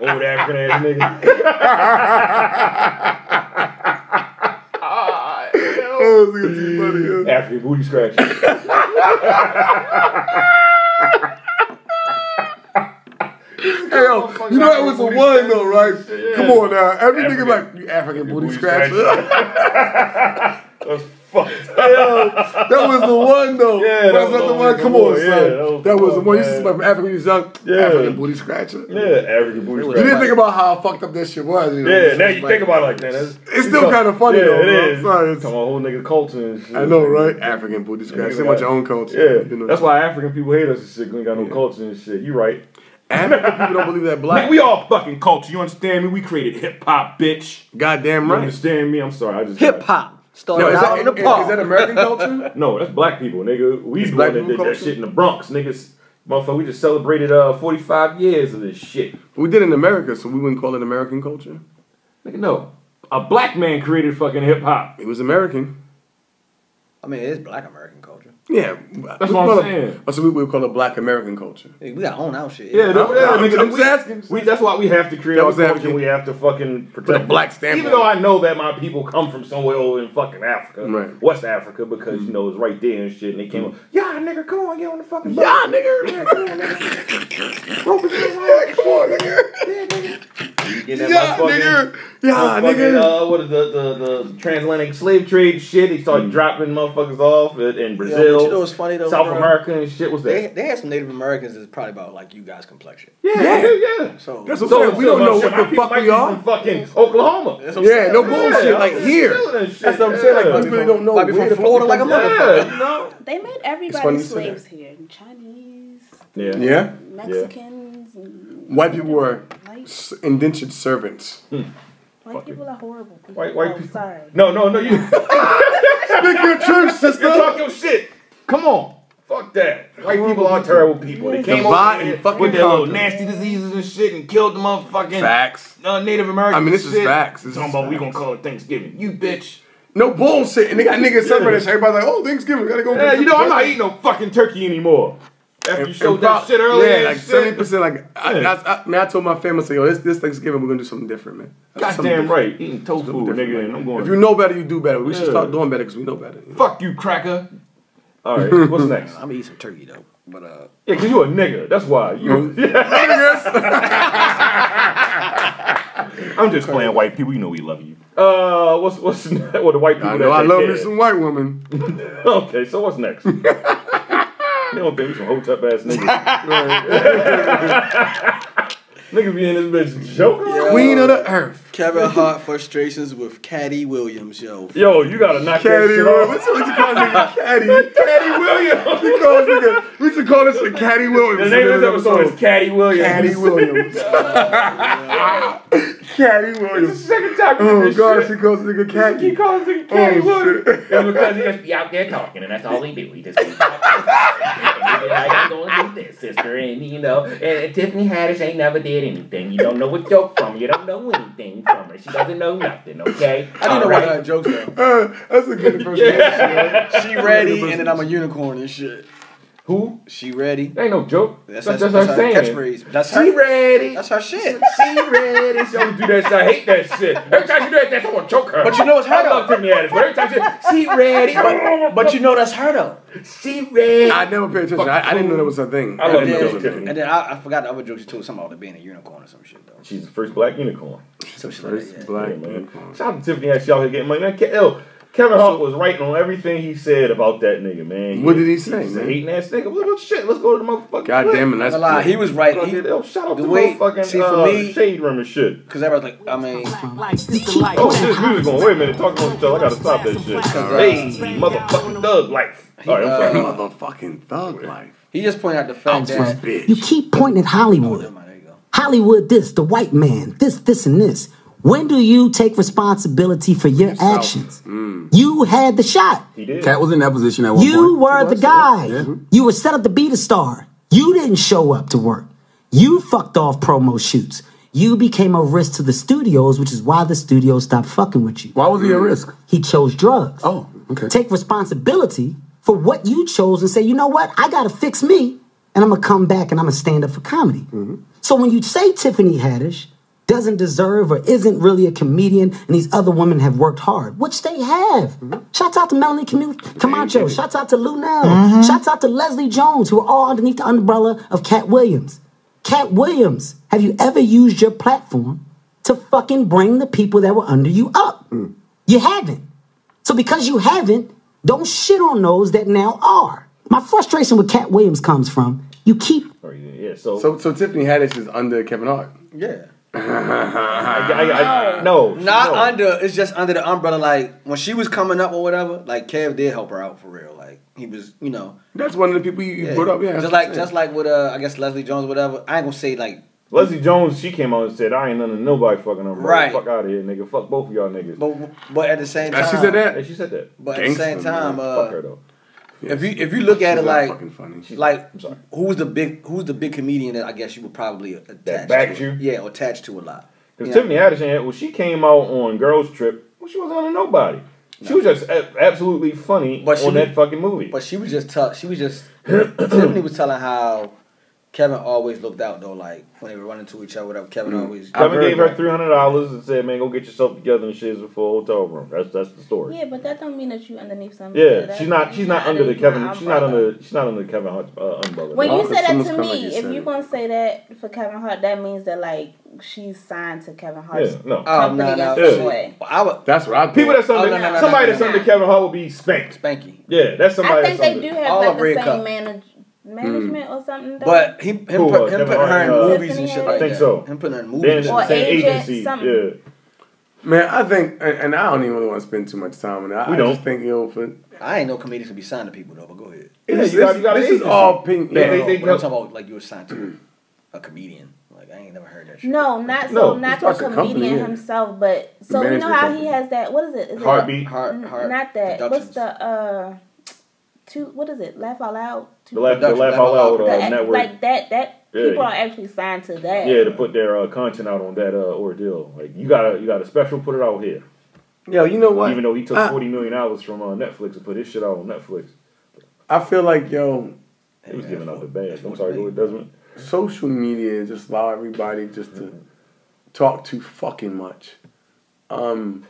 S2: old African ass nigga.
S9: Oh, this nigga too funny,
S2: African booty scratch.
S9: yo. Hey, yo, you know that was a one though, right? Come on now. Every nigga like you African booty
S2: booty
S9: scratcher.
S2: scratcher. That's fucked. up.
S9: Yo, that was the one though.
S2: Yeah, that
S9: That's
S2: was the
S9: not the
S2: one.
S9: one. Come on,
S2: Yeah,
S9: son.
S2: that was-
S9: That was the
S2: oh,
S9: one. You used to
S2: man.
S9: smell from Africa when you was young.
S2: Yeah.
S9: African booty scratcher.
S2: Yeah, African booty
S9: You didn't
S2: scratch.
S9: think about how fucked up that shit was. You know?
S2: Yeah,
S9: It's
S2: now
S9: just
S2: you
S9: like-
S2: think about it like that. That's,
S9: It's still kinda funny,
S2: yeah,
S9: though,
S2: It
S9: bro. I'm
S2: is.
S9: sorry, it's-
S2: Talking about whole nigga culture and shit.
S9: I know, right? African booty scratcher. Think about your own culture.
S2: Yeah,
S9: you know?
S2: that's why African people hate us and shit. 'cause We ain't got no culture and shit. You right?
S9: African people don't believe that
S2: Like
S9: black.
S2: we all fucking culture. You understand me? We created hip hop, bitch.
S9: Goddamn
S2: You
S9: right.
S2: understand me? I'm sorry. I just
S11: Hip hop started
S9: Now, is,
S11: out
S9: that,
S11: in the
S9: is-
S11: park.
S9: is that American culture?
S2: No, that's black people, nigga. We
S9: It's
S2: the
S9: black
S2: one that
S9: people
S2: did that
S9: culture?
S2: shit in the Bronx, niggas. Motherfucker, we just celebrated uh 45 years of this shit.
S9: we did in America, so we wouldn't call it American culture.
S2: Nigga, no. A black man created fucking hip hop.
S9: It was American.
S11: I mean, it's black American culture.
S9: Yeah,
S2: That's
S9: we
S2: what I'm
S9: call it-
S2: saying.
S9: oh, so we would call it Black American culture.
S11: Hey, we gotta own our shit.
S2: Yeah, no, yeah,
S9: I'm-
S2: nigga,
S9: I'm
S2: we-
S9: just asking.
S2: We, that's why we have to create
S9: That
S2: our
S9: was
S2: culture.
S9: African.
S2: We have to fucking protect
S9: a black stamp
S2: Even
S9: on
S2: though
S9: it.
S2: I know that my people come from somewhere over in fucking Africa,
S9: Right.
S2: West Africa, because you know it's right there and shit. And they came up, yeah, nigga, come on, get on the fucking
S9: Yeah,
S2: bus.
S9: nigga.
S2: Mm-hmm. yeah, come on, nigga, rope is in his
S9: Yeah,
S2: hand.
S9: come on, nigga.
S2: Yeah, nigga. You get that
S9: Yeah,
S2: motherfucking-
S9: nigga. Yeah,
S2: Motherfucking,
S9: nigga.
S2: Uh, what is the, the the transatlantic slave trade shit? They started dropping motherfuckers off in, in
S5: Yeah, but
S2: Brazil,
S5: you know what's funny though?
S2: South
S5: bro?
S2: America and shit. What's
S5: They,
S2: that?
S5: they had some Native Americans that's probably about like you guys' complexion.
S2: Yeah,
S9: Yeah.
S2: yeah. yeah.
S5: So
S9: That's what
S2: So
S9: I'm saying. We don't know
S2: shit,
S9: what
S2: our
S9: the
S2: people
S9: fuck
S2: might
S9: we
S2: be
S9: are.
S2: From fucking Oklahoma.
S5: that's what I'm
S9: Yeah, no
S5: saying.
S9: bullshit.
S2: Yeah,
S9: like
S2: I'm
S9: here.
S2: feeling that shit,
S9: That's what I'm saying.
S2: yeah.
S9: Like we really don't know.
S5: Might be
S9: where
S5: from
S9: the fuck
S5: Florida
S9: we
S5: like a
S9: come
S5: motherfucker.
S2: no.
S10: They made
S9: funny
S10: everybody
S9: you say
S10: slaves here. Chinese,
S2: Yeah.
S9: from. Yeah.
S10: Mexicans, and
S9: White people were
S10: white,
S9: s- indentured servants.
S10: white people are horrible people.
S2: White- white
S10: oh,
S2: people.
S10: Sorry.
S2: No, no, no. You
S9: Speak your truth,
S2: you
S9: sister.
S2: talk your shit. Come on. Fuck that. White people are terrible people. They came
S9: Divide
S2: over
S9: and
S2: here
S9: fucking
S2: with their little
S9: conquer.
S2: nasty diseases and shit and killed the motherfucking
S9: Facts.
S2: uh, Native Americans.
S9: I mean, this is
S2: shit.
S9: facts. This
S2: talking
S9: is
S2: about we gonna
S9: facts.
S2: call it Thanksgiving. You bitch.
S9: No bullshit. And they got niggas celebrating. shit. Everybody's like, oh, Thanksgiving, we gotta go.
S2: Yeah,
S9: get
S2: you
S9: some
S2: know I'm not
S9: turkey.
S2: eating no fucking turkey anymore. After you showed that
S9: prob-
S2: shit earlier,
S9: Yeah,
S2: and
S9: like
S2: shit.
S9: seventy percent. Like I,
S2: Yeah.
S9: I, I, man, I told my family, I said, "Yo, this this Thanksgiving we're gonna do something different, man." That's something
S2: Goddamn
S9: different.
S2: right. Eating tofu,
S9: Something different,
S2: nigga,
S9: man.
S2: and I'm going.
S9: If you know better, you do better. We should
S2: Yeah.
S9: start doing better because we know better.
S2: fuck you, cracker. All right, what's next?
S5: I'm gonna eat some turkey though. But uh,
S2: Yeah, cause you a nigga. That's why. You. I'm just playing white people. You know we love you. Uh, what's what's next? Well, the white people.
S9: I
S2: that
S9: know I
S2: take
S9: love
S2: care.
S9: me some white women.
S2: Okay, so what's next? they don't think we some hot up ass niggas. niggas be in this bitch joking.
S9: Queen of the earth.
S5: Kevin Hart frustrations with Caddy Williams, yo.
S2: Yo, you gotta knock that
S9: Caddy,
S2: shit
S9: bro.
S2: off.
S9: What's what you call nigga? Caddy.
S2: Caddy Williams.
S9: We call this nigga- We should call this a Caddy
S2: The
S9: Williams.
S2: name of this episode is Caddy Williams.
S9: Caddy Williams. Caddy
S2: It's the
S9: Williams.
S2: second time. you did
S9: Oh
S2: this
S9: god,
S2: shit.
S9: she calls this nigga Caddy.
S2: He calls him Caddy
S9: Oh,
S2: Williams.
S9: shit.
S2: It's because he just be out there talking, and that's all he do. He just be talking. He be like, I'm going to do this, sister, and you know, and, and Tiffany Haddish ain't never did anything. You don't know what joke from her. You don't know anything from her. She doesn't know nothing. Okay.
S5: I didn't know
S2: All
S5: why
S2: right.
S5: that jokes though.
S9: Uh, that's a good impersonation.
S5: She ready, and then I'm a unicorn and shit.
S2: Who?
S5: She ready.
S2: That ain't no joke.
S5: That's,
S2: That's,
S5: that's,
S2: that's,
S5: that's,
S2: her
S5: her
S2: saying.
S5: catchphrase. That's
S2: She
S5: her.
S2: ready.
S5: That's her shit.
S2: she ready. She always do that shit. I hate that shit. Every time she do that, that's I want to choke her.
S5: But you know it's her
S2: I love
S5: though.
S2: Tiffany Haddish. But every time she, she ready.
S5: But you know that's her though.
S2: she ready.
S9: I never paid attention. I, I didn't know that was a thing.
S2: I love
S9: didn't
S2: you,
S9: know that was a
S2: Tiffany.
S9: thing.
S5: And then I, I forgot the other joke she told something about being a unicorn or some shit though.
S2: She's the first black unicorn.
S5: Some shit like
S9: First
S5: that. Yeah.
S9: black
S2: Yeah, man.
S9: unicorn.
S2: Shout out to Tiffany Haddish. Y'all here getting money. Man, Ke- yo, Kevin Hart was right on everything he said about that nigga, man.
S9: What did he say,
S2: He's a
S9: man?
S2: hating ass nigga. Well, well, shit, let's go to the motherfucking.
S9: God damn it, that's
S5: Not gonna lie, he was right.
S2: Fuck it, yo, shout out to
S5: The
S2: the
S5: way-
S2: motherfucking
S5: see, for
S2: uh,
S5: me-
S2: shade room and shit.
S5: Because everybody's like, I mean,
S2: Oh, shit, this music going. Wait a minute, talk about each other. I gotta stop that shit. Hey, motherfucking thug life. All right, I'm
S9: uh,
S2: sorry.
S9: Motherfucking thug life.
S5: he just pointed out the fact
S9: This
S5: that.
S8: You
S9: bitch.
S8: keep pointing at Hollywood.
S5: Never mind, there you go.
S8: Hollywood, this, the white man, this, this, and this. When do you take responsibility for your actions?
S9: Mm.
S8: You had the shot.
S2: He did.
S4: Cat was in that position at one
S8: You
S4: point.
S8: were the guy. You were set up to be the star. You didn't show up to work. You fucked off promo shoots. You became a risk to the studios, which is why the studios stopped fucking with you.
S4: Why was
S5: Mm.
S4: he at risk?
S8: He chose drugs.
S4: Oh, okay.
S8: Take responsibility for what you chose and say, you know what? I got to fix me and I'm going to come back and I'm going to stand up for comedy.
S5: Mm-hmm.
S8: So when you say Tiffany Haddish doesn't deserve or isn't really a comedian and these other women have worked hard, which they have.
S5: Mm-hmm.
S8: Shouts out to Melanie Camu- Camacho. Shouts out to Lou Nell.
S5: Mm-hmm.
S8: Shouts out to Leslie Jones, who are all underneath the umbrella of Cat Williams. Cat Williams, have you ever used your platform to fucking bring the people that were under you up? You haven't. So because you haven't, don't shit on those that now are. My frustration with Cat Williams comes from you keep
S2: All right, Yeah, so,
S9: So, so Tiffany Haddish is under Kevin Hart.
S5: Yeah.
S2: I, I, I, no,
S5: Not
S2: no.
S5: under. It's just under the umbrella. Like when she was coming up or whatever. Like Kev did help her out for real. Like he was, you know.
S9: That's one of the people you, you
S5: yeah.
S9: brought up. Yeah, that's
S5: just
S9: what
S5: like
S9: I'm
S5: just
S9: saying.
S5: like with uh, I guess Leslie Jones, whatever. I ain't gonna say like,
S2: Leslie Jones, she came out and said, "I ain't none of nobody fucking up.
S5: Right.
S2: Fuck out of here, nigga. Fuck both of y'all niggas."
S5: but but at the same time,
S9: And she said
S2: Hey,
S9: that.
S2: she said that.
S5: But at the same
S9: Gangsta,
S5: time,
S9: man.
S2: Fuck
S5: uh,
S2: her though.
S5: if you if you look at it
S9: She's not
S5: like
S9: fucking funny. She's-
S5: like
S2: I'm sorry.
S5: who's the big who's the big comedian that I guess you would probably attach
S2: backed
S5: to,
S2: you?
S5: yeah, or attached to a lot.
S2: Because
S5: You know?
S2: Tiffany Haddish, ain't- when she came out on Girls Trip, well, she wasn't under nobody. She was just a- absolutely funny
S5: But
S2: on
S5: she-
S2: that fucking movie.
S5: But she was just tough. She was just Tiffany was telling how Kevin always looked out though, like when they were running to each other, whatever. Kevin
S9: Mm.
S5: always
S2: Kevin gave her
S9: that.
S2: three hundred dollars and said, "Man, go get yourself together and shit for a hotel room." That's that's the story.
S10: Yeah, but that don't mean that you underneath somebody.
S2: Yeah,
S10: That
S2: she's not.
S10: means
S2: She's
S10: you're
S2: not under the
S10: underneath my
S2: Kevin. She's not
S10: umbrella.
S2: under. She's not under the Kevin Hart uh, umbrella.
S10: When
S9: Oh,
S10: you
S9: if
S10: say that
S9: someone's
S10: to
S9: coming, you
S10: me, if
S9: said
S10: you're
S9: it.
S10: gonna say that for Kevin Hart, that means that like she's signed to Kevin Hart's
S2: Yeah, no.
S5: Oh,
S10: company
S5: no, no.
S10: in
S2: yeah.
S10: some way.
S5: I would
S9: That's what I think.
S2: People that's
S5: Oh, no,
S2: under
S5: no, no, no,
S2: somebody
S5: no,
S2: that's
S5: no.
S2: under Kevin Hart will be spanked.
S5: Spanky.
S2: Yeah, that's
S10: I
S2: somebody. Mm-hmm.
S10: think
S2: that's
S10: they do
S2: under-
S10: have
S5: All
S10: like
S5: of
S10: the
S5: Red
S10: same
S5: Cup.
S10: manage- management or something. Though.
S5: But he, him, put-
S2: Who, uh,
S5: him
S2: Kevin
S5: putting her
S2: Hart,
S5: in
S2: uh,
S5: movies and shit like that.
S10: I
S2: think so.
S5: Him putting her in
S2: They're in
S5: movies.
S2: the
S10: Or
S2: same
S10: agent,
S2: agency.
S10: something.
S2: Yeah.
S9: Man, I think, and, and I don't even really want to spend too much time on that.
S2: We
S9: I
S2: don't.
S9: just think, yo, for
S5: I ain't no comedians to be signed to people though. But go ahead.
S9: this,
S2: you got- you got
S9: this
S2: an
S9: is all pink.
S2: They-
S9: Yeah,
S2: they-
S5: No,
S2: they-
S5: but I'm talking about like you were signed to a comedian. Like I ain't never heard that shit.
S10: no, not
S2: No,
S10: so not to a
S9: it's like a
S10: comedian
S9: company, yeah.
S10: himself, but so you know
S9: management
S10: how he
S9: company.
S10: has that. What is it? Is
S2: Heartbeat.
S5: Heart,
S10: It,
S5: heart.
S10: not that. What's
S5: Productions.
S10: the uh? Two. What is it? Laugh out loud. Two-
S2: The laugh, the
S5: Production,
S2: laugh
S5: Laugh Out
S2: out loud
S5: Loud.
S10: the
S2: uh,
S10: act-
S2: network.
S10: Like that. That
S2: Yeah.
S10: people are actually signed to that.
S2: yeah, to put their uh, content out on that uh, ordeal. Like you got a you got a special, put it out here.
S9: yo, you know what?
S2: Even though he took
S9: I,
S2: forty million dollars from uh, Netflix and put his shit out on Netflix,
S9: I feel like, yo,
S2: he was
S5: Yeah,
S2: giving out
S5: that's
S2: the
S5: what-
S2: bag.
S5: that's
S2: I'm
S5: what
S2: sorry,
S5: they-
S2: go ahead, Desmond.
S9: social media just allow everybody just to talk too fucking much. Um,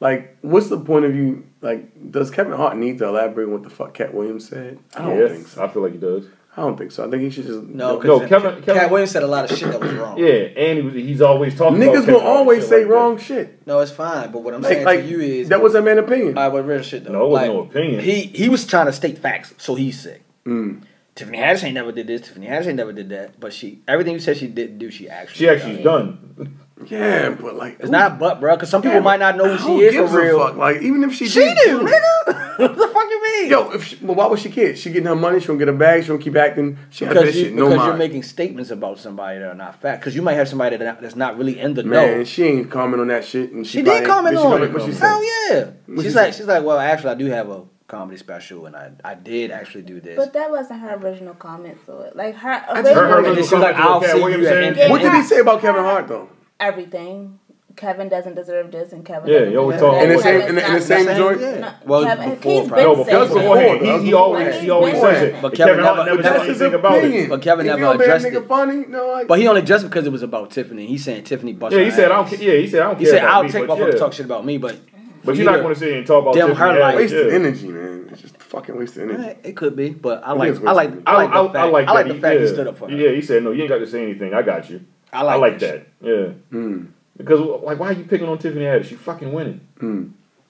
S9: like, what's the point of you? Like, does Kevin Hart need to elaborate on what the fuck Cat Williams said? I don't
S2: Yes,
S9: think so.
S2: I feel like he does.
S9: I don't think so. I think he should just
S5: No,
S2: No,
S5: because
S2: Kevin-
S5: Cat
S2: Kevin-
S5: Williams said a lot of shit that was wrong.
S2: Yeah, and he was, he's always talking. about
S9: Niggas
S2: Kevin
S9: will
S2: Hart and
S9: always
S2: shit
S9: say
S2: like that.
S9: wrong shit.
S5: No, it's fine. But what I'm
S9: Like,
S5: saying
S9: like
S5: to you is,
S9: that was a man opinion.
S5: all right, but real shit though.
S2: No, it wasn't no opinion.
S5: He he was trying to state facts, so he's sick.
S10: Mm.
S5: Tiffany Haddish ain't never did this. Tiffany Haddish ain't never did that. But she everything you said she did do, she actually.
S2: She actually's done.
S9: yeah, but like
S5: It's not a butt, bro. Because some people might not know who
S9: Who
S5: she is
S9: gives
S5: for
S9: a
S5: real.
S9: fuck? Like even if she
S5: She
S9: did,
S5: do,
S9: do.
S5: nigga. what the fuck you mean?
S9: Yo, if she, well, why would she care? She getting her money. She don't get her bag. She don't keep acting. She don't have that
S5: because, you,
S9: shit. No
S5: because you're
S9: mind.
S5: making statements about somebody that are not fact. Because you might have somebody that, that's not really in the
S9: Man,
S5: know.
S9: she ain't comment on that shit. And she,
S5: She did
S9: probably-
S5: comment
S9: did she
S5: on
S9: comment-
S5: it.
S9: What she said?
S5: Hell yeah.
S9: she
S5: She's like,
S9: say?
S5: she's like, well, actually, I do have a comedy special, and I, I did actually do this.
S10: But that wasn't her original comment to it. Like her just-
S2: Her, her
S10: original
S5: And
S2: little
S5: she's
S2: comeback
S5: like,
S2: to
S5: I'll
S2: Cat
S5: see you
S2: Williams
S5: at
S2: and-
S5: N-
S9: What did he say about Kevin Hart though?
S10: everything. Kevin doesn't deserve this, and Kevin.
S2: Yeah,
S10: doesn't
S2: you always
S10: deserve
S2: talk
S10: that.
S9: In
S2: Well,
S9: the same in
S10: Kevin's
S9: the, in
S10: not-
S9: the same
S5: saying-
S9: joint.
S5: yeah.
S10: No,
S5: Well,
S10: Kevin,
S5: before,
S10: he's
S5: probably.
S10: been
S2: No, but
S10: saying
S2: that's
S10: that.
S2: beforehand.
S9: That
S2: He,
S9: was
S2: he always
S10: beforehand.
S2: he always says it.
S9: But
S2: But
S5: Kevin
S2: Kevin Hart
S5: never-
S2: never
S5: that's
S2: does
S5: his
S2: anything about it.
S9: opinion.
S5: But Kevin
S9: if
S5: never
S9: you don't
S5: addressed
S9: nigga
S5: it.
S9: funny, no. Like,
S5: But he only just because it was about Tiffany. He's saying Tiffany busted.
S2: Yeah, he said I don't. ca- Yeah, he said I don't
S5: He
S2: care
S5: said
S2: about
S5: I'll
S2: me,
S5: take
S2: but
S5: my fucking
S2: yeah.
S5: talk shit about me, but
S2: But
S5: for
S2: you're
S5: you
S2: not going to sit here and talk about
S5: Damn,
S2: Tiffany
S5: her
S2: Haddish,
S5: life.
S9: wasted
S2: yeah.
S9: energy, man. It's just fucking wasted energy.
S5: Alright, It could be, but I
S9: It
S5: like
S9: is
S5: I like
S9: wasted.
S5: I like the fact I like,
S2: that
S5: the fact he
S2: yeah.
S5: stood up for her.
S2: Yeah, he said, "No, you ain't got to say anything. I got you."
S5: I like,
S2: I like
S5: that. Hmm.
S2: that. Yeah, because like, why are you picking on Tiffany Haddish? You fucking winning.
S5: Hmm.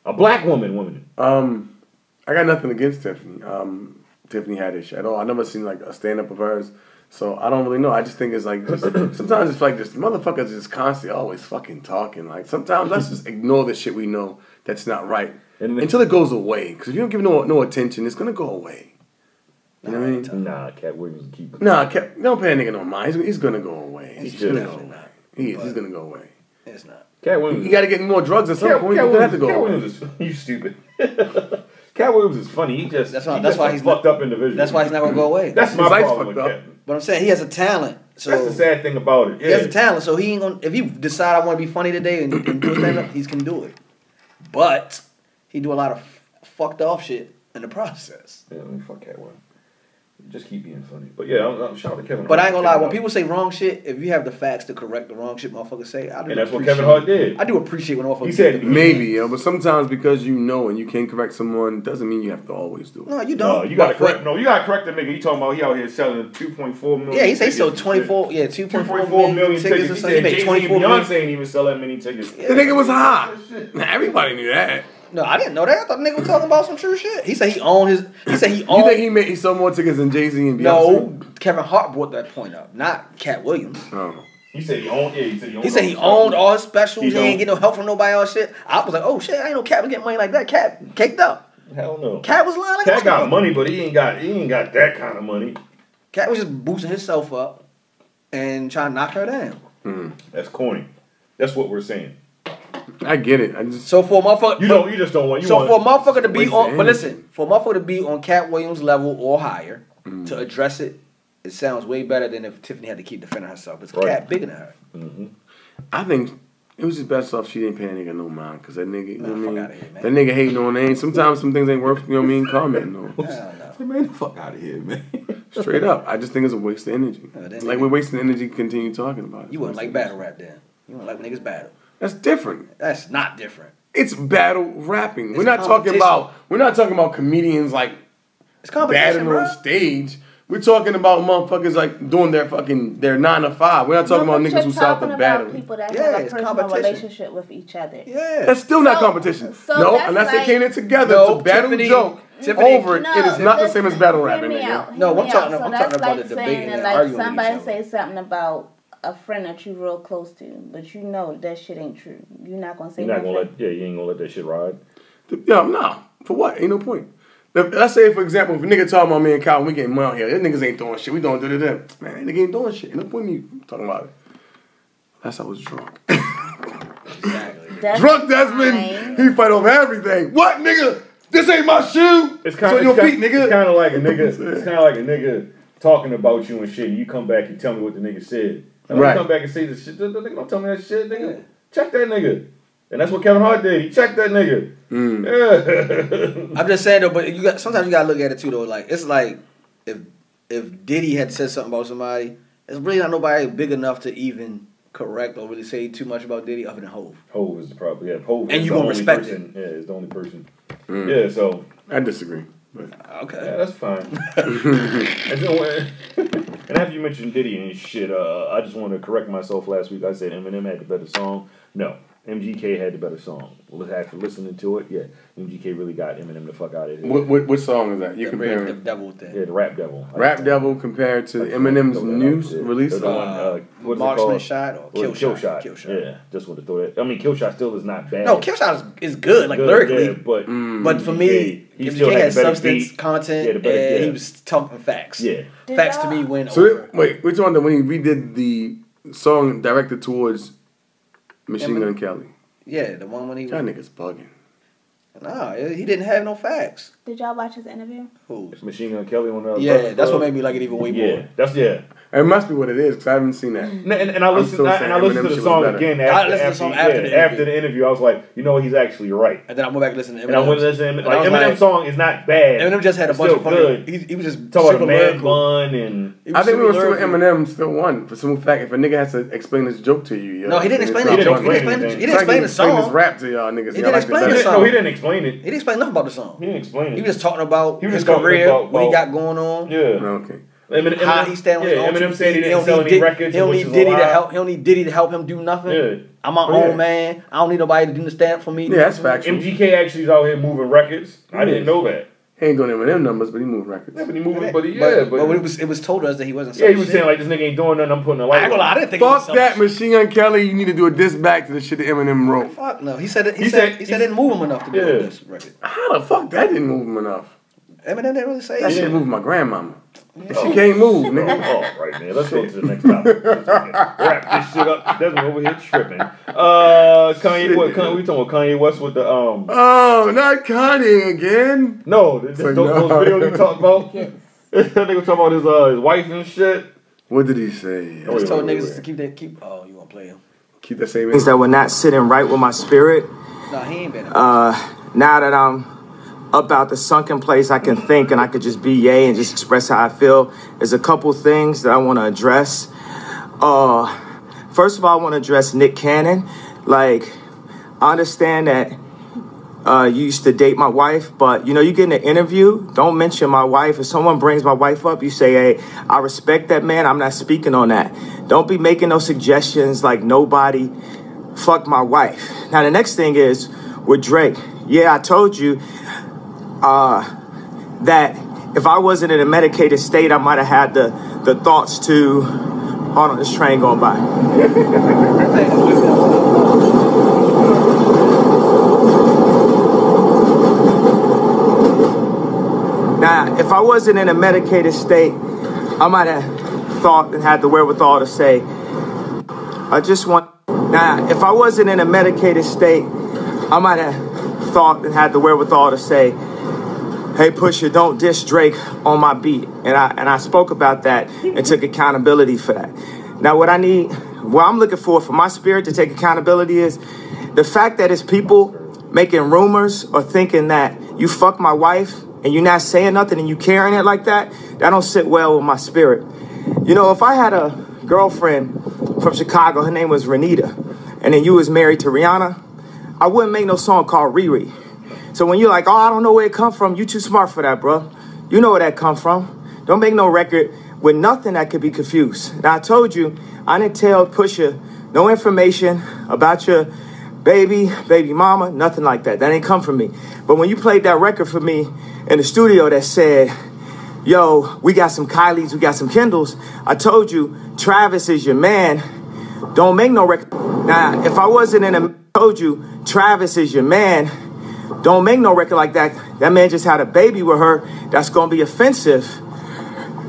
S2: A black woman, woman.
S9: Um, I got nothing against Tiffany. Um, Tiffany Haddish at all. I never seen like a stand up of hers, so I don't really know. I just think it's like just sometimes it's like just motherfuckers just constantly always fucking talking. Like sometimes let's just ignore the shit we know that's not right
S2: And then-
S9: until it goes away. Because if you don't give no no attention, it's gonna go away. You know what I mean?
S2: Nah, Cat Williams keep.
S9: Nah, Cap, don't pay a nigga no mind. He's, he's gonna go away. He's,
S2: just-
S9: gonna go away. He is. He's gonna go away.
S5: It's not.
S2: Cat Williams.
S9: You gotta get more drugs at some
S2: Cat, Cat,
S9: point. You're gonna have
S2: Williams,
S9: to go.
S2: Cat Williams is
S9: away.
S2: you stupid. Cat Williams is funny. He just
S5: That's why-
S2: he
S5: that's
S2: just
S5: why
S2: a
S5: he's
S2: fucked
S5: not-
S2: up individual.
S5: That's why he's not gonna go away.
S2: that's my
S9: His life's
S2: problem with
S9: fucked
S2: Cat.
S9: up.
S5: but I'm saying he has a talent. So
S2: That's the sad thing about it. Yeah.
S5: He has a talent, so he ain't gonna. If he decide I want to be funny today and, and do stand up, he's can do it. But he do a lot of f- fucked off shit in the process.
S2: Yeah, let me fuck Cat Williams. Just keep being funny. But yeah, I'm, I'm shout out to Kevin.
S5: But I ain't
S2: Hart.
S5: gonna lie, when
S2: Kevin
S5: people say wrong shit, if you have the facts to correct the wrong shit, motherfuckers say, I do.
S2: And that's what
S5: appreciate-
S2: Kevin Hart did.
S5: I do appreciate when motherfuckers.
S2: He said-
S5: do that.
S9: Maybe, yeah, but sometimes because you know and you can correct someone doesn't mean you have to always do it.
S5: "No, you
S2: No,
S5: don't."
S2: you gotta
S5: But for-
S2: correct. No, you gotta correct the nigga. He talking about he out here selling two point four million.
S5: Yeah, he say
S2: tickets
S5: so.
S2: and shit.
S5: Twenty four. Yeah, two point
S2: 2.4
S5: four
S2: million
S5: million tickets or
S2: tickets. He
S5: something. He
S2: said
S5: made
S2: Jay-Z
S5: twenty
S2: and
S5: four
S2: Beyonce
S5: million.
S2: ain't even selling many tickets.
S9: The nigga was hot. Now, everybody knew that.
S5: No, I didn't know that. I thought the nigga was talking about some true shit. He said he owned his. He said he
S9: You
S5: owned.
S9: think he made he sold more tickets than Jay Z and Beyonce?
S5: no, Kevin Hart brought that point up, not Cat Williams.
S9: Oh.
S2: He said he owned. Yeah, he said he owned.
S5: He said he
S2: all
S5: owned
S2: the
S5: all his specials.
S2: He
S5: He,
S2: don't.
S5: ain't get no help from nobody else. Shit, I was like, oh shit, I ain't no Cat was getting money like that. Cat caked up.
S2: stuff. Hell no. Cat,
S5: Cat was lying. Like
S2: got
S5: a motherfucker.
S2: money, but he ain't got. He ain't got that kind of money.
S5: Cat was just boosting himself up and trying to knock her down.
S2: That's corny. That's what we're saying.
S9: I get it. I just
S5: So for a motherfucker,
S2: You don't. You just don't want. You
S5: so
S2: want,
S5: for a motherfucker to be
S9: waste
S5: on,
S9: of
S5: but
S9: energy.
S5: listen, for a motherfucker to be on Cat Williams level or higher to address it, it sounds way better than if Tiffany had to keep defending herself. It's
S2: Right.
S5: Cat bigger than her.
S9: I think it was just best off she didn't pay that nigga no mind because that nigga, you know
S5: fuck
S9: what I
S5: outta
S9: mean?
S5: here, man.
S9: that nigga hating on name. Sometimes some things ain't worth, you know what I mean? Commenting on.
S5: I don't know.
S12: Man, the fuck out of here, man.
S9: Straight up. I just think it's a waste of energy.
S5: No, that
S9: like,
S5: nigga-
S9: we're wasting energy to continue talking about it.
S5: You wouldn't like battle rap then. You wouldn't like when niggas battle.
S9: That's different.
S5: That's not different.
S9: It's battle rapping. we're
S5: It's
S9: not talking
S5: competition.
S9: about we're not talking about comedians like
S5: It's competition,
S9: batting
S5: bro.
S9: on stage. We're talking about motherfuckers like doing their fucking their nine to five. We're not talking
S10: No,
S9: about
S10: but
S9: niggas
S10: you're
S9: who's out
S10: talking
S9: there
S10: about
S9: battling.
S10: People that
S5: Yeah,
S10: have a
S5: it's
S10: personal
S5: competition.
S10: relationship with each other.
S5: Yeah.
S9: That's still not
S10: So-
S9: competition.
S10: so
S9: no,
S10: that's
S9: unless
S10: like-
S9: they came in together.
S5: No,
S9: it's a battle
S5: Tiffany-
S9: joke.
S5: Tiffany-
S9: over it. It is not the same as
S10: listen,
S9: battle
S10: hear
S9: rapping,
S10: me
S9: nigga.
S10: out,
S5: No,
S10: hear
S5: I'm
S10: me
S5: talking-
S10: out. So
S5: I'm
S10: that's
S5: talking about
S10: like
S5: the
S10: saying
S5: debating
S10: that,
S5: and
S10: like,
S5: arguing with
S10: Somebody
S5: each other.
S10: say something about a friend that you real close to, but you know that shit ain't true. You're not gonna say
S2: You're not
S10: nothing.
S2: gonna let yeah, you ain't gonna let that shit ride.
S9: Yeah, nah. For what? Ain't no point. If- Let's say, for example, if a nigga talking about me and Calvin, we getting money out here. These niggas ain't doing shit. We doing da da da. Man, that nigga ain't doing shit. Ain't no point in you talking about it. That's I was drunk.
S10: That's
S9: drunk Desmond,
S10: fine.
S9: he fight over everything. What, nigga? This ain't my shoe.
S2: It's kind
S9: so
S2: of
S9: your feet, nigga.
S2: It's kind of like a nigga. It's kind of like a nigga talking about you and shit. And you come back, you tell me what the nigga said. And when
S9: Right.
S2: you come back and say this shit, the, the nigga don't tell me that shit, nigga. Check that nigga. And that's what Kevin Hart did. He checked that nigga.
S5: I'm just saying though, but you got sometimes you gotta look at it too though. Like it's like if if Diddy had said something about somebody, it's really not nobody big enough to even correct or really say too much about Diddy other than Hove.
S2: Hove is the problem. Yeah, Hove.
S5: And
S2: is
S5: you
S2: the
S5: gonna
S2: only
S5: respect Mm.
S2: person. Yeah, is the only person. Yeah, so
S9: I disagree. But
S2: yeah,
S5: Okay.
S2: that's fine. and, so, and after you mentioned Diddy and shit, uh, I just want to correct myself. Last week I said Eminem had the better song. No, MGK had the better song. Well, After listening to it, yeah, MGK really got Eminem the fuck out of here.
S9: what, what, what song is that? You
S5: The red, the
S9: comparing
S5: devil thing.
S2: Yeah, the Rap Devil.
S9: Rap Devil compared to Eminem's new release?
S2: The one, uh, what is it
S5: Marksman
S2: called?
S5: shot or
S2: Kill,
S5: kill,
S2: kill
S5: shot.
S2: shot.
S5: Kill shot.
S2: Yeah, just want to throw that. I mean, Kill Shot still is not bad.
S5: No, kill shot is, is good, like
S2: Good,
S5: lyrically.
S2: yeah, but
S5: But for me,
S2: Mm, He
S5: he
S2: still had
S5: had
S2: the better
S5: substance,
S2: beat.
S5: content,
S2: He had the better-
S5: and
S2: yeah.
S5: he was talking facts.
S2: Yeah.
S10: Did
S5: Facts to
S10: y'all-
S5: me went
S9: So
S5: over.
S9: it- wait, we're talking about when he redid the song directed towards Machine Gun Kelly.
S5: Yeah, the one when he
S9: Y'all
S5: was,
S9: niggas bugging.
S5: nah, he didn't have no facts.
S10: Did y'all watch his interview?
S5: Who's?
S2: Machine Gun Kelly on the
S5: Yeah, that's what made me like it even way more.
S2: Uh, Yeah, that's yeah.
S9: It must be what it is because I haven't seen that.
S2: And, and, and I
S9: I'm
S2: listened,
S9: still
S2: I,
S9: saying
S2: and I listened to the
S9: Eminem shit was
S2: song
S9: better.
S2: again
S5: I
S2: after,
S5: listened to the
S2: after,
S5: song
S2: yeah,
S5: after
S2: after,
S5: the
S2: the interview. I was like, you know, what, he's actually right.
S5: And then I went back and listened to Eminem.
S2: And I went to listen. to Eminem.
S5: And I
S2: Like
S5: was
S2: Eminem's song is not bad.
S5: Eminem just had a
S2: It's
S5: bunch
S2: still
S5: of funny.
S2: good.
S5: He, he was just
S2: Talk about
S5: super
S2: the man
S5: lyrical.
S2: bun and
S5: He was
S9: I think we
S5: super
S9: were still
S5: lyrical.
S9: Eminem still won for simple fact. If a nigga has to explain his joke to you, yo,
S5: No, he didn't explain it.
S2: He
S5: He
S2: didn't
S5: didn't
S2: explain
S5: explain it.
S2: anything.
S5: He didn't explain the
S9: this
S5: song.
S9: rap to y'all niggas.
S5: He
S9: y'all
S5: didn't
S9: like the
S5: explain
S2: He
S5: the
S9: better.
S2: didn't,
S5: song.
S2: no, he didn't explain
S5: He
S2: it.
S5: didn't explain nothing about the
S2: He
S5: song.
S2: didn't explain it.
S5: He was just talking about
S2: He was
S5: his
S2: just talking
S5: career,
S2: about-
S5: what he
S2: about-
S5: got going on.
S2: yeah.
S9: Okay.
S2: Eminem,
S5: How he stand on
S2: yeah,
S5: his own
S2: Eminem
S5: two
S2: said he
S5: feet.
S2: didn't sell any
S5: Did-
S2: records.
S5: He don't
S2: which
S5: need
S2: is a
S5: Diddy to
S2: lie.
S5: help. He don't need Diddy to help him do nothing.
S2: Yeah.
S5: I'm my
S9: Oh, yeah.
S5: own man. I don't need nobody to do the stand for me.
S9: Yeah, that's factual.
S2: MGK actually is out here moving records. I didn't know that.
S9: He ain't doing Eminem numbers, but he moving records.
S2: Yeah, but he moving. But,
S5: But,
S2: he- yeah, but,
S5: but it was it was told to us that he wasn't.
S2: yeah, he
S5: selling
S2: was
S5: shit.
S2: saying like this nigga ain't doing nothing. I'm putting a light.
S5: I ain't gonna lie, I didn't think.
S9: Fuck
S5: he was
S9: that,
S5: selling
S9: Machine Gun Kelly. You need to do a diss back to the shit that Eminem wrote.
S5: shit. Fuck no. He said it, he,
S2: He
S5: said,
S2: said-
S5: he said it didn't move him enough to do
S2: Yeah.
S5: this record.
S9: How the fuck that didn't move him enough?
S5: Eminem didn't really say
S9: That
S5: that.
S9: shit moved my grandmama. She can't move, nigga.
S2: All right, man. Let's go to the next topic. Let's fucking Wrap this shit up. That's over here tripping. Uh, Kanye. What? Kanye, we talking about Kanye West with the um?
S9: Oh, not Kanye again.
S2: No, th- th-
S9: Like,
S2: those,
S9: no.
S2: those videos you talk about. that nigga talking about his uh his wife and shit.
S9: What did he say?
S2: Wait,
S5: Just told
S2: wait,
S5: niggas
S2: wait.
S5: to keep that keep. Oh, you want to play him?
S9: Oh, Keep that same.
S3: things that were not sitting right with my spirit.
S5: Nah, he ain't been.
S3: Now that I'm up out the sunken place, I can think and I could just be yay and just express how I feel. There's a couple things that I want to address. Uh, first of all, I want to address Nick Cannon. Like, I understand that uh, you used to date my wife, but you know, you get in an interview, don't mention my wife. If someone brings my wife up, you say, hey, I respect that man, I'm not speaking on that. Don't be making no suggestions like nobody fuck my wife. Now, the next thing is with Drake. Yeah, I told you uh, that if I wasn't in a medicated state, I might have had the, the thoughts to, hold on, this train going by. Now, if I wasn't in a medicated state, I might have thought and had the wherewithal to say, I just want. Now, if I wasn't in a medicated state, I might have thought and had the wherewithal to say, Hey, Pusha, don't diss Drake on my beat. And I, and I spoke about that and took accountability for that. Now, what I need, what I'm looking for for my spirit to take accountability is the fact that it's people making rumors or thinking that you fuck my wife and you're not saying nothing and you carrying it like that, that don't sit well with my spirit. You know, if I had a girlfriend from Chicago, her name was Renita, and then you was married to Rihanna, I wouldn't make no song called Riri. So when you're like, oh, I don't know where it come from, you too smart for that, bro. You know where that come from. Don't make no record with nothing that could be confused. Now I told you, I didn't tell Pusha no information about your baby, baby mama, nothing like that. That ain't come from me. But when you played that record for me in the studio that said, yo, we got some Kylies, we got some Kindles, I told you, Travis is your man. Don't make no record. Now, if I wasn't in a told you, Travis is your man. Don't make no record like that. That man just had a baby with her. That's gonna be offensive.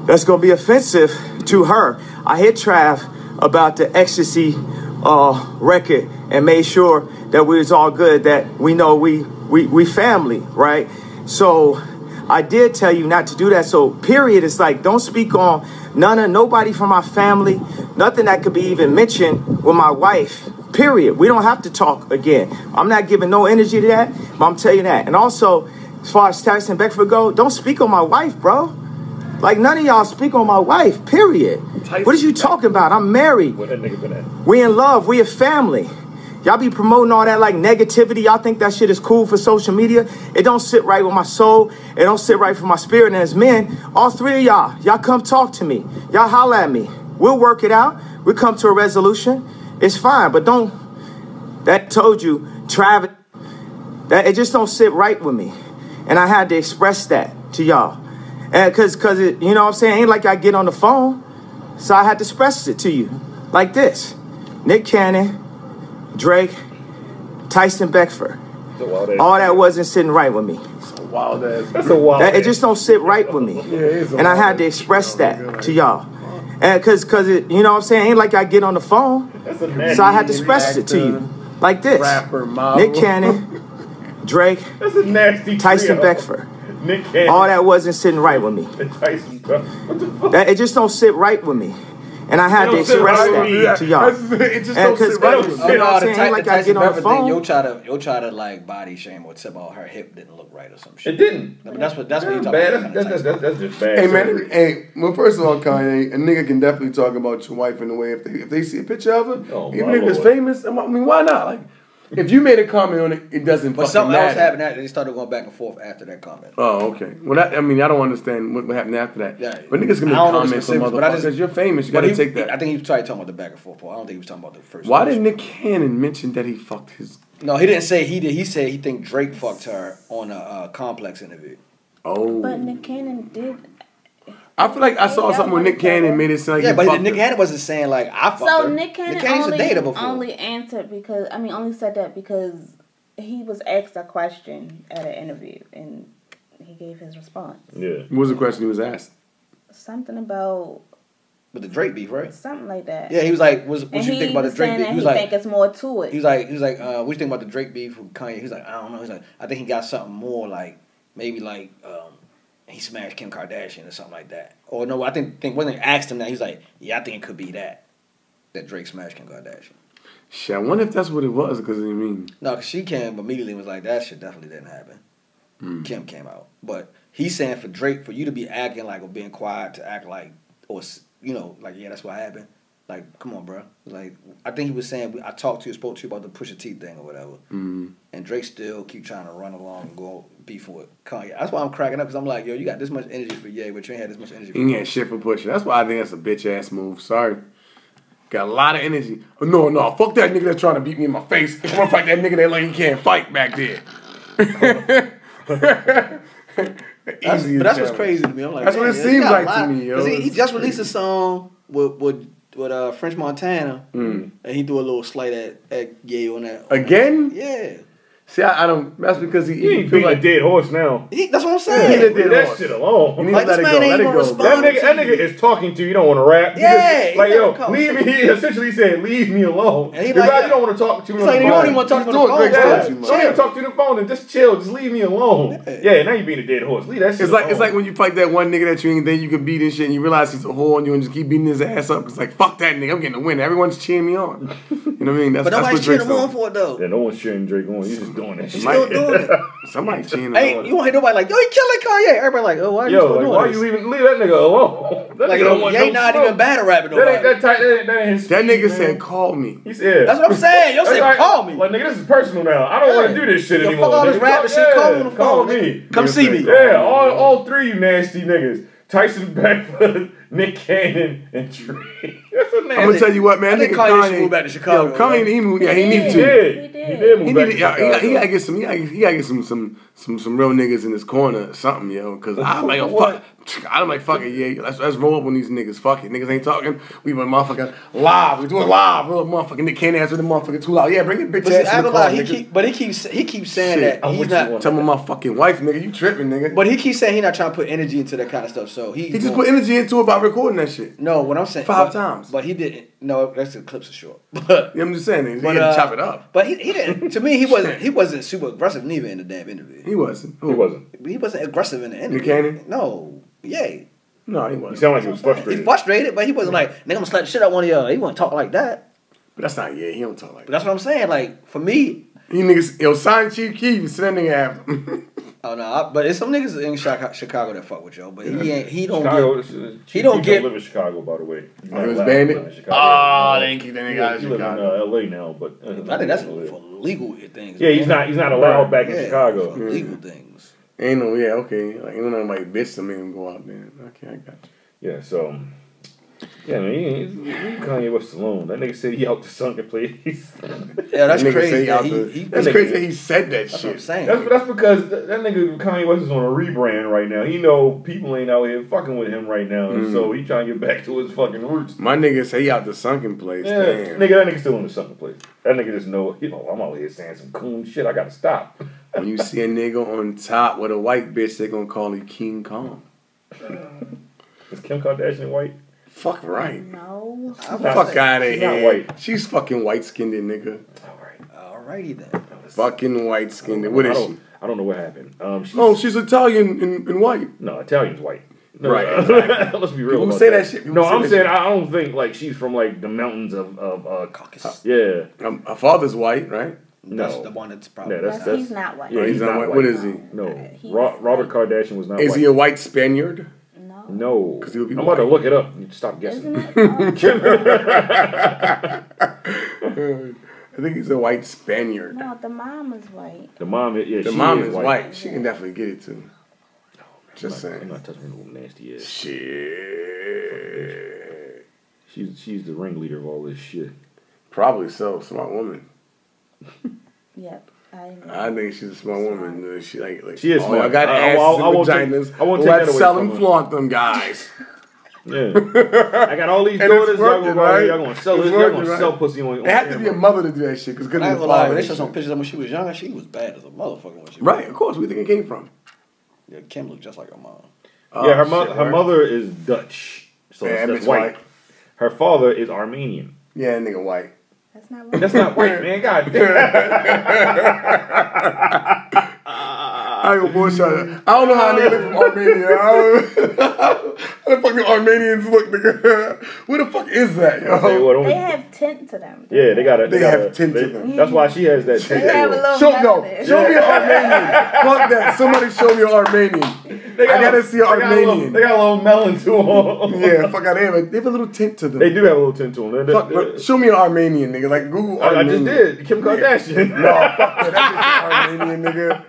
S3: That's gonna be offensive to her. I hit Trav about the ecstasy uh, record and made sure that we was all good, that we know we we we family, right? So I did tell you not to do that. So period, it's like don't speak on none of nobody from my family, nothing that could be even mentioned with my wife. Period. We don't have to talk again. I'm not giving no energy to that, but I'm telling you that. And also, as far as Tyson and Beckford go, don't speak on my wife, bro. Like none of y'all speak on my wife. Period. What are you talking about? I'm married.
S2: Where that nigga been at?
S3: We in love. We a family. Y'all be promoting all that like negativity. Y'all think that shit is cool for social media. It don't sit right with my soul. It don't sit right for my spirit. And as men, all three of y'all, y'all come talk to me. Y'all holler at me. We'll work it out. We'll come to a resolution. It's fine, but don't. That told you, Travis. That it just don't sit right with me, and I had to express that to y'all, and cause cause it, you know what I'm saying. Ain't like I get on the phone, so I had to express it to you, like this. Nick Cannon, Drake, Tyson Beckford. All that wasn't sitting right with me.
S9: Wild ass.
S2: eh? That's a wild.
S3: That, it
S2: ass.
S3: just don't sit right with me.
S9: is a
S3: and I
S9: lot.
S3: had to express that to y'all. And cause cause it, you know what I'm saying? Ain't like I get on the phone.
S2: That's a nasty.
S3: So I had to express it to you. Like this.
S9: Rapper, model.
S3: Nick Cannon, Drake,
S2: That's a nasty.
S3: Tyson
S2: trio.
S3: Beckford.
S2: Nick Cannon.
S3: All that wasn't sitting right with me.
S2: and Tyson. What the fuck?
S3: That it just don't sit right with me. And I had
S2: It
S3: to
S2: don't sit
S3: express
S2: right
S3: that
S2: with me.
S3: to y'all.
S9: it just
S3: And
S9: don't
S3: cause,
S9: sit right.
S2: with me.
S3: you know what I'm saying? Ain't like I get on the
S5: Thing, you'll
S3: phone.
S5: try to you'll try to like body shame or tip out her hip didn't look right or some shit.
S2: It didn't.
S5: But that's what that's what you're
S2: That's
S5: talking
S2: bad.
S5: about.
S2: That's, that's, that's, that's just bad.
S9: Hey man,
S2: surgery.
S9: it- hey. Well, first of all, Kanye, a nigga can definitely talk about your wife in a way if they if they see a picture of her,
S2: Oh,
S9: even
S2: my
S9: if it's
S2: Lord.
S9: famous. I mean, why not? Like, if you made a comment on it, it doesn't.
S5: but
S9: fucking
S5: something else
S9: matter.
S5: happened after they started going back and forth after that comment.
S9: Oh, okay. Well, that, I mean, I don't understand what what happened after that.
S5: Yeah.
S9: But niggas can
S5: I don't know
S9: make
S5: the
S9: comments on
S5: specifics, but I
S9: motherfuckers.
S5: just-
S9: Because you're famous, you
S5: But
S9: gotta
S5: he-
S9: take that.
S5: I think he was probably talking about the back and forth part. I don't think he was talking about the first.
S9: Why
S5: one.
S9: did Nick Cannon mention that he fucked his?
S5: No, he didn't say he did. He said he think Drake fucked her on a uh, complex interview.
S10: But
S9: Oh,
S10: Nick Cannon did.
S9: I feel like I saw
S10: Yeah,
S9: something with Nick Cannon made it sound like
S5: Yeah,
S9: he
S5: but
S9: fucked
S5: Nick
S9: her.
S5: Cannon wasn't saying like I fucked
S10: So
S5: her.
S10: Nick Cannon,
S5: used to
S10: only,
S5: date her before.
S10: only answered because I mean only said that because he was asked a question at an interview and he gave his response.
S2: Yeah.
S9: What was the question he was asked?
S10: Something about
S5: With the Drake beef, right?
S10: something like that.
S5: Yeah, he was like, "Was what
S10: and
S5: you
S10: he
S5: think about the
S10: was
S5: Drake
S10: saying
S5: beef?"
S10: that
S5: He
S10: he
S5: was
S10: think
S5: like,
S10: it's more to it.
S5: "He was like, he was like, uh, what you think about the Drake beef with Kanye?" He was like, "I don't know." He's like, "I think he got something more like maybe like um, he smashed Kim Kardashian or something like that." Or no, I think think when they asked him that, he was like, "Yeah, I think it could be that that Drake smashed Kim Kardashian."
S9: Shit, I wonder if that's what it was. Because I mean,
S5: No, 'cause she came immediately and was like, that shit definitely didn't happen. Kim came out. But he's saying for Drake, for you to be acting like or being quiet to act like, or, s- you know, like, yeah, that's what happened. Like, come on, bro. Like, I think he was saying, I talked to you, spoke to you about the Pusha T thing or whatever. Mm. And Drake still keep trying to run along and go beef with Kanye. That's why I'm cracking up because I'm like, yo, you got this much energy for Ye, but you ain't had this much energy for
S9: he ain't had shit for pushing. That's why I think that's a bitch ass move. Sorry. Got a lot of energy. Oh, no, no, fuck that nigga that's trying to beat me in my face. I'm gonna fight that nigga that like he can't fight back there.
S5: That's-
S9: Easy as
S5: but that's what's
S9: hell.
S5: crazy to me. I'm like,
S9: That's what
S5: "Damn,
S9: it
S5: yo,
S9: seems
S5: you got a
S9: like to
S5: lot."
S9: me, yo.
S5: 'Cause He, he
S9: It's
S5: just released a song with with with uh, French Montana, and he threw a little slight at at Ye on that.
S9: Mm. Again?
S5: Yeah,
S9: See, I, I don't. That's because he.
S2: You ain't beating a dead horse now.
S5: he, that's what I'm
S9: He
S5: saying.
S9: did
S2: Leave
S9: dead
S2: that
S9: horse.
S2: shit
S9: You
S2: alone.
S9: need
S5: Like,
S9: to
S5: this
S9: let it
S5: man
S9: go.
S5: ain't
S9: Let it
S5: gonna
S9: go.
S5: respond.
S2: That nigga, that nigga is talking to you. You don't want to rap. You
S5: Yeah,
S2: just-
S5: he
S2: like yo,
S5: don't come.
S2: leave me. He essentially said, "Leave me alone."
S5: And he
S2: Because
S5: like,
S2: now
S5: yeah.
S2: you don't want to talk to me.
S5: It's
S2: on
S5: like
S2: the
S5: you don't
S2: phone.
S5: even want to talk to him
S9: He's
S5: on
S9: doing
S5: the phone.
S9: great
S2: Yeah,
S9: stuff.
S5: Yeah.
S9: too much.
S2: don't even talk to the phone and just chill. Just leave me alone. Yeah, now you being a dead horse. Leave that shit.
S9: It's like it's
S5: Oh.
S2: alone.
S9: like when you fight that one nigga that you ain't think you could beat and shit, and you realize he's a whore and you and just keep beating his ass up. It's like fuck that nigga, I'm getting a win. Everyone's cheering me on. You know what I mean? That's,
S5: But
S9: that's what
S5: nobody's cheering
S9: Drake's
S5: him on
S9: doing.
S5: for it though.
S2: Yeah, no one's cheering Drake on. You're just doing that shit.
S5: He's still doing it.
S9: Somebody cheering him
S5: Ain't, you
S9: on.
S5: won't hear nobody like, yo, he killing Kanye. Everybody like, oh, why are you
S2: Yo,
S5: still
S2: like,
S5: doing
S2: why
S5: this?
S2: you leaving? Leave that nigga alone. That
S5: like,
S2: nigga don't
S5: yo,
S2: want
S5: Ye
S2: no
S5: not
S2: smoke.
S5: even battle rapping
S2: That ain't that
S5: nobody.
S2: tight. That ain't, that ain't his
S9: That
S2: speed,
S9: nigga
S2: man.
S9: said, "Call me."
S2: He said.
S5: That's what I'm saying. Yo,
S2: That's
S5: said,
S2: like-
S5: call me.
S2: Like nigga, this is personal now. I don't want
S5: Yeah.
S2: to do this shit
S5: Yo, fuck
S2: anymore.
S5: all
S2: nigga.
S5: this rap and shit.
S2: Yeah,
S5: Call me on the
S2: Call
S5: phone, nigga.
S2: me.
S5: Come see me.
S2: Yeah, all, all three you nasty niggas. Tyson Beckford, Nick Cannon, and Trey. That's a name.
S9: I'm gonna tell you what, man.
S5: I think
S9: Nigga
S5: Kanye should
S9: Kanye
S5: move back to Chicago,
S9: Yo, Kanye,
S5: man.
S9: he moved. Yeah, he
S10: He
S9: need
S2: He
S9: to.
S2: did. He did move
S9: He
S2: back
S9: need to.
S2: to
S9: yeah, He
S2: Chicago.
S9: got, he got to get some. He got, he got to get some some some some real niggas in his corner or something, yo. Cause I'm like, yo,
S2: What?
S9: fuck. I'm like, fuck it, yeah. Let's, let's roll up on these niggas. Fuck it, niggas ain't talking. We been motherfucking live. We do it live. Real motherfucking. Nick Cannon answer the motherfucking too loud. Yeah, bring your bitch
S5: But see,
S9: ass
S5: I
S9: in
S5: don't
S9: the car,
S5: lie, he
S9: nigga.
S5: keep, but he keeps he keeps saying
S9: Shit,
S5: that
S9: I'm
S5: he's
S2: with you
S5: not.
S2: on
S9: Tell me my fucking wife, nigga. You tripping, nigga?
S5: But he keeps saying he's not trying to put energy into that kind of stuff. So he
S9: he just
S5: won't-
S9: put energy into it by recording that shit.
S5: no. What I'm saying
S9: Five
S5: but-
S9: times.
S5: but he didn't. No, that's the clips are short. But
S9: You know what I'm just saying? He
S5: but,
S9: had to
S5: uh,
S9: chop it up.
S5: But he, he didn't. To me, he wasn't he wasn't super aggressive neither in the damn interview.
S9: He wasn't.
S2: He wasn't.
S5: He wasn't aggressive in the interview.
S9: Buchanan?
S5: No. Yay.
S9: No, he
S2: He
S9: wasn't.
S2: sounded like he was
S5: He's
S2: frustrated.
S5: frustrated, but he wasn't like, nigga, I'm gonna slap the shit out one of y'all. He wouldn't talk like that.
S9: But that's not. Yeah, he don't talk like
S5: But that's
S9: that.
S5: what I'm saying. Like, for me,
S9: He niggas. Yo, sign Chief Keef and send that nigga after. him.
S5: oh no, I, but it's some niggas in Chicago, Chicago that fuck with y'all, but he ain't, he don't
S2: Chicago.
S5: get,
S2: this is-
S5: He don't get-
S2: live in Chicago, by the way. He's
S9: Oh, he was
S2: allowed to
S9: banned
S2: live
S9: it?
S2: in Chicago.
S9: Ah,
S2: No.
S9: they ain't keep that nigga
S2: He
S9: out of
S2: live- he live in,
S9: Chicago.
S2: uh, LA now, but uh,
S5: I think that's
S2: he
S5: for
S2: live-
S5: legal things.
S2: Yeah, he's
S5: man.
S2: not. He's not allowed back in
S5: Yeah,
S2: Chicago. Mm-hmm.
S5: for legal things.
S9: Ain't no. Yeah, okay. Like, ain't nobody bitch to me and go out there. Okay, I got you.
S2: Yeah, so yeah, man, he, he, he Kanye West alone. That nigga said he out the sunken place. that's,
S5: Yeah, that's
S9: That nigga
S5: crazy.
S9: say
S5: that
S9: out
S5: he-
S9: the-
S5: he-
S9: that's
S2: that
S9: crazy
S2: nigga-
S9: that he said that
S5: that's what I'm
S9: shit.
S5: saying.
S2: that's because that, that nigga Kanye West is on a rebrand right now. He know people ain't out here fucking with him right now, so
S9: Mm.
S2: he trying to get back to his fucking roots.
S9: My nigga say he out the sunken place.
S2: Yeah,
S9: Damn.
S2: nigga, that nigga still in the sunken place. That nigga just know, you know, I'm out here saying some coon shit. I gotta stop.
S9: When you see a nigga on top with a white bitch, they gonna call him King Kong.
S2: Is Kim Kardashian white?
S9: Fuck right.
S10: No.
S9: Fuck out of
S2: She's not
S9: here.
S2: white.
S9: She's fucking white skinned, nigga.
S2: Alright.
S5: Alrighty then.
S9: Fucking white skinned. What
S2: I
S9: is
S2: don't,
S9: she?
S2: I don't know what happened. Um, she's,
S9: Oh, she's Italian and, and white.
S2: No, Italian's white. No,
S9: Right,
S2: Let's be real.
S9: People
S2: about
S9: say that shit. People
S2: no,
S9: say
S2: I'm
S9: that
S2: saying
S9: shit.
S2: I don't think like she's from like the mountains of of uh,
S5: Caucus.
S2: yeah.
S9: Um, her father's white, right?
S2: No,
S5: That's the one that's probably.
S2: Yeah, that's-
S10: But he's not white.
S2: yeah,
S9: he's
S2: he's,
S9: not
S2: not
S9: white.
S2: white.
S9: What is he?
S2: No,
S10: He's
S2: Ro- Robert
S10: Uh, white.
S2: Kardashian was not
S9: Is
S2: white.
S9: he a white Spaniard?
S10: No.
S2: no,
S9: 'Cause he would be
S2: I'm about to
S9: white.
S2: look it up. You stop
S10: Isn't
S2: guessing.
S10: it? Oh,
S9: I think he's a white Spaniard.
S10: no, the mom is white.
S2: The mom, is- yeah,
S9: The
S2: she
S9: mom
S2: is,
S9: is white. She can definitely get it too. Just
S2: I'm not, I'm
S9: saying.
S2: not touching no nasty ass.
S9: Shit.
S2: She's she's the ringleader of all this shit.
S9: Probably so. Smart woman.
S10: Yep. I know.
S9: I think she's a smart woman. Uh, She like, like
S2: She is
S9: oh,
S2: smart.
S9: I got
S2: I- I-
S9: asses
S2: I- I won't take-
S9: and vaginas.
S2: I won't take
S9: Let's
S2: that away
S9: sell
S2: from
S9: and
S2: her.
S9: flaunt them guys.
S2: Yeah, I got all these
S9: And
S2: daughters.
S9: it's
S2: Y'all
S9: working,
S2: gonna, right?
S9: right?
S2: y'all gonna sell
S9: It's
S2: this. Y'all
S9: working,
S2: gonna
S9: right?
S2: sell pussy on. on
S9: It had to be a
S2: camera.
S9: mother to do that shit because
S5: I
S9: couldn't
S5: ain't
S9: be a
S5: gonna lie,
S9: father.
S5: when they
S9: and
S5: showed some
S9: shit.
S5: pictures of when she was younger, she was bad as a motherfucker when she
S9: Right,
S5: was
S9: of course. We think it came from.
S5: Yeah, Kim looked just like her mom.
S2: yeah, her,
S9: Oh, shit,
S2: mo- her
S9: right.
S2: mother is Dutch, so
S9: Yeah,
S2: that's, that's
S9: that bitch
S2: white.
S9: white.
S2: Her father is Armenian.
S9: Yeah, that nigga white.
S10: That's not white.
S2: That's not white, man. God damn. Ah.
S9: I ain't gonna bullshit. you. I don't know how a nigga look from Armenia. I don't how the fuck do Armenians look, nigga? Where the fuck is that, yo?
S2: Tell you what, I'm-
S10: They have tint to them.
S2: yeah, they got a.
S9: They
S2: got
S9: have
S2: a-
S9: tint to
S2: they-
S9: them.
S2: That's why she has that tint.
S10: They have a
S2: to it.
S10: little
S9: Show,
S10: melanin.
S9: no, show me an Armenian. Fuck that. Somebody show me an Armenian.
S2: They
S9: I gotta see
S2: they
S9: an
S2: got a little-
S9: Armenian.
S2: They got a little melon to them.
S9: Yeah, fuck out of here. They have a little tint to them.
S2: They do have a little tint to them. They-
S9: Fuck,
S2: they-
S9: bro, show me an Armenian nigga. Like Google
S2: I, I
S9: Armenian.
S2: just did. Kim Kardashian.
S9: No, fuck that. That bitch is Armenian nigga.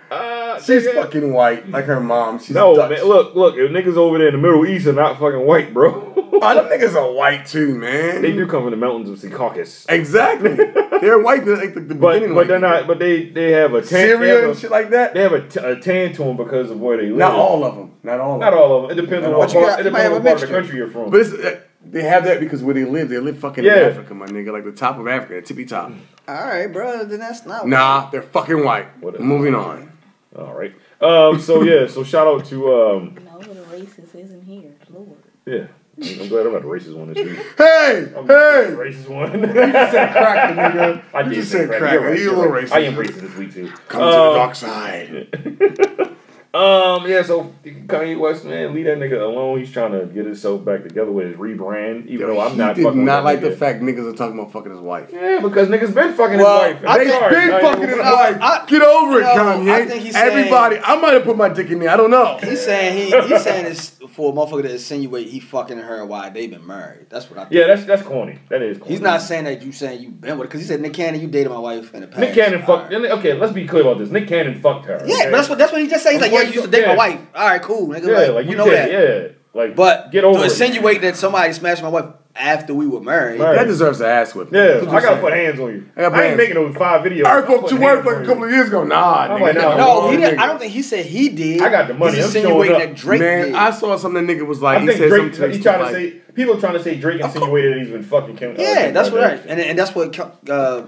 S9: She's fucking white, like her mom. She's
S2: Ah, No,
S9: Dutch.
S2: man. Look, look. If niggas over there in the Middle East are not fucking white, bro.
S9: Oh, them niggas are white too, man.
S2: they do come from the mountains of the Caucasus.
S9: Exactly. They're white. They're like the, the
S2: But but
S9: beginning. white
S2: they're
S9: people.
S2: not. But they they have a tan. they have
S9: Syria
S2: a-
S9: and shit like that.
S2: They have a, t- a tan to them because of where they live.
S9: Not all of them. Not all. Of
S2: Not
S9: them.
S2: all of them. It depends on
S9: But
S2: what
S5: you
S2: part,
S5: got-
S2: it
S5: you might
S2: depends on
S5: have a
S2: what part of the
S5: mixture.
S2: country you're from.
S9: But it's, uh, they have that because where they live, they live fucking
S2: Yeah. Mm.
S9: in Africa, my nigga, like the top of Africa, the tippy top.
S5: All right, bro. Then that's not.
S9: Nah, they're fucking white.
S2: Whatever.
S9: Moving on.
S2: all right. Um, so yeah. So shout out to um,
S10: No, the racist isn't here. Lord.
S2: yeah. I'm glad I'm not the racist one this week.
S9: Hey,
S2: I'm the
S9: hey,
S2: racist one.
S9: cracker, nigga.
S2: I
S9: You
S2: did
S9: just
S2: say
S9: said
S2: crack.
S9: cracker.
S2: You're
S9: You're,
S2: right,
S9: a
S2: you're
S9: little
S2: right.
S9: racist.
S2: I am racist this week too.
S9: Come to
S2: Oh.
S9: the dark side.
S2: Um, yeah. So Kanye West, man, leave that nigga alone. He's trying to get himself back together with his rebrand. Even though I'm
S9: he
S2: not.
S9: did
S2: fucking
S9: not
S2: with
S9: like
S2: that
S9: the
S2: nigga.
S9: fact niggas are talking about fucking his wife.
S2: Yeah, because niggas been fucking his wife.
S9: They been fucking his wife. Get over it,
S5: no,
S9: Kanye.
S5: I think he's
S9: Everybody, I might have put my dick in there. I don't know.
S5: He's saying he. He's saying it's for a motherfucker to insinuate he fucking her while they've been married. That's what I. Think.
S2: Yeah, that's that's corny. That is. corny.
S5: He's not saying that you saying you been with her because he said Nick Cannon, you dated my wife in the past.
S2: Nick Cannon
S5: All
S2: fucked.
S5: right.
S2: Okay, let's be clear about this. Nick Cannon fucked her.
S5: Yeah,
S2: okay?
S5: but that's what that's what he just said.
S2: Of
S5: He's like, yeah,
S2: course
S5: you used
S2: you-
S5: to date
S2: yeah.
S5: my wife. All right, cool, nigga.
S2: Yeah, like,
S5: you
S2: you
S5: know
S2: did,
S5: that.
S2: yeah. Like,
S5: But
S2: get over
S5: to
S2: it.
S5: insinuate that somebody smashed my wife after we were married.
S2: Right.
S9: That deserves an ass whipping.
S2: Yeah,
S9: That's what
S2: I
S9: I'm
S2: gotta
S9: saying.
S2: put hands on you.
S9: I
S2: I,
S9: gotta put
S2: ain't
S9: hands.
S2: making those five videos.
S9: I fucked
S2: putting
S9: your wife
S2: hands on
S9: like a couple of years ago. Nah,
S2: I'm
S9: nigga,
S2: like,
S9: that
S2: nah,
S9: was
S5: No,
S9: wrong,
S5: he didn't,
S9: nigga.
S5: I don't think he said he did.
S2: I got the money.
S5: He's
S2: I'm showing
S5: insinuating
S2: up.
S5: that Drake
S9: Man,
S5: did.
S9: I saw something that nigga was like,
S2: I
S9: he
S2: think
S9: said
S2: Drake.
S9: something
S2: He trying to
S9: like-
S2: say people trying to say Drake insinuated that he's been fucking Kim. uh,
S5: yeah,
S2: Kim
S5: that's what I
S2: Kardashian.
S5: and, and that's what uh,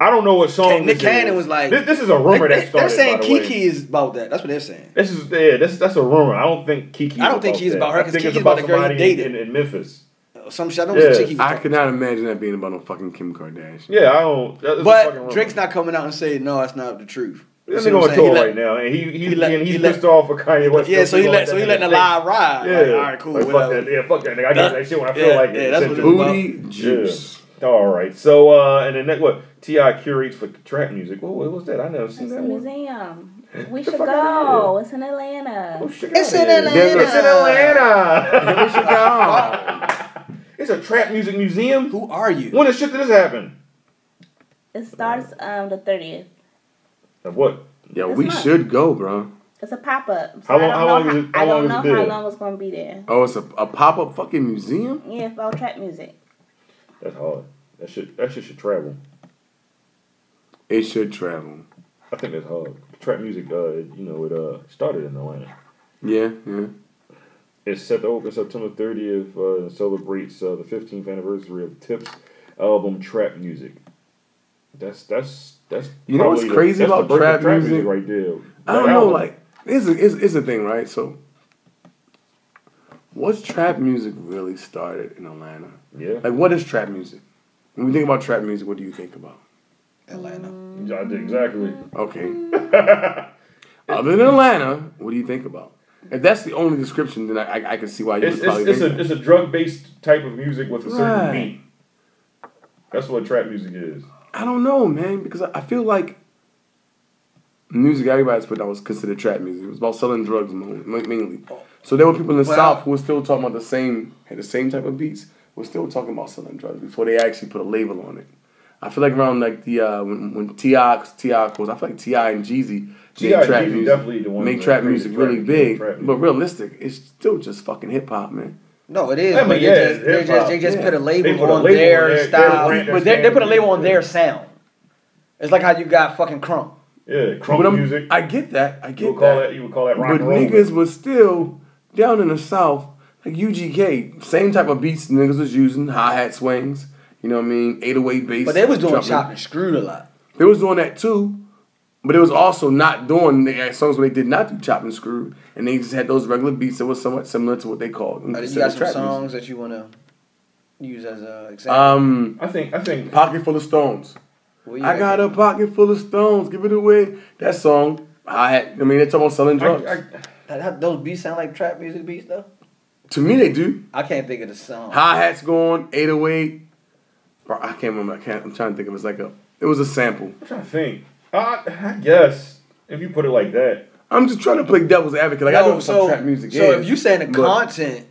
S2: I don't know what song
S5: Nick
S2: this is.
S5: Cannon was like.
S2: This, this is a rumor
S5: they,
S2: that started.
S5: They're saying
S2: by the way.
S5: Kiki is about that. That's what they're saying.
S2: This is yeah. This that's a rumor. I don't think Kiki.
S5: I don't
S2: is
S5: think he's
S2: that.
S5: about her,
S2: I
S5: 'cause
S2: think
S5: Kiki's
S2: it's about
S5: about the girl he
S2: somebody in,
S5: dated.
S2: in Memphis.
S5: Uh, Some shit. I know it was
S2: Yeah.
S5: a chick he was
S9: I
S5: talking
S9: could not imagine that being about no fucking Kim Kardashian.
S2: Yeah, I don't. That's a fucking rumor.
S5: But Drake's not coming out and saying no, that's not the truth. You
S2: This
S5: see
S2: nigga on
S5: what I'm saying?
S2: tour
S5: He let-
S2: right now, and he, he,
S5: he let-
S2: and he's
S5: he let-
S2: pissed off for Kanye West.
S5: Yeah, so he let so he
S2: that
S5: letting
S2: nigga
S5: the lie
S2: think.
S5: ride.
S2: Yeah,
S5: Like, all right, cool.
S2: Like, fuck
S5: whatever.
S2: that. Yeah, fuck that nigga. I get
S5: That-
S2: that shit when I
S5: yeah,
S2: feel like
S5: yeah,
S2: it.
S5: that's what
S2: essentially.
S5: it is.
S9: Booty juice.
S2: All right. So uh, and then that what Ti curates for trap music. Whoa, what was that? I never seen
S10: It's
S2: that
S10: a
S2: one.
S10: museum. um, We should
S2: fuck outta
S10: go. It's in Atlanta.
S2: Oh, shit,
S5: It's
S2: get
S5: in
S2: outta here.
S5: Atlanta.
S2: It's in Atlanta.
S9: Where she gone?
S2: it's a trap music museum.
S5: Who are you?
S2: When the shit did this happen?
S10: It starts um the thirtieth.
S2: Of what?
S9: Yeah,
S10: It's
S9: we
S10: not.
S9: should go, bro.
S10: It's a pop up.
S2: How long-
S10: I
S2: how
S10: don't
S2: long
S10: know
S2: is it- how
S10: I
S2: long
S10: don't
S2: is it
S10: know how
S2: there?
S10: long it's gonna be there.
S9: Oh, it's a, a pop up fucking museum?
S10: Yeah, it's all trap music.
S2: That's hard. That shit. That shit should travel.
S9: It should travel.
S2: I think that's hard. Trap music. Uh, you know, it uh started in Atlanta.
S9: Yeah, yeah.
S2: It's set to open September 30th uh, and celebrates uh, the 15th anniversary of Tip's album Trap Music. That's that's that's
S9: You know what's
S2: probably
S9: crazy
S2: that's the
S9: about
S2: birth of
S9: trap music?
S2: right there.
S9: I don't
S2: That
S9: know,
S2: album.
S9: like, it's a, it's, it's a thing, right? So, what's trap music really started in Atlanta?
S2: yeah,
S9: Like, what is trap music? When we think about trap music, what do you think about?
S5: Atlanta.
S2: I did exactly.
S9: Okay. Other than Atlanta, what do you think about? If that's the only description, then I, I, I can see why you
S2: It's
S9: would probably
S2: it's, it's
S9: think
S2: a
S9: that.
S2: it's a drug based type of music with a certain
S9: Right.
S2: beat. That's what trap music is.
S9: I don't know, man, because I I feel like music everybody's put out was considered trap music. It was about selling drugs mo- ma- mainly. So there were people in the
S5: Well-
S9: South who were still talking about the same had the same type of beats. Were still talking about selling drugs before they actually put a label on it. I feel like around like the uh, when when Ti Ti was I feel like Ti and Jeezy
S2: T.I.
S9: made
S2: and
S9: trap
S2: Jeezy definitely the
S9: music
S2: ones
S9: make
S2: that
S9: trap
S2: created
S9: music
S2: trap
S9: really
S2: music,
S9: big,
S2: trap music.
S9: but realistic, it's still just fucking hip hop, man.
S5: No, it is.
S2: I mean,
S5: but they
S2: yeah,
S5: just, they
S2: hip-hop,
S5: just, they just
S9: yeah.
S5: put a
S2: They
S5: label
S2: put a
S5: on
S2: label
S5: their
S2: on their-
S5: style.
S2: their brand, their
S13: but they, they put a label on
S2: standard.
S13: their sound. It's like how you got fucking crunk.
S2: Yeah,
S9: But
S2: crunk
S9: I'm-
S2: music.
S9: I get that. I get
S2: you would call that
S9: that.
S2: you would call that rock
S9: but
S2: and roll.
S9: niggas was still down in the south, like UGK, same type of beats niggas was using, hi hat swings. You know what I mean? 808 bass.
S5: But they was doing
S9: drumming.
S5: chopped and screwed a lot.
S9: They was doing that too, but it was also not doing they had songs where they did not do chop and screw, and they just had those regular beats that was somewhat similar to what they called.
S5: Uh, You
S9: considered
S5: got some
S9: trap
S5: songs
S9: music.
S5: that you want to use as a example.
S9: Um,
S2: I think I think
S9: pocket full of stones.
S5: What you
S9: I got a
S5: reckon?
S9: pocket full of stones. Give it away. That song. I had. I mean, they're talking about selling drugs.
S2: I, I,
S5: That- that- Those beats sound like trap music beats though.
S9: to me, they do.
S5: I can't think of the song.
S9: hi hats going, 808. Bro, I can't remember. I can't, I'm trying to think. It was like a, it was a sample.
S2: I'm trying to think. I, I guess if you put it like that,
S9: I'm just trying to play devil's advocate. Like I
S5: No,
S9: know so, trap music.
S5: So
S9: is,
S5: if you saying the
S9: but
S5: content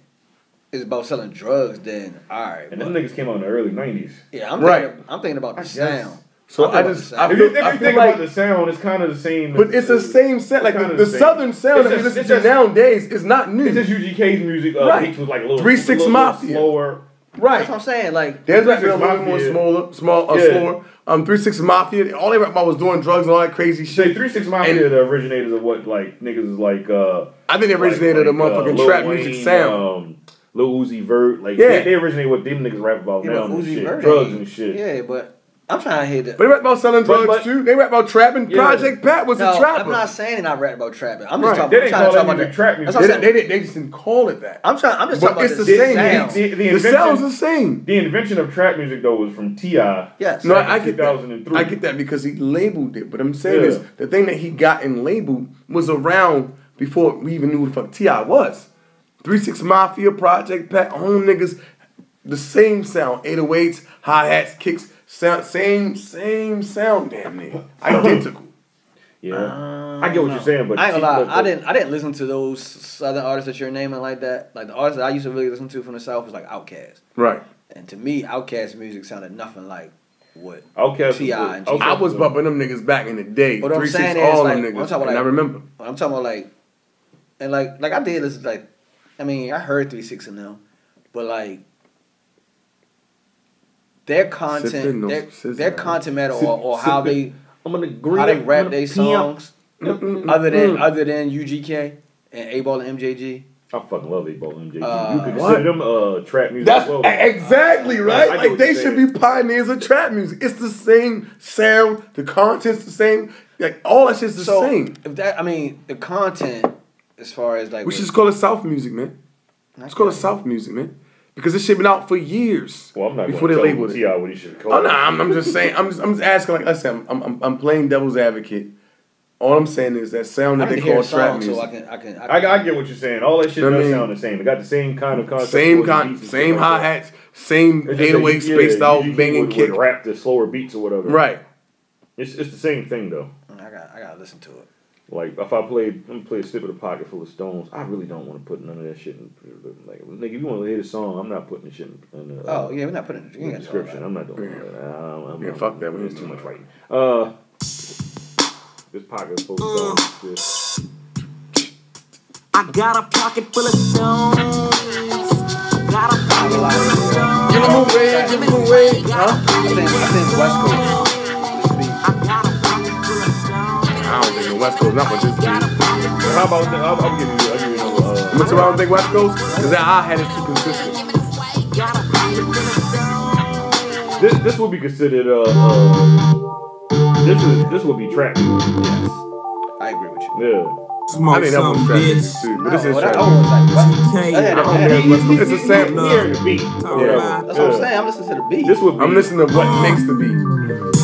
S5: is about selling drugs, then all right.
S2: and them
S5: but-
S2: niggas came out in the early '90s.
S5: yeah, I'm
S9: Right.
S5: thinking. I'm thinking about the
S2: I guess.
S5: sound.
S9: So
S5: I'm thinking
S9: I
S5: about
S9: just-
S5: the
S9: I
S5: sound.
S2: If you, if
S9: I
S2: you
S9: feel
S2: think
S9: like-
S2: about the sound, it's kind of the same.
S9: but it's the same sound. Like
S2: kinda
S9: the, the
S2: the same.
S9: southern sound
S2: It's
S9: that we
S2: just-
S9: listen
S2: it's
S9: to
S2: just-
S9: nowadays is not new.
S2: It's just UGK's music. Uh,
S9: Right.
S2: beats was like a little
S9: 3-6
S2: a little
S9: Mafia.
S2: slower.
S5: That's what I'm
S9: right.
S5: saying. Like
S9: There's like
S2: 3-6
S9: a little more
S2: Mafia.
S9: smaller, small, uh,
S2: Yeah.
S9: slower. Um, Three Six Mafia. All they rap about was doing drugs and all that crazy
S2: Say
S9: shit.
S2: three six Mafia,
S9: And-
S2: are the originators of what like niggas is like. uh
S9: I think they originated the motherfucking
S2: Lil
S9: trap
S2: Wayne,
S9: music sound.
S2: Um, Lil Uzi Vert, like
S9: Yeah.
S2: they, they originate what them niggas rap about
S5: you
S2: now
S5: know,
S2: and
S5: Uzi
S2: shit,
S5: Vert
S2: drugs
S5: ain't-
S2: and shit.
S5: Yeah, but I'm trying to hit the.
S9: but they rap about selling
S2: But-
S9: drugs
S2: but-
S9: too. They rap about trapping.
S2: Yeah.
S9: Project Pat was
S5: No,
S9: a trapper.
S5: I'm not saying that I rap about trapping. I'm
S9: Right.
S5: just talking,
S2: They
S5: I'm
S2: didn't
S5: trying to
S2: call
S5: talk
S2: that
S5: about
S2: music
S5: that.
S2: trap music.
S5: That's
S9: They,
S5: what I'm
S9: didn't- they,
S5: saying.
S9: didn't- they just didn't call it that.
S5: I'm trying. I'm just
S9: But
S5: talking
S9: it's
S5: about
S9: the
S5: the
S9: same
S5: sound.
S9: beats.
S2: The, the
S9: the sound's
S2: invention,
S9: the same.
S2: the invention of trap music though was from Ti.
S5: Yes.
S9: No,
S2: back
S9: I
S2: in
S9: get that.
S2: 2003.
S9: I get that because he labeled it. But I'm saying
S2: Yeah.
S9: is the thing that he got and labeled was around before we even knew who the fuck Ti was. Three Six Mafia, Project Pat, all them niggas, the same sound, 808s, hi hats, kicks, sound, same, same sound, damn near identical.
S2: Yeah, I get what you're saying, but
S5: Um, I ain't gonna lie.
S2: but-
S5: I didn't. I didn't listen to those southern artists that you're naming like that. Like the artists that I used to really listen to from the south was like Outkast.
S9: right.
S5: And to me, Outkast music sounded nothing like what
S2: Outkast was
S5: Ti
S2: good.
S5: and
S2: Outkast
S5: G.
S9: I was
S2: Yeah.
S9: bumping them niggas back in the day.
S5: What I'm
S9: Three Six,
S5: saying is,
S9: all
S5: like,
S9: them
S5: I'm
S9: niggas.
S5: talking about,
S9: and I
S5: like-
S9: remember.
S5: But I'm talking about like, and like like I did listen to like I mean, I heard Three Six and them, but like their content,
S9: no
S5: their,
S9: scissor,
S5: their
S9: man.
S5: content matter,
S9: Sit-
S5: or, or how
S9: sit-
S5: they
S2: I'm gonna agree.
S5: how they
S2: I'm
S5: rap
S2: gonna
S5: their
S2: pee
S5: songs,
S2: up. Mm,
S5: other
S2: mm,
S5: than
S2: mm.
S5: other than UGK and A Ball and MJG.
S2: I fucking love A-Ball and MJG. you
S5: Uh,
S2: could
S9: what?
S2: consider them uh, trap music
S9: That's
S2: as well.
S9: exactly right.
S2: I know
S9: like
S2: what
S9: they
S2: you're
S9: should
S2: saying.
S9: be pioneers of trap music. It's the same sound. The content's the same. Like all that shit's the
S5: So
S9: same.
S5: if that, I mean, the content as far as like
S9: We
S5: what-
S9: should just call it South music, man. Let's call it South music, man. Because this shit been out for years
S2: Well, I'm not
S9: before they
S2: gonna
S9: labeled
S2: tell
S9: it.
S2: Ti what he should call.
S9: Oh no, I'm, I'm just saying. I'm just, I'm just asking. Like I said, I'm, I'm I'm playing devil's advocate. All I'm saying is that sound
S5: I
S9: that
S5: can
S9: they
S5: hear
S9: call
S5: a
S9: trap
S5: song, so
S9: music.
S5: I can I can I,
S2: I,
S5: can,
S2: I get what you're saying. All that shit
S9: I
S2: does
S9: mean-
S2: sound the same. It got the same kind of concept.
S9: same
S2: with the
S9: con,
S2: beats and shit
S9: same
S2: like
S9: hi
S2: that.
S9: hats, same
S2: It's just
S9: eight
S2: that
S9: oh
S2: you-
S9: eight spaced
S2: yeah,
S9: out
S2: you- you
S9: banging
S2: would-
S9: kick.
S2: Would rap the slower beats or whatever.
S9: Right.
S2: It's it's the same thing though.
S5: I got I gotta listen to it.
S2: Like if I played, I'm play a snip of the pocket full of stones. I really don't want to put none of that shit in. Like, nigga, if you want to hear the song, I'm not putting the shit in. in the, uh,
S5: Oh yeah, we're not putting it. You
S2: in
S5: ain't
S2: the
S5: gotta do all that.
S2: description. I'm not doing all that. I don't- I'm
S9: Yeah,
S2: not-
S9: fuck that. We
S2: It's too
S9: ain't
S2: much
S9: doing that.
S2: writing. Uh, this pocket full of stones. This.
S3: I got a pocket full of stones. Got a pocket full of stones.
S9: Give 'em away, give 'em away. Huh?
S5: I think I think West Coast. This beat.
S3: I got a pocket full of stones.
S9: I don't think the West Coast not with this beat.
S3: Got a pocket full
S2: But how about that? I'll, I'll give you. I'll give you another. Uh,
S9: You know why I don't think West Coast? Because that I had is too consistent.
S3: got a pocket full of stones.
S2: Uh, This this would be considered uh, uh this is this would be trap. music.
S5: Yes, I agree with you.
S2: Yeah.
S9: I
S8: Smoke
S9: think that
S8: Oh, some
S9: was trap music
S8: bitch.
S9: too, but this is
S5: what I,
S9: trap
S5: I was like, what?
S8: Can't
S5: I had-
S9: I don't
S5: I had-
S9: think West Coast. It's a
S2: You
S9: sample.
S2: hear the beat. or whatever.
S5: That's
S8: Alright.
S5: what I'm
S2: Yeah.
S5: saying. I'm listening to the beat.
S2: This would be.
S9: I'm listening to what makes the beat.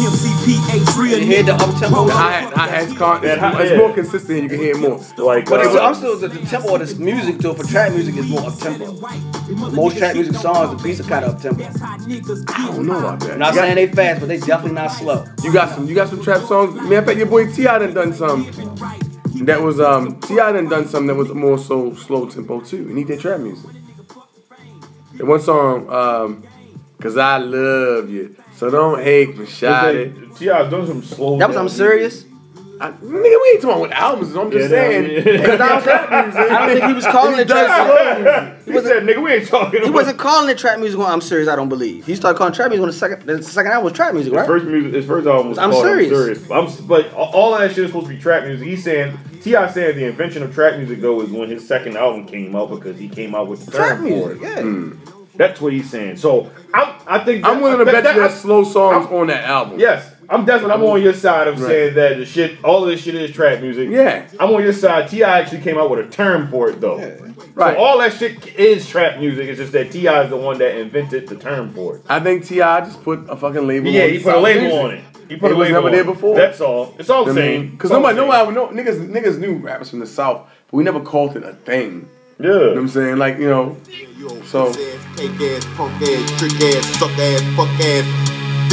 S3: MCPH real
S5: You hear the up tempo.
S9: The hi hat, hi hats, con- it's,
S2: Yeah.
S9: it's more consistent. and You can hear it more.
S2: like.
S5: But it's,
S2: uh,
S5: I'm still the, the tempo of this music though. For trap music, is more up tempo. Most trap music songs, the beats are kind of up tempo.
S9: I don't know about that.
S5: I'm not
S9: You got-
S5: saying they fast, but they definitely not slow.
S9: You got some. You got some trap songs. Matter of fact, your boy Ti done done some. That was um Ti done done something that was more so slow tempo too, and he did trap music. And one song, um, cause I love you, so don't hate me, shot it.
S2: it's like, Ti doing some slow.
S5: That was I'm
S2: down
S5: serious.
S9: I, nigga, we ain't talking about albums. I'm just
S2: Yeah, nah,
S9: saying.
S2: yeah.
S9: it's not trap music.
S5: I don't think he was calling it trap slow.
S2: music. he said, "Nigga, we ain't talking."
S5: He
S2: about-
S5: wasn't calling it trap music when I'm serious. I don't believe he started calling trap music when the second the second album was trap music,
S2: His
S5: right?
S2: first music, his first album was
S5: I'm
S2: called
S5: serious.
S2: I'm serious. I'm s- but all- all that shit is supposed to be trap music. He's saying Ti saying the invention of trap music though is when his second album came out because he came out with the
S5: Trap
S2: term for
S5: music,
S2: it.
S5: yeah.
S2: That's what he's saying. So I'm, I think
S9: I'm willing to
S2: that-
S9: bet you
S2: that-
S9: there's slow songs on that album.
S2: Yes, I'm definitely. I'm on your side of
S9: Right.
S2: saying that the shit, all of this shit is trap music.
S9: Yeah.
S2: I'm on your side. Ti actually came out with a term for it though.
S9: Right.
S2: So all that shit is trap music. It's just that Ti is the one that invented the term for it.
S9: I think Ti just put a fucking label.
S2: Yeah,
S9: on
S2: he
S9: the
S2: put a
S9: sound
S2: label
S9: music.
S2: on it. He put
S9: It
S2: a
S9: was
S2: label
S9: never
S2: on
S9: there
S2: it.
S9: before.
S2: That's all. It's all the
S9: I
S2: same.
S9: mean, cause
S2: It's all
S9: nobody,
S2: the same.
S9: nobody, no niggas, niggas knew rappers from the south, but we never called it a thing. You know what I'm
S2: Yeah.
S9: saying? Like, you know, so
S4: Cake ass, punk ass, trick ass, suck ass, fuck ass.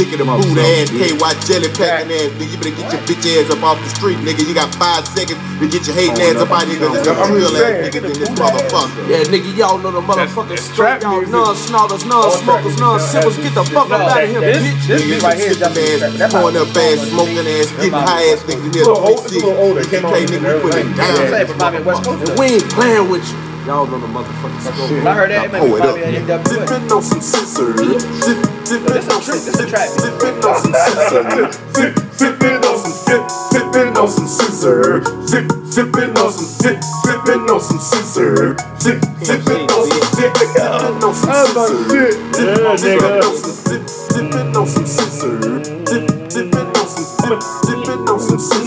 S4: Dick in the boot ass, KY jelly packing ass. Nigga, you better get your bitch ass up off the street, nigga. You got five seconds to get your
S2: Oh,
S4: hating ass up out of here. 'cause There's some
S9: I'm
S4: real
S9: just
S4: ass
S9: saying.
S4: niggas in this motherfucker.
S3: Yeah, nigga, y'all know the motherfucking
S9: that's
S3: strap.
S9: trap
S3: Y'all
S9: music.
S3: non snorters, non smokers, non sippers. Get the fuck up out of here,
S5: This
S3: bitch.
S5: this beat right here is definitely trap.
S4: Ass,
S5: That's not
S4: pouring up ass, smoking ass, getting high ass niggas in this
S2: little old- it's a little older. It came out in the
S4: nigga,
S2: early
S4: we put
S2: 90s.
S4: it
S5: That's what I'm
S4: down.
S5: saying. But Bobby West Coast. though.
S3: We ain't playing with you. Y'all know the motherfucking scope.
S5: When I heard that, it made me
S4: Pull it up.
S5: Bobby at NWA.
S4: Sippin' on some scissor. Sip, sippin'
S5: This is a trick.
S4: on some
S5: This is a
S4: scissor.
S5: trap.
S4: Sippin' on some scissor. Sip, sippin' on some sip, sippin' on some scissor. Sip, sippin' on some sip, sippin' on some scissor. Sip, sippin' on some sip, sippin' on some scissor. Sip,
S2: Yeah,
S4: sippin'
S2: nigga.
S4: on some sip, sippin' on some scissor. Sip, sippin' on some sip, sippin' on some scissor. Sip, sippin' on some sip,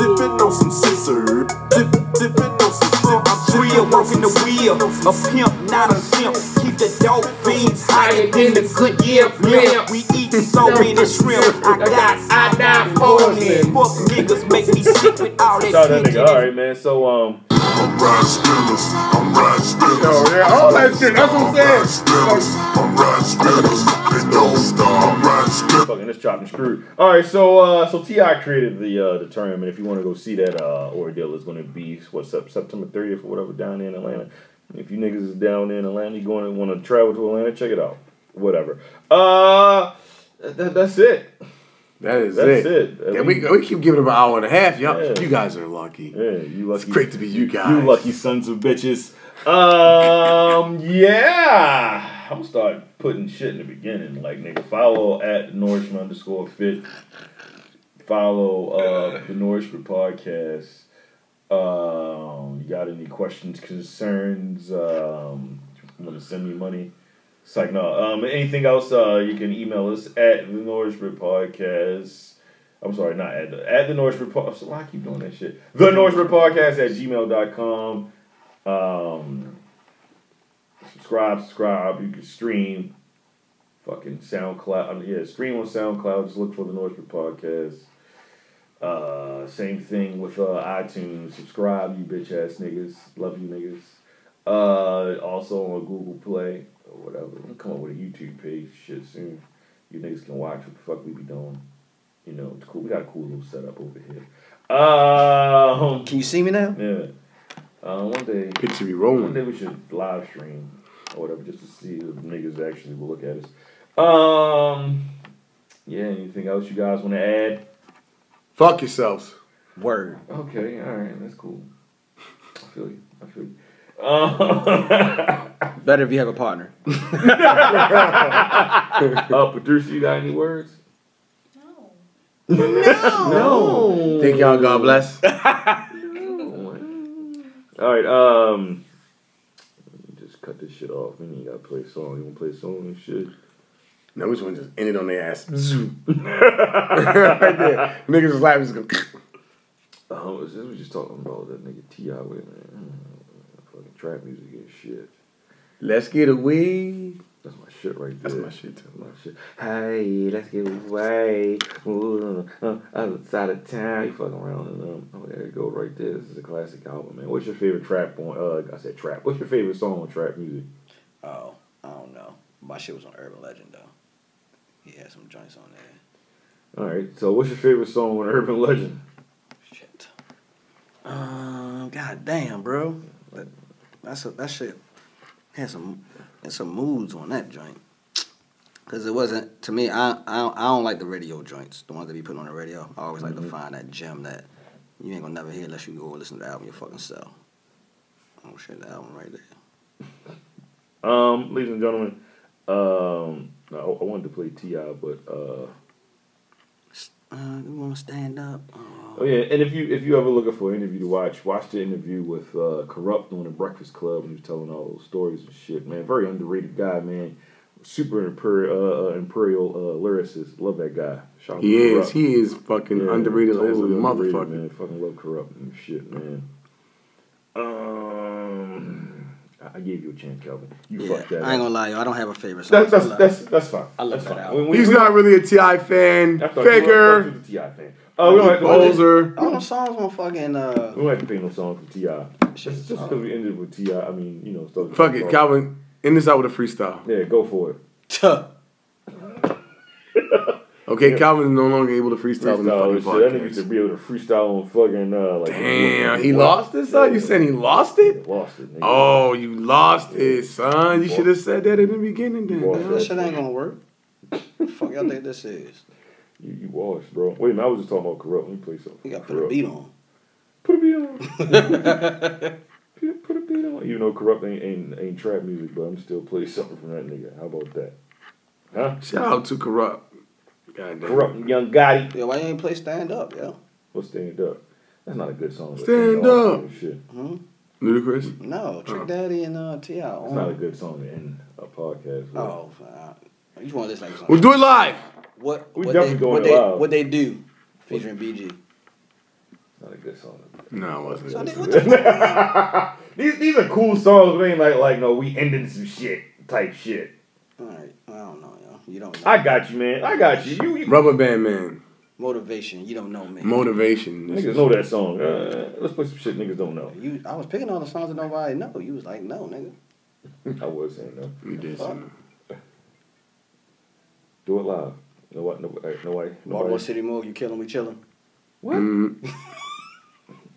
S4: sippin' on some scissor. Sip, sippin' on some sip,
S3: I'm real, working the wheel. A pimp, not a simp. Keep the dope fiends higher than the good year blimp. We eat so many shrimp. I got I die for it. Fuck niggas make me sick with all that
S2: Shout that
S3: shit.
S2: nigga. All right, man. So um,
S4: I'm ride spinners. I'm ride spinners.
S9: Yo, yeah, all that shit, that's what I'm saying.
S4: spinners. I'm ride spinners. They don't stop. I'm ride spinners.
S2: fucking this chopped and screwed. All right, so uh, so Ti created the uh the term, and if you want to go see that uh ordeal, is going to be what's up September 30th or whatever down there in Atlanta. If you niggas is down there in Atlanta, you going to want to travel to Atlanta, check it out. Whatever. Uh, that, that's it.
S9: That is
S2: That's
S9: it.
S2: it.
S9: Yeah, we, we keep giving them an hour and a half. Y'all,
S2: Yeah.
S9: you guys are lucky.
S2: Yeah, you lucky.
S9: It's great to be you guys.
S2: You lucky sons of bitches. Um, yeah. I'm gonna start putting shit in the beginning. Like, nigga, follow at nourishment underscore fit. Follow uh, the Nourishment Podcast. Um, you got any questions, concerns? Um, want to send me money? It's like, no. Um, anything else? Uh, you can email us at the Nourishment Podcast. I'm sorry, not at the, at the Nourishment Podcast. Why I keep doing that shit? The Nourishment Podcast at gmail.com. Um, subscribe, subscribe. You can stream fucking SoundCloud. I mean, yeah, stream on SoundCloud. Just look for the Northwood Podcast. Uh, same thing with uh, iTunes. Subscribe, you bitch ass niggas. Love you niggas. Uh, also on Google Play or whatever. I'm gonna come up with a YouTube page shit soon. You niggas can watch what the fuck we be doing. You know, it's cool. We got a cool little setup over here. Uh,
S5: Can you see me now?
S2: Yeah. Uh, one day.
S9: Picture be rolling.
S2: One day we should live stream or whatever just to see if niggas actually will look at us. Um. Yeah. Anything else you guys want to add?
S9: Fuck yourselves.
S14: Word.
S2: Okay. All right. That's cool. I feel you. I feel you. Um,
S5: Better if you have a partner.
S2: uh, producer, you got any words?
S9: No. Thank y'all. God bless.
S2: All right. Um. let me Just cut this shit off. We ain't gotta play a song. You wanna play a song and shit?
S9: No, we just want to just end it on their ass. Zoom. right there. Niggas is laughing. Just go.
S2: Oh, this was just talking about that nigga T.I. with man. Fucking trap music and shit.
S9: Let's get away.
S2: That's my shit right there.
S9: That's my shit too.
S2: My shit. Hey, let's get away. Ooh, uh, other side of town. You fucking around and um, oh, there you go right there. This is a classic album, man. What's your favorite trap on? Uh, I said trap. What's your favorite song on trap music?
S5: Oh, I don't know. My shit was on Urban Legend though. He had some joints on there.
S2: All right. So, what's your favorite song on Urban Legend?
S5: Shit. Um, god damn, bro. That, that's a, that shit had some had some moods on that joint. Cause it wasn't to me. I I don't, I don't like the radio joints, the ones that be put on the radio. I always
S2: Mm-hmm.
S5: like to find that gem that you ain't gonna never hear unless you go listen to the album your fucking self. Oh shit, the album right there.
S2: Um, ladies and gentlemen, um, I, I wanted to play Ti, but uh,
S5: Uh, you wanna stand up? Oh.
S2: oh yeah, and if you if you ever looking for an interview to watch, watch the interview with uh, Corrupt on the Breakfast Club when he was telling all those stories and shit. Man, very underrated guy, man. Super imperial, uh, uh, imperial uh, lyricist. Love that guy. Shout out
S9: He
S2: to
S9: is.
S2: Corrupt.
S9: He is fucking
S2: Yeah,
S9: underrated as a
S2: totally underrated,
S9: motherfucker.
S2: Man. Fucking love corrupt and shit, man. Um, I- I gave you a chance, Kelvin. You
S5: Yeah,
S2: fucked that.
S5: I ain't
S2: up.
S5: gonna lie, yo. I don't have a favorite song.
S2: That's that's that's that's fine.
S5: I love
S2: that's
S5: that
S2: fine.
S5: album.
S2: We- we-
S9: He's
S2: we-
S9: not really a Ti fan.
S2: I thought you were- I thought you
S9: Faker.
S2: was a T.I. fan. Oh, we don't have to,
S9: Poser.
S5: All them songs on fucking uh,
S2: we don't have to play no song from T.I. Just because we ended with T.I., I mean, you know, stuff.
S9: Fuck it, Calvin. End this out with a freestyle.
S2: Yeah, go for it.
S5: tuh.
S9: Okay, Calvin is no longer able to freestyle on the
S2: Freestyle and
S9: fucking
S2: shit. That nigga
S9: podcast.
S2: used to be able to freestyle on fucking, uh, like.
S9: Damn, he lost it, son? You saying he lost
S2: Yeah,
S9: it?
S2: lost it, nigga.
S9: Oh, you lost it, son. You should have said that in the beginning then.
S2: Well,
S9: dawg.
S5: That shit ain't gonna work. Fuck y'all think this is?
S2: You, you washed, bro. Wait a minute, I was just talking about corrupt. Let me play something.
S5: You gotta put a
S2: Corrupt.
S5: beat on.
S2: Put a beat on. put, put a beat on. You know, corrupt ain't, ain't ain't trap music, but I'm still playing something from that nigga. How about that? Huh?
S9: Shout out to Corrupt. God damn.
S2: Corrupt young Gotti.
S5: Yo, why you ain't play stand up, yo?
S2: What's stand up? That's not a good song. but
S9: Stand
S2: on
S9: Up.
S2: and Shit.
S9: Ludacris.
S5: No, Trick Daddy and uh, Ti.
S2: It's not a good song to end a podcast. With.
S5: Oh, uh, you want this like
S9: We'll do it live.
S5: what?
S2: We
S5: what
S2: definitely
S5: they,
S2: going
S5: what they,
S2: live.
S5: what they do featuring BG?
S2: It's not a good song. to-
S9: No, it wasn't.
S2: These these are cool songs. but ain't like like no, we ending some shit type shit.
S5: All right, I don't know, yo. You don't know.
S2: I got you, man. I got you. You, you
S9: Rubber Band Man.
S5: motivation. You don't know me.
S9: Motivation. This
S2: niggas
S9: is-
S2: know that song. Uh, let's play some shit niggas don't know.
S5: you, I was picking all the songs that nobody know. You was like, no, nigga.
S2: I was saying no.
S9: We did something.
S2: Do it live. No what? No, no, no way.
S5: Baltimore City move. You killing? We chilling.
S2: What?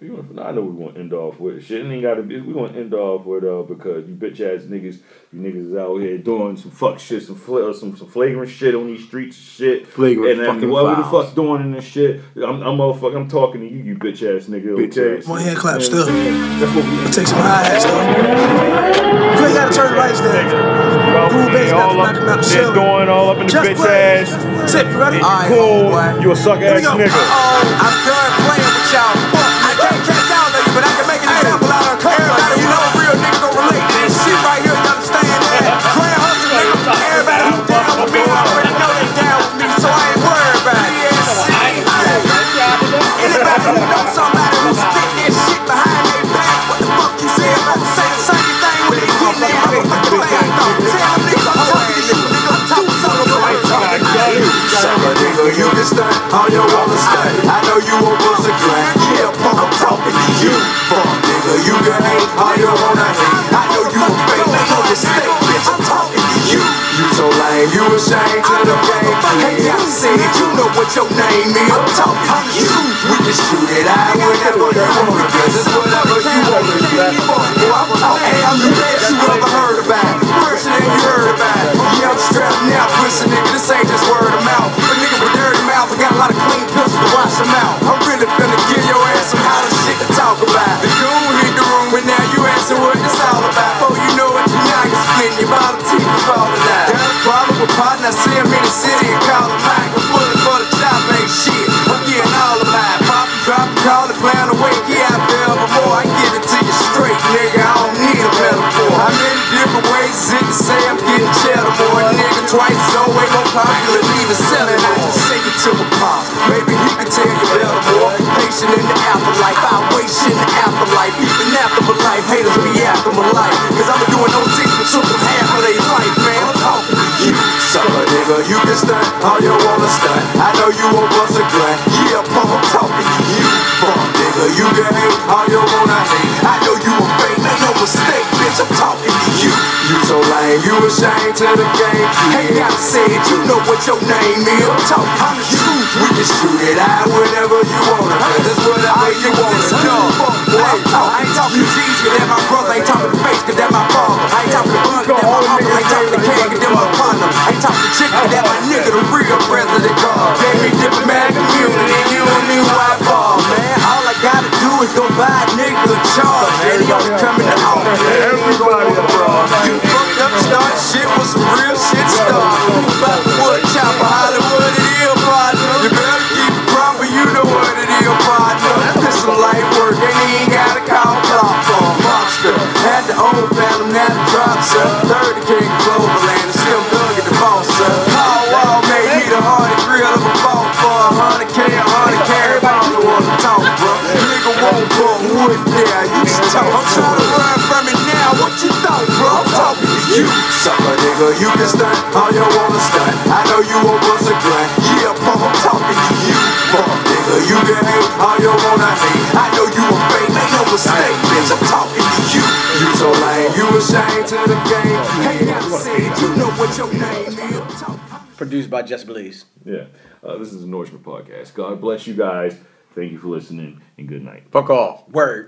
S2: You wanna- I know we want to end off with shit. It ain't gotta be. We want to end off with uh because you bitch ass niggas, you niggas is out here doing some fuck shit, some fl- or some some flagrant shit on these streets, and shit.
S15: Flagrant
S2: and, then
S15: fucking
S2: whatever the
S15: vials.
S2: fuck doing in this shit. I'm I'm motherfucker. I'm talking to you, you bitch ass nigga.
S15: Bitch
S2: okay?
S15: ass.
S16: One hand clap
S2: And-
S16: still.
S2: That's what we.
S16: I'll take some high hats though. You ain't gotta turn the lights down. Cool bass, nothing knocking out the ceiling.
S2: going all up in the
S16: Just
S2: bitch
S16: play.
S2: ass.
S16: Tip, you ready?
S2: And you cool. You a suck
S16: Here we
S2: ass
S16: go.
S2: nigga.
S16: Uh-oh, I'm done playing with y'all. Fuck, I can't catch y'all niggas, but I can make an example out of a couple. Everybody who know a real nigga gon' relate. This shit right here, you understand that? Grand hustle, nigga. Everybody who down with me, I already know they down with me, so I ain't worried about it. Anybody who knows somebody who stick their shit behind their back, what the fuck you say? I'm gonna say the same thing when they get their motherfucking flag though. Tell them niggas I'm talking to you, nigga. I'm talking to somebody.
S4: Sucker nigga, you can stunt all your other stunt. I know you a bust a crack. Yeah, punk, I'm talking to you. Fuck nigga, you can hate all you wanna hate. I know you a fake, make no mistake, bitch. I'm talking to you. You so lame, you ashamed to the game. Hey, I said you know what your name is. I'm talking to you. We can shoot it out whenever you want because it's whatever you want to do. Fuck, boy, I'm talking. Hey, I'm the best you ever heard about. Worse than you heard about. Yeah, I'm strapped now, pussy nigga. This ain't just word of mouth. But niggas with dirty mouth, I got a lot of clean pills to wash them out. I'm really finna give your ass some hotter shit to talk about. The goon hit the room, but now you asking what it's all about. Before you know it, you not gonna split your bottom teeth is falling out. Got a problem with partner, I see him in the city and call him out. I'm pulling for the job, ain't shit. I'm getting all of mine. Pop and drop and call it, plan away. Yeah, I fell before. I give it to you straight, nigga. I don't need a metaphor. I'm in different ways, it to say I'm getting cheddar more. Nigga, twice so ain't more popular, leave it selling. I just shake it to a pop. Maybe he can tell you better, boy. Patient in the afterlife, I waste in the afterlife. Even after my life, haters be after my life. Cause I've been doing no things for triple half of their life, man. I'm talking to you. Sucker nigga, you can stunt all you wanna stunt. I know you a bust a gun. Yeah, punk, I'm talking to you. Fuck nigga, you can hate all you wanna hate. I know you a fake, make no mistake, bitch. I'm talking to you. You so lame, you ashamed to the game. Hey, I said you know what your name is. I'm talking to you. We can shoot it out whenever you wanna. Cause it's whatever you wanna do. Fuck, boy, I'm talking. I ain't talking to Jesus, but that my brother. I ain't talking to face, cause that my father. I ain't talking to Bun, cause that my uncle. I ain't talking to Kang, cause that my partner. I ain't talking to Chick, cause that my nigga, the real president God. Gave me diplomatic immunity, you don't need why I ball, man. All I gotta do is go buy a nigga a charge, and he only coming to office. Everybody abroad. You fucked up, start shit with some real shit start. You about to wood chopper, Hollywood, it is, partner. You better keep it proper, you know what it is, partner. This some light work, and he ain't gotta call clock for a monster. Had the old phantom, now the drops up. 30 King Cloverland, and still thug at the boss up. Paul Wall made me the hardest grill of a ball for a hundred K, a hundred carry ball to on the top, bro. Nigga won't put wood there, you should talk. I'm trying to run from it now, what you thought, bro? I'm talking to you. Sucker nigga, you can stunt all you wanna stunt. I know you a bust a gun, yeah, punk, I'm talking to you. Fuck nigga, you can hate all you wanna hate. I know you a fake, make no mistake, bitch, I'm talking to you. You so lame, you ashamed to the game. Hey, I said, you know what your name is. I'm talking
S11: Produced by Just Blaze.
S2: Yeah. Uh, this is the Norseman podcast. God bless you guys. Thank you for listening and good night.
S9: Fuck off.
S11: Word.